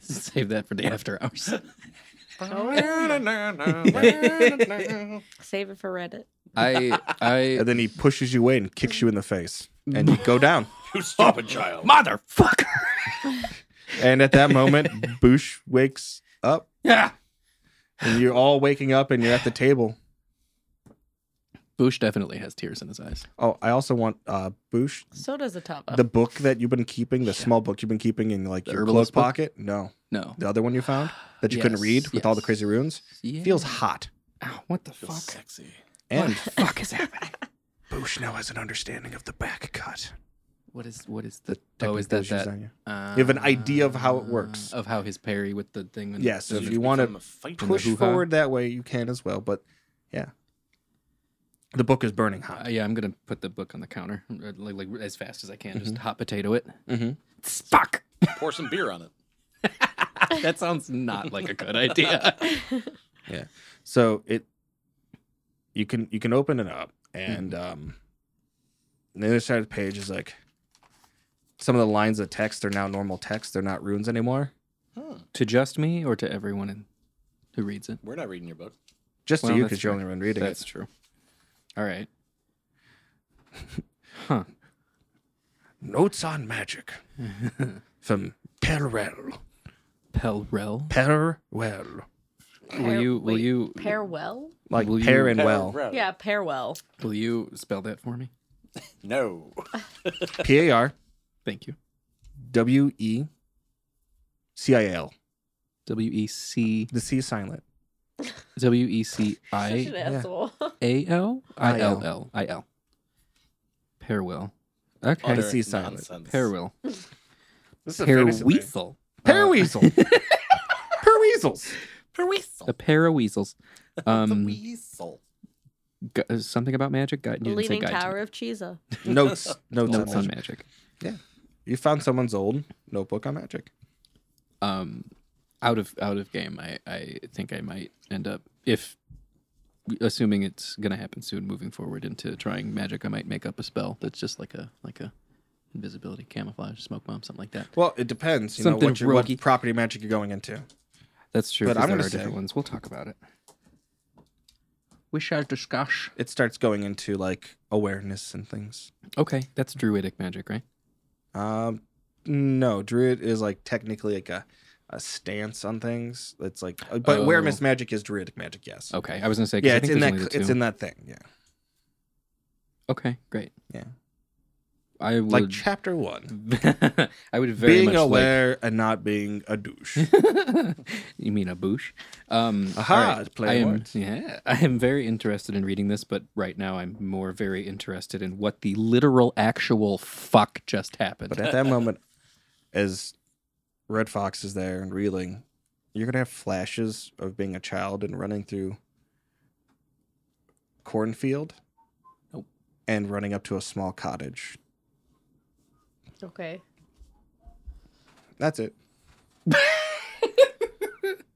S1: Save that for the after hours.
S5: Save it for Reddit.
S1: I I
S2: And then he pushes you away and kicks you in the face, and you go down.
S3: You stupid child.
S1: motherfucker.
S2: And at that moment, Boosh wakes up,
S1: Yeah.
S2: and you're all waking up, and you're at the table.
S1: Bush definitely has tears in his eyes.
S2: Oh, I also want uh, Boosh
S5: So does the top up.
S2: the book that you've been keeping, the small book you've been keeping in like
S1: Uh, The
S2: your clothes
S1: herbalist book?
S2: pocket. No,
S1: No.
S2: the other one you found that you couldn't
S1: Yes,
S2: read with all the
S1: yes.
S2: crazy runes feels hot.
S1: Ow, what the
S3: Feels
S1: fuck?
S3: sexy.
S2: And
S1: what the fuck is happening?
S2: Boosh now has an understanding of the back cut.
S1: What is what is the Oh, is that
S2: Technically, she's
S1: that?
S2: on you. You have an idea of how it
S1: uh,
S2: works.
S1: Of how his parry with the thing. and-
S2: Yeah, so
S1: and
S2: if
S1: the-
S2: you want to
S3: become a fighter.
S2: push
S1: hoo-ha.
S2: forward that way, you can as well. But yeah, the book is burning hot.
S1: Uh, yeah, I'm gonna put the book on the counter uh, like, like as fast as I can. Just
S2: Mm-hmm.
S1: hot potato it.
S2: Mhm.
S1: Fuck.
S3: Pour some beer on it.
S1: that sounds not like a good idea.
S2: So it you can you can open it up and um the other side of the page is like some of the lines of text are now normal text. They're not runes anymore.
S3: Hmm.
S1: to just me or to everyone in, who reads it.
S3: We're not reading your book.
S2: Just to
S1: Well,
S2: you
S1: that's
S2: because you're
S1: true.
S2: only one reading
S1: That's
S2: it.
S1: true. All right.
S2: Notes on Magic from Perel.
S1: Pelrel.
S2: Perwell.
S1: Will you will
S5: wait,
S1: you
S5: pair well?
S2: Like
S1: Will you-
S2: pair and well.
S3: Parrot.
S5: Yeah, pair well.
S1: will you spell that for me?
S3: No.
S2: P A R
S1: Thank you.
S2: W E C I L.
S1: W e c
S2: The C is silent.
S1: w e c
S5: Such an
S1: i
S5: asshole.
S1: a l i l l i l. Parwell. Okay.
S3: Utter
S2: see silent.
S3: nonsense.
S1: Parwell.
S2: This is
S1: Parweasel.
S2: Paraweasel. Paraweasels.
S5: Perweasel.
S1: The paraweasels.
S3: The
S1: Um,
S3: weasel.
S1: gu- something about magic. Guide.
S5: The
S1: You didn't say
S5: Leaning
S1: guide. to
S5: Tower
S1: me.
S5: of Cheesa.
S2: Notes. Notes, on,
S1: Notes on
S2: magic.
S1: magic.
S2: You found someone's old notebook on magic.
S1: Um, out of out of game. I I think I might end up if. Assuming it's gonna happen soon, moving forward into trying magic, I might make up a spell that's just like a like a invisibility camouflage, smoke bomb, something like that.
S2: Well, it depends. You know
S1: Something
S2: what, your, what
S1: roguey.
S2: property magic you're going into.
S1: That's true.
S2: But
S1: 'cause
S2: I'm
S1: there
S2: gonna
S1: are different
S2: say-
S1: ones. We'll talk about it. We shall discuss.
S2: It starts going into like awareness and things.
S1: Okay, that's druidic magic, right?
S2: Um, no, druid is like technically like a, a stance on things. It's like, uh, but
S1: Oh.
S2: awareness magic is druidic magic. Yes.
S1: Okay, I was gonna say. 'cause
S2: yeah,
S1: I
S2: it's
S1: think
S2: in
S1: there's
S2: that.
S1: only
S2: cl-
S1: the
S2: It's
S1: two.
S2: in that thing. Yeah.
S1: Okay, great.
S2: Yeah.
S1: I would.
S2: Like chapter one,
S1: I would very
S2: being
S1: much
S2: aware and not being a douche.
S1: like. you mean a boosh? Um,
S2: Aha,
S1: all right.
S2: play
S1: I am.
S2: words.
S1: Yeah, I am very interested in reading this, but right now I'm more very interested in what the literal, actual fuck just happened.
S2: But at that moment, as Red Fox is there and reeling, you're gonna have flashes of being a child and running through cornfield,
S1: Nope.
S2: and running up to a small cottage.
S5: Okay.
S2: That's it.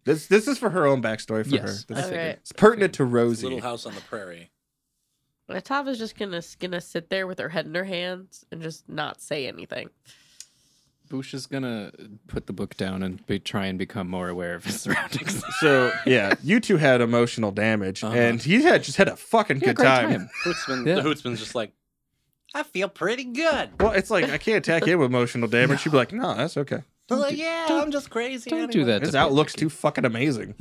S2: this this is for her own backstory for
S1: yes, I
S2: her. This-
S5: Okay.
S1: figured.
S2: it's pertinent to
S3: It's
S2: Rosie.
S3: Little House on the Prairie.
S5: Atava's just gonna gonna sit there with her head in her hands and just not say anything.
S1: Bush is gonna put the book down and be, try and become more aware of his surroundings.
S2: so yeah, you two had emotional damage,
S1: Uh-huh.
S2: and he had just had a fucking good time.
S3: Hootsman,
S1: Yeah.
S3: The Hootsman's just like, I feel pretty good.
S2: Well, it's like I can't attack him with emotional damage. She'd be like, "No, that's okay.
S3: Well, yeah, I'm just crazy.
S1: Don't do that.
S2: His
S1: to
S2: outlook's too fucking amazing."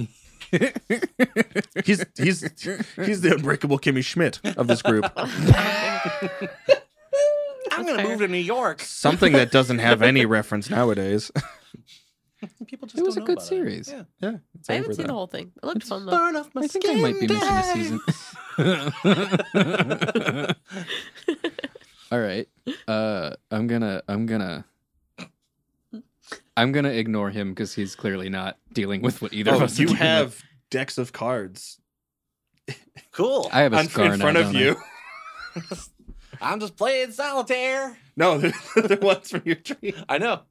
S2: he's he's he's the unbreakable Kimmy Schmidt of this group.
S3: I'm going to move to New York.
S2: Something that doesn't have any reference nowadays.
S3: People just
S1: It was
S3: don't
S1: a
S3: know
S1: good
S3: about
S1: series.
S3: Yeah.
S2: yeah, it's
S5: I haven't
S2: over
S5: seen
S2: though.
S5: the whole thing. It looked fun though.
S3: Burn off my
S1: I think I might be missing a season. All right. Uh, I'm gonna. I'm gonna. I'm gonna ignore him because he's clearly not dealing with what either of
S2: Oh,
S1: us. are
S2: you
S1: dealing
S2: have decks of cards
S3: Cool.
S1: with. I have a
S2: on-
S1: scar
S2: in
S1: now,
S2: front of
S1: don't I?
S2: you.
S3: I'm just playing solitaire.
S2: No, they're, they're ones from your dream.
S3: I know.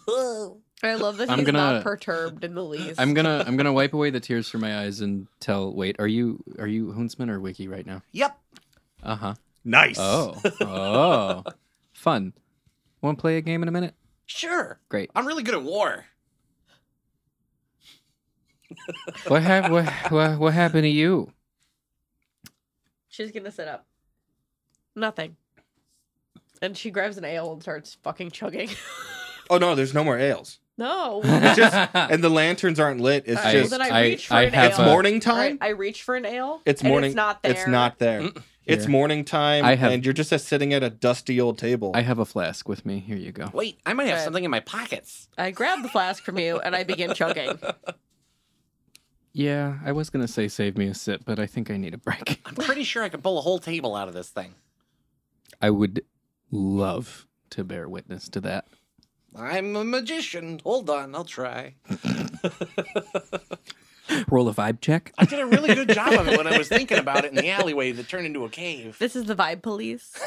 S5: I love that
S1: I'm
S5: he's
S1: gonna-
S5: not perturbed in the least.
S1: I'm gonna I'm gonna wipe away the tears from my eyes and tell. Wait, are you are you Huntsman or Wiki right now?
S3: Yep.
S1: Uh huh.
S2: Nice.
S1: Oh oh, fun. Want to play a game in a minute?
S3: Sure.
S1: Great.
S3: I'm really good at war.
S1: What hap- what, what what happened to you?
S5: She's gonna sit up. Nothing. And she grabs an ale and starts fucking chugging.
S2: Oh no, there's no more ales.
S5: no.
S2: It's just and the lanterns aren't lit. It's
S5: All right,
S2: just
S5: well, then
S1: I-
S5: I reach for
S1: I
S5: an
S1: have
S5: ale.
S2: it's morning
S5: All right,
S2: time.
S5: I reach for an ale.
S2: It's
S5: and
S2: morning.
S5: it's not there.
S2: It's not there. It's
S1: Here.
S2: morning time,
S1: I have-
S2: and you're just uh, sitting at a dusty old table.
S1: I have a flask with me. Here you go.
S3: Wait, I might have
S5: Right.
S3: something in my pockets.
S5: I grab the flask from you and I begin chugging.
S1: Yeah, I was gonna say save me a sip, but I think I need a break.
S3: I'm pretty sure I could pull a whole table out of this thing.
S1: I would love to bear witness to that.
S3: I'm a magician. Hold on, I'll try.
S1: Roll a vibe check.
S3: I did a really good job of it when I was thinking about it in the alleyway that turned into a cave.
S5: This is the vibe police.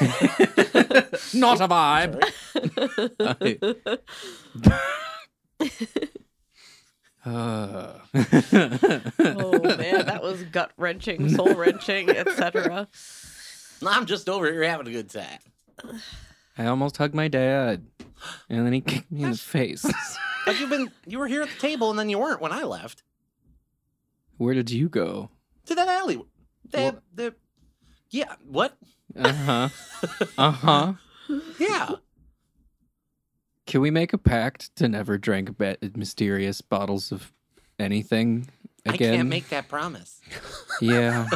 S1: Not a vibe. Uh.
S5: oh man, that was gut wrenching, soul wrenching, etc.
S3: I'm just over here having a good time.
S1: I almost hugged my dad, and then he kicked me in the face.
S3: But you've been you were here at the table and then you weren't when I left.
S1: Where did you go?
S3: To that alley. The, the, yeah, what?
S1: Uh huh. Uh huh.
S3: Yeah.
S1: Can we make a pact to never drink ba- mysterious bottles of anything
S3: I
S1: again?
S3: can't make that promise.
S1: Yeah.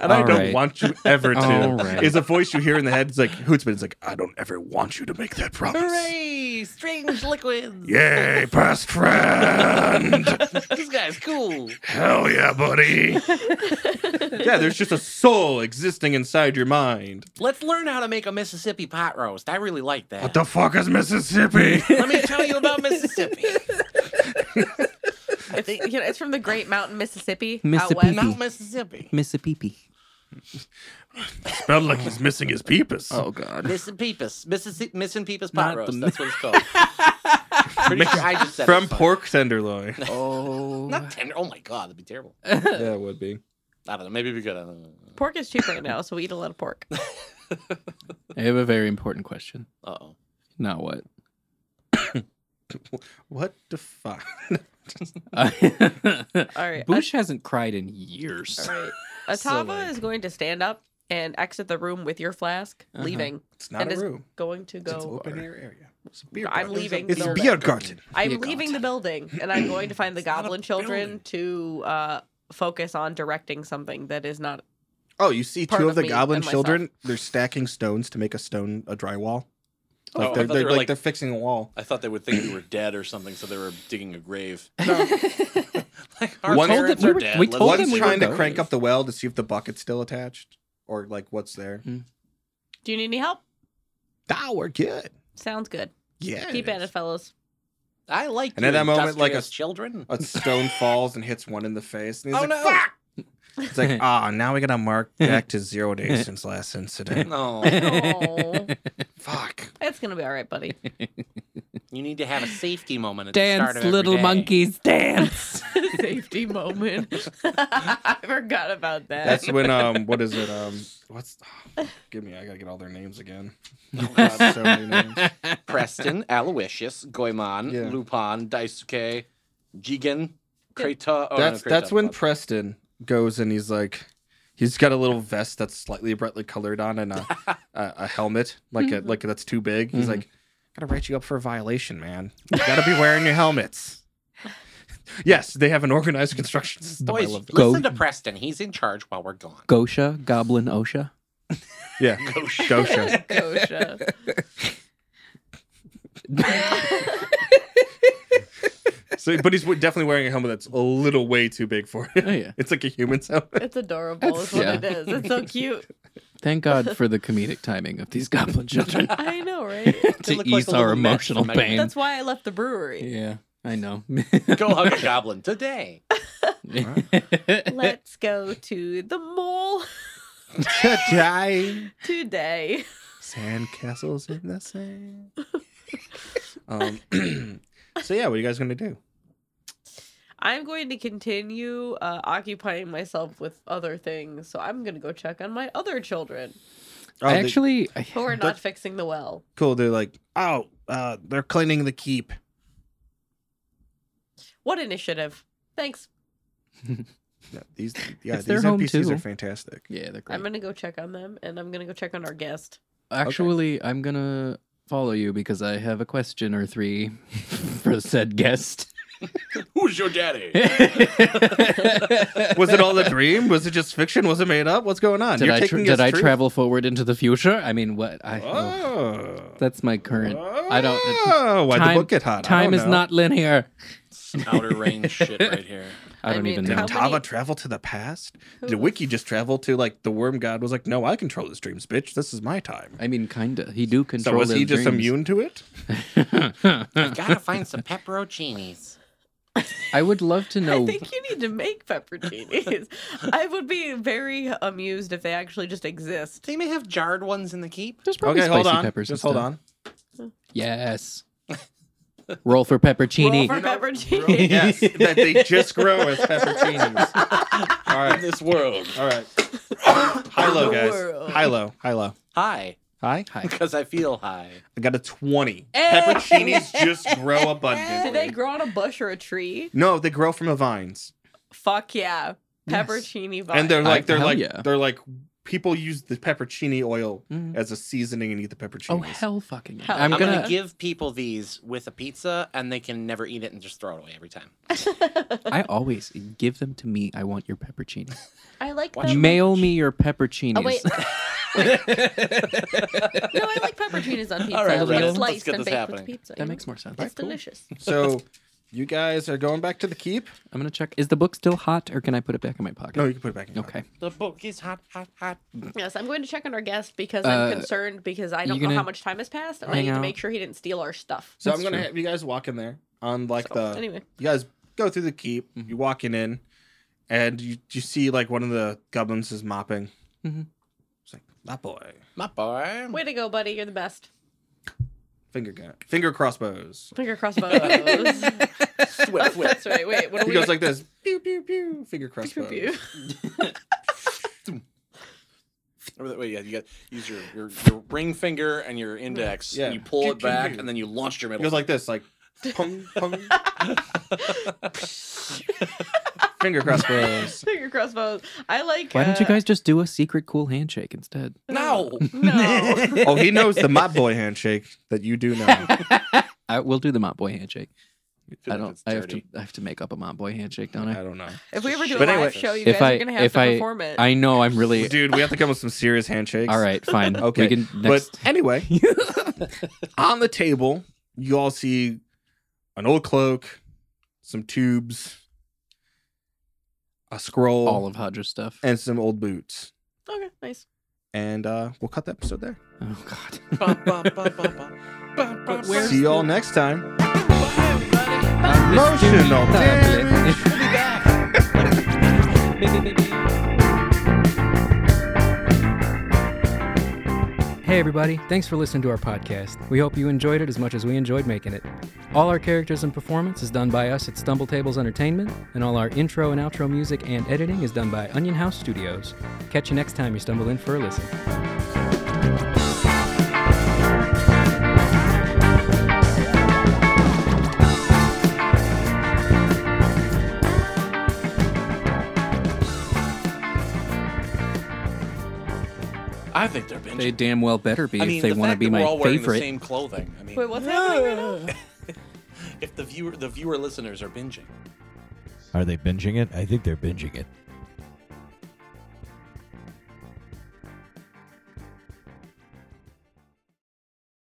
S2: and I
S1: all
S2: don't
S1: right.
S2: want you ever
S1: All
S2: to.
S1: right.
S2: Is a voice you hear in the head? It's like Hootsman. It's like I don't ever want you to make that promise.
S3: Hooray! Strange liquids.
S2: Yay, best friend!
S3: this guy's cool.
S2: Hell yeah, buddy! yeah, there's just a soul existing inside your mind.
S3: Let's learn how to make a Mississippi pot roast. I really like that.
S2: What the fuck is Mississippi?
S3: Let me tell you about Mississippi.
S5: It's, you know, it's from the Great Mountain, Mississippi, out
S3: Mount
S5: west.
S3: Mississippi.
S1: Mississippi.
S2: Spelled like he's missing his peepus.
S8: Oh God.
S3: Missing Peepus. Mississi- missing Peepus pot
S1: Not
S3: roast.
S1: the-
S3: That's what it's called. Pretty sure I just said
S2: From
S3: it. Fine.
S2: pork tenderloin.
S1: Oh.
S3: Not tender. Oh my god, that'd be terrible.
S2: yeah, it would be.
S3: I don't know. Maybe we could. I don't know.
S5: Pork is cheap right now, so we eat a lot of pork.
S1: I have a very important question.
S3: Uh oh.
S1: Not what.
S2: What the fuck?
S5: All right. At-
S1: Bush hasn't cried in years.
S5: all right. Atava is going to stand up and exit the room with your flask,
S1: Uh-huh.
S5: leaving.
S2: It's not
S5: And
S2: a
S5: it's
S2: room.
S5: going to
S2: It's an
S5: go.
S2: open air area. It's a beer
S5: I'm
S2: garden.
S5: leaving
S2: It's a
S5: the
S2: beer garden.
S5: I'm
S1: Be a
S5: leaving
S1: god.
S5: the building, and I'm going to find the
S2: It's not a
S5: goblin children to uh, focus on directing something that is not.
S2: Oh, you see
S5: Part
S2: two of
S5: of
S2: the
S5: me
S2: goblin
S5: and myself.
S2: children? They're stacking stones to make a stone a drywall. Like
S3: Oh, I
S2: they're,
S3: thought
S2: they're,
S3: they were
S2: like,
S3: like-
S2: they're fixing a wall.
S3: I thought they would think we were dead or something, so they were digging a grave. like
S2: We
S3: our
S2: told
S3: parents
S1: them- we
S3: are
S1: were-
S3: dead.
S1: we
S3: Let's-
S1: told
S2: One's
S1: them we were
S2: trying to
S1: going.
S2: crank up the well to see if the bucket's still attached or like what's there.
S5: Do you need any help?
S2: Ah, we're good.
S5: Sounds good.
S2: Yeah.
S5: Keep at it, fellas.
S3: I like.
S2: And at
S3: you,
S2: that moment, like a-
S3: industrious children.
S2: A stone falls and hits one in the face, and he's
S3: Oh,
S2: like,
S3: no.
S2: "Fuck!" It's like, ah, now we gotta mark back to zero days since last incident.
S3: No,
S5: Oh,
S2: Fuck.
S5: it's gonna be all right, buddy.
S3: you need to have a safety moment at the start of
S1: Dance,
S3: every
S1: little
S3: day.
S1: monkeys, dance.
S5: Safety moment. I forgot about that.
S2: That's when um, what is it um, what's? give me, I gotta get all their names again. Oh, God, so many names.
S3: Preston, Aloysius, Goemon,
S2: Yeah.
S3: Lupin, Daisuke, Jigen, Krata. Oh, no,
S2: that's
S3: Krata,
S2: that's when
S3: but-
S2: Preston goes and he's like, he's got a little vest that's slightly brightly colored on and a a, a helmet like a, like that's too big.
S3: Mm-hmm.
S2: He's like, gotta write you up for a violation, man. You gotta be wearing your helmets. yes, they have an organized construction system. I
S3: Boys,
S2: love that.
S3: listen
S1: Go-
S3: to Preston. He's in charge while we're gone.
S1: Gosha, Goblin Osha.
S2: Yeah,
S3: Go sh-
S2: Gosha.
S5: Gosha.
S2: So, but he's definitely wearing a helmet that's a little way too big for him.
S1: Oh yeah.
S2: It's like a human's helmet.
S5: It's adorable. is what
S1: yeah.
S5: it is. It's so cute.
S1: Thank God for the comedic timing of these goblin children
S5: I know, right?
S1: to
S3: look like
S1: ease
S3: a little
S1: our
S3: mess
S1: emotional
S3: from Megan.
S1: pain.
S5: That's why I left the brewery.
S1: Yeah, I know.
S3: Go hug a goblin today.
S5: Let's go to the mall
S2: Dying
S5: today.
S2: sandcastles in the sand. Um, So yeah, what are you guys gonna do?
S5: I'm going to continue uh, occupying myself with other things, so I'm going to go check on my other children
S2: Oh,
S1: I
S2: they-
S1: actually, I-
S5: who are not
S2: That's-
S5: fixing the well.
S2: cool. They're like, oh, uh, they're cleaning the keep.
S5: What initiative? Thanks.
S2: Yeah, these yeah,
S1: It's their
S2: these
S1: home,
S2: NPCs
S1: too.
S2: are fantastic.
S8: Yeah, they're
S5: I'm going to go check on them, and I'm going to go check on our guest.
S8: Actually, I'm gonna follow you because I have a question or three for said guest.
S3: Who's your daddy?
S2: Was it all a dream? Was it just fiction? Was it made up? What's going on?
S8: Did I tra-
S2: taking
S8: did
S2: as
S8: I
S2: truth?
S8: travel forward into the future? I mean, what I oh,
S2: Oh.
S8: that's my current. I don't-
S2: Oh, why'd
S8: time-
S2: the book get hot? I
S8: Time
S2: don't
S8: is
S2: know.
S8: not linear.
S3: Some outer range shit right here.
S8: I
S5: I
S8: don't
S5: mean,
S8: even
S2: Did
S8: know.
S5: how-
S2: Tava
S5: many-
S2: travel to the past?
S5: Who-
S2: Did Wiki just travel to like the worm god was like, no, I control his dreams, bitch. This is my time.
S8: I mean, kinda. He do
S2: So
S8: control.
S2: was he
S8: his
S2: just
S8: dreams.
S2: immune to it?
S3: Gotta find some pepperoncinis.
S8: I would love to know.
S5: I think you need to make pepperoncinis. I would be very amused if they actually just exist.
S3: They may have jarred ones in the keep.
S8: There's probably
S2: hold
S8: spicy
S2: on.
S8: peppers. and
S2: Just hold
S8: stuff.
S2: on.
S8: Yes. Roll for peppercini.
S5: Roll for pepperoncinis.
S2: yes, that they just grow as pepperoncinis. All
S3: In
S2: right,
S3: this world.
S2: all right. High low, guys. High low, high low.
S3: Hi.
S2: Hi.
S3: Because I feel high.
S2: I got a twenty.
S5: Hey!
S2: Pepperoncinis just grow abundantly.
S5: Eh. Do they grow on a bush or a tree?
S2: No, they grow from the vines,
S5: Fuck yeah.
S8: Yes.
S5: Peppercini vine.
S2: and they're like they're
S8: hell
S2: like
S8: yeah.
S2: they're like people use the peppercini oil
S8: Mm.
S2: as a seasoning and eat the pepperoncinis.
S8: Oh hell, fucking! yeah.
S5: Mm-hmm. Hell,
S8: I'm
S3: I'm,
S8: gonna.
S3: gonna... give people these with a pizza, and they can never eat it and just throw it away every time.
S8: I always give them to me. I want your peppercini.
S5: I like
S3: Watch
S5: them.
S8: Mail me your peppercinis.
S5: Oh, wait. no, I like pepperoncinis on pizza.
S3: All right,
S5: They're
S3: Leo, let's
S5: sliced
S3: get
S5: and
S3: this
S5: baked
S3: happening.
S5: with pizza.
S8: that makes more sense.
S5: It's delicious.
S2: So you guys are going back to the keep?
S8: I'm gonna check. Is the book still hot, or can I put it back in my pocket?
S2: No, you can put it back in. your
S8: Okay.
S3: The book is hot, hot, hot.
S5: Yes, I'm going to check on our guest because
S8: Uh,
S5: I'm concerned because I don't
S8: you
S5: know how
S8: gonna
S5: much time has passed and I
S8: hang
S5: need
S8: out?
S5: to make sure he didn't steal our stuff.
S2: So
S8: That's
S2: I'm gonna
S8: true.
S2: have you guys walk in there on like
S5: So,
S8: Uh,
S2: the
S5: anyway,
S2: you guys go through the keep.
S8: Mm-hmm.
S2: You're walking in, and you you see like one of the goblins is mopping.
S5: Mm-hmm.
S8: Mhm.
S2: It's like my boy,
S3: My boy.
S5: way to go, buddy. You're the best.
S2: finger gun, finger crossbows.
S5: Finger crossbows. That's
S3: Swift, swift.
S5: right. Wait, what are
S2: He
S5: we?
S2: goes like this, Oh, pew pew pew, finger
S5: Pew,
S2: crossbows.
S5: pew.
S3: Remember that- Wait, yeah, you got use your, your your ring finger and your index.
S2: Yeah.
S3: And you pull it
S2: Pew, pew,
S3: back,
S2: pew.
S3: and then you launch your
S2: He
S3: middle.
S2: goes like this, like pung pung. finger crossbows.
S5: Finger crossbows. I like.
S8: Why don't you
S5: uh,
S8: guys just do a secret cool handshake instead?
S3: no.
S5: No.
S2: Oh, he knows the my boy handshake that you do know.
S8: I will do the mop boy handshake.
S3: feel
S8: I
S3: like
S8: don't.
S3: it's
S8: I have to.
S3: dirty.
S8: I have to make up a mop boy handshake, don't
S2: I
S8: I?
S2: don't know,
S5: if we ever do a
S2: But
S5: live
S2: anyway,
S5: show, you
S8: if
S5: guys
S8: I-
S5: are gonna have
S8: if
S5: to
S8: I-
S5: perform it.
S8: I know. I'm really.
S2: dude. We have to come up with some serious handshakes.
S8: All right. Fine.
S2: Okay,
S8: We can next.
S2: But anyway, on the table, you all see an old cloak, some tubes, a scroll,
S8: all of Hadra's stuff.
S2: and some old boots.
S5: okay, nice.
S2: And uh, we'll cut the episode there.
S8: oh God.
S3: Bum, bum, bum, bum, bum. Bum, bum, bum.
S2: see you all next time.
S8: Mystery
S2: Emotional
S8: tablet.
S2: damage.
S1: Hey, everybody, thanks for listening to our podcast. We hope you enjoyed it as much as we enjoyed making it. All our characters and performance is done by us at Stumble Tables Entertainment, and all our intro and outro music and editing is done by Onion House Studios. Catch you next time you stumble in for a listen.
S3: I think they're binge.
S8: They damn well better be
S3: I mean,
S8: if they
S3: the
S8: want to
S3: fact
S8: be
S3: that
S8: my
S3: we're all wearing
S8: favorite.
S3: The same clothing. I mean,
S5: Wait, what's happening right now?
S3: if the viewer, the viewer listeners are binging.
S4: Are they binging it? I think they're binging it.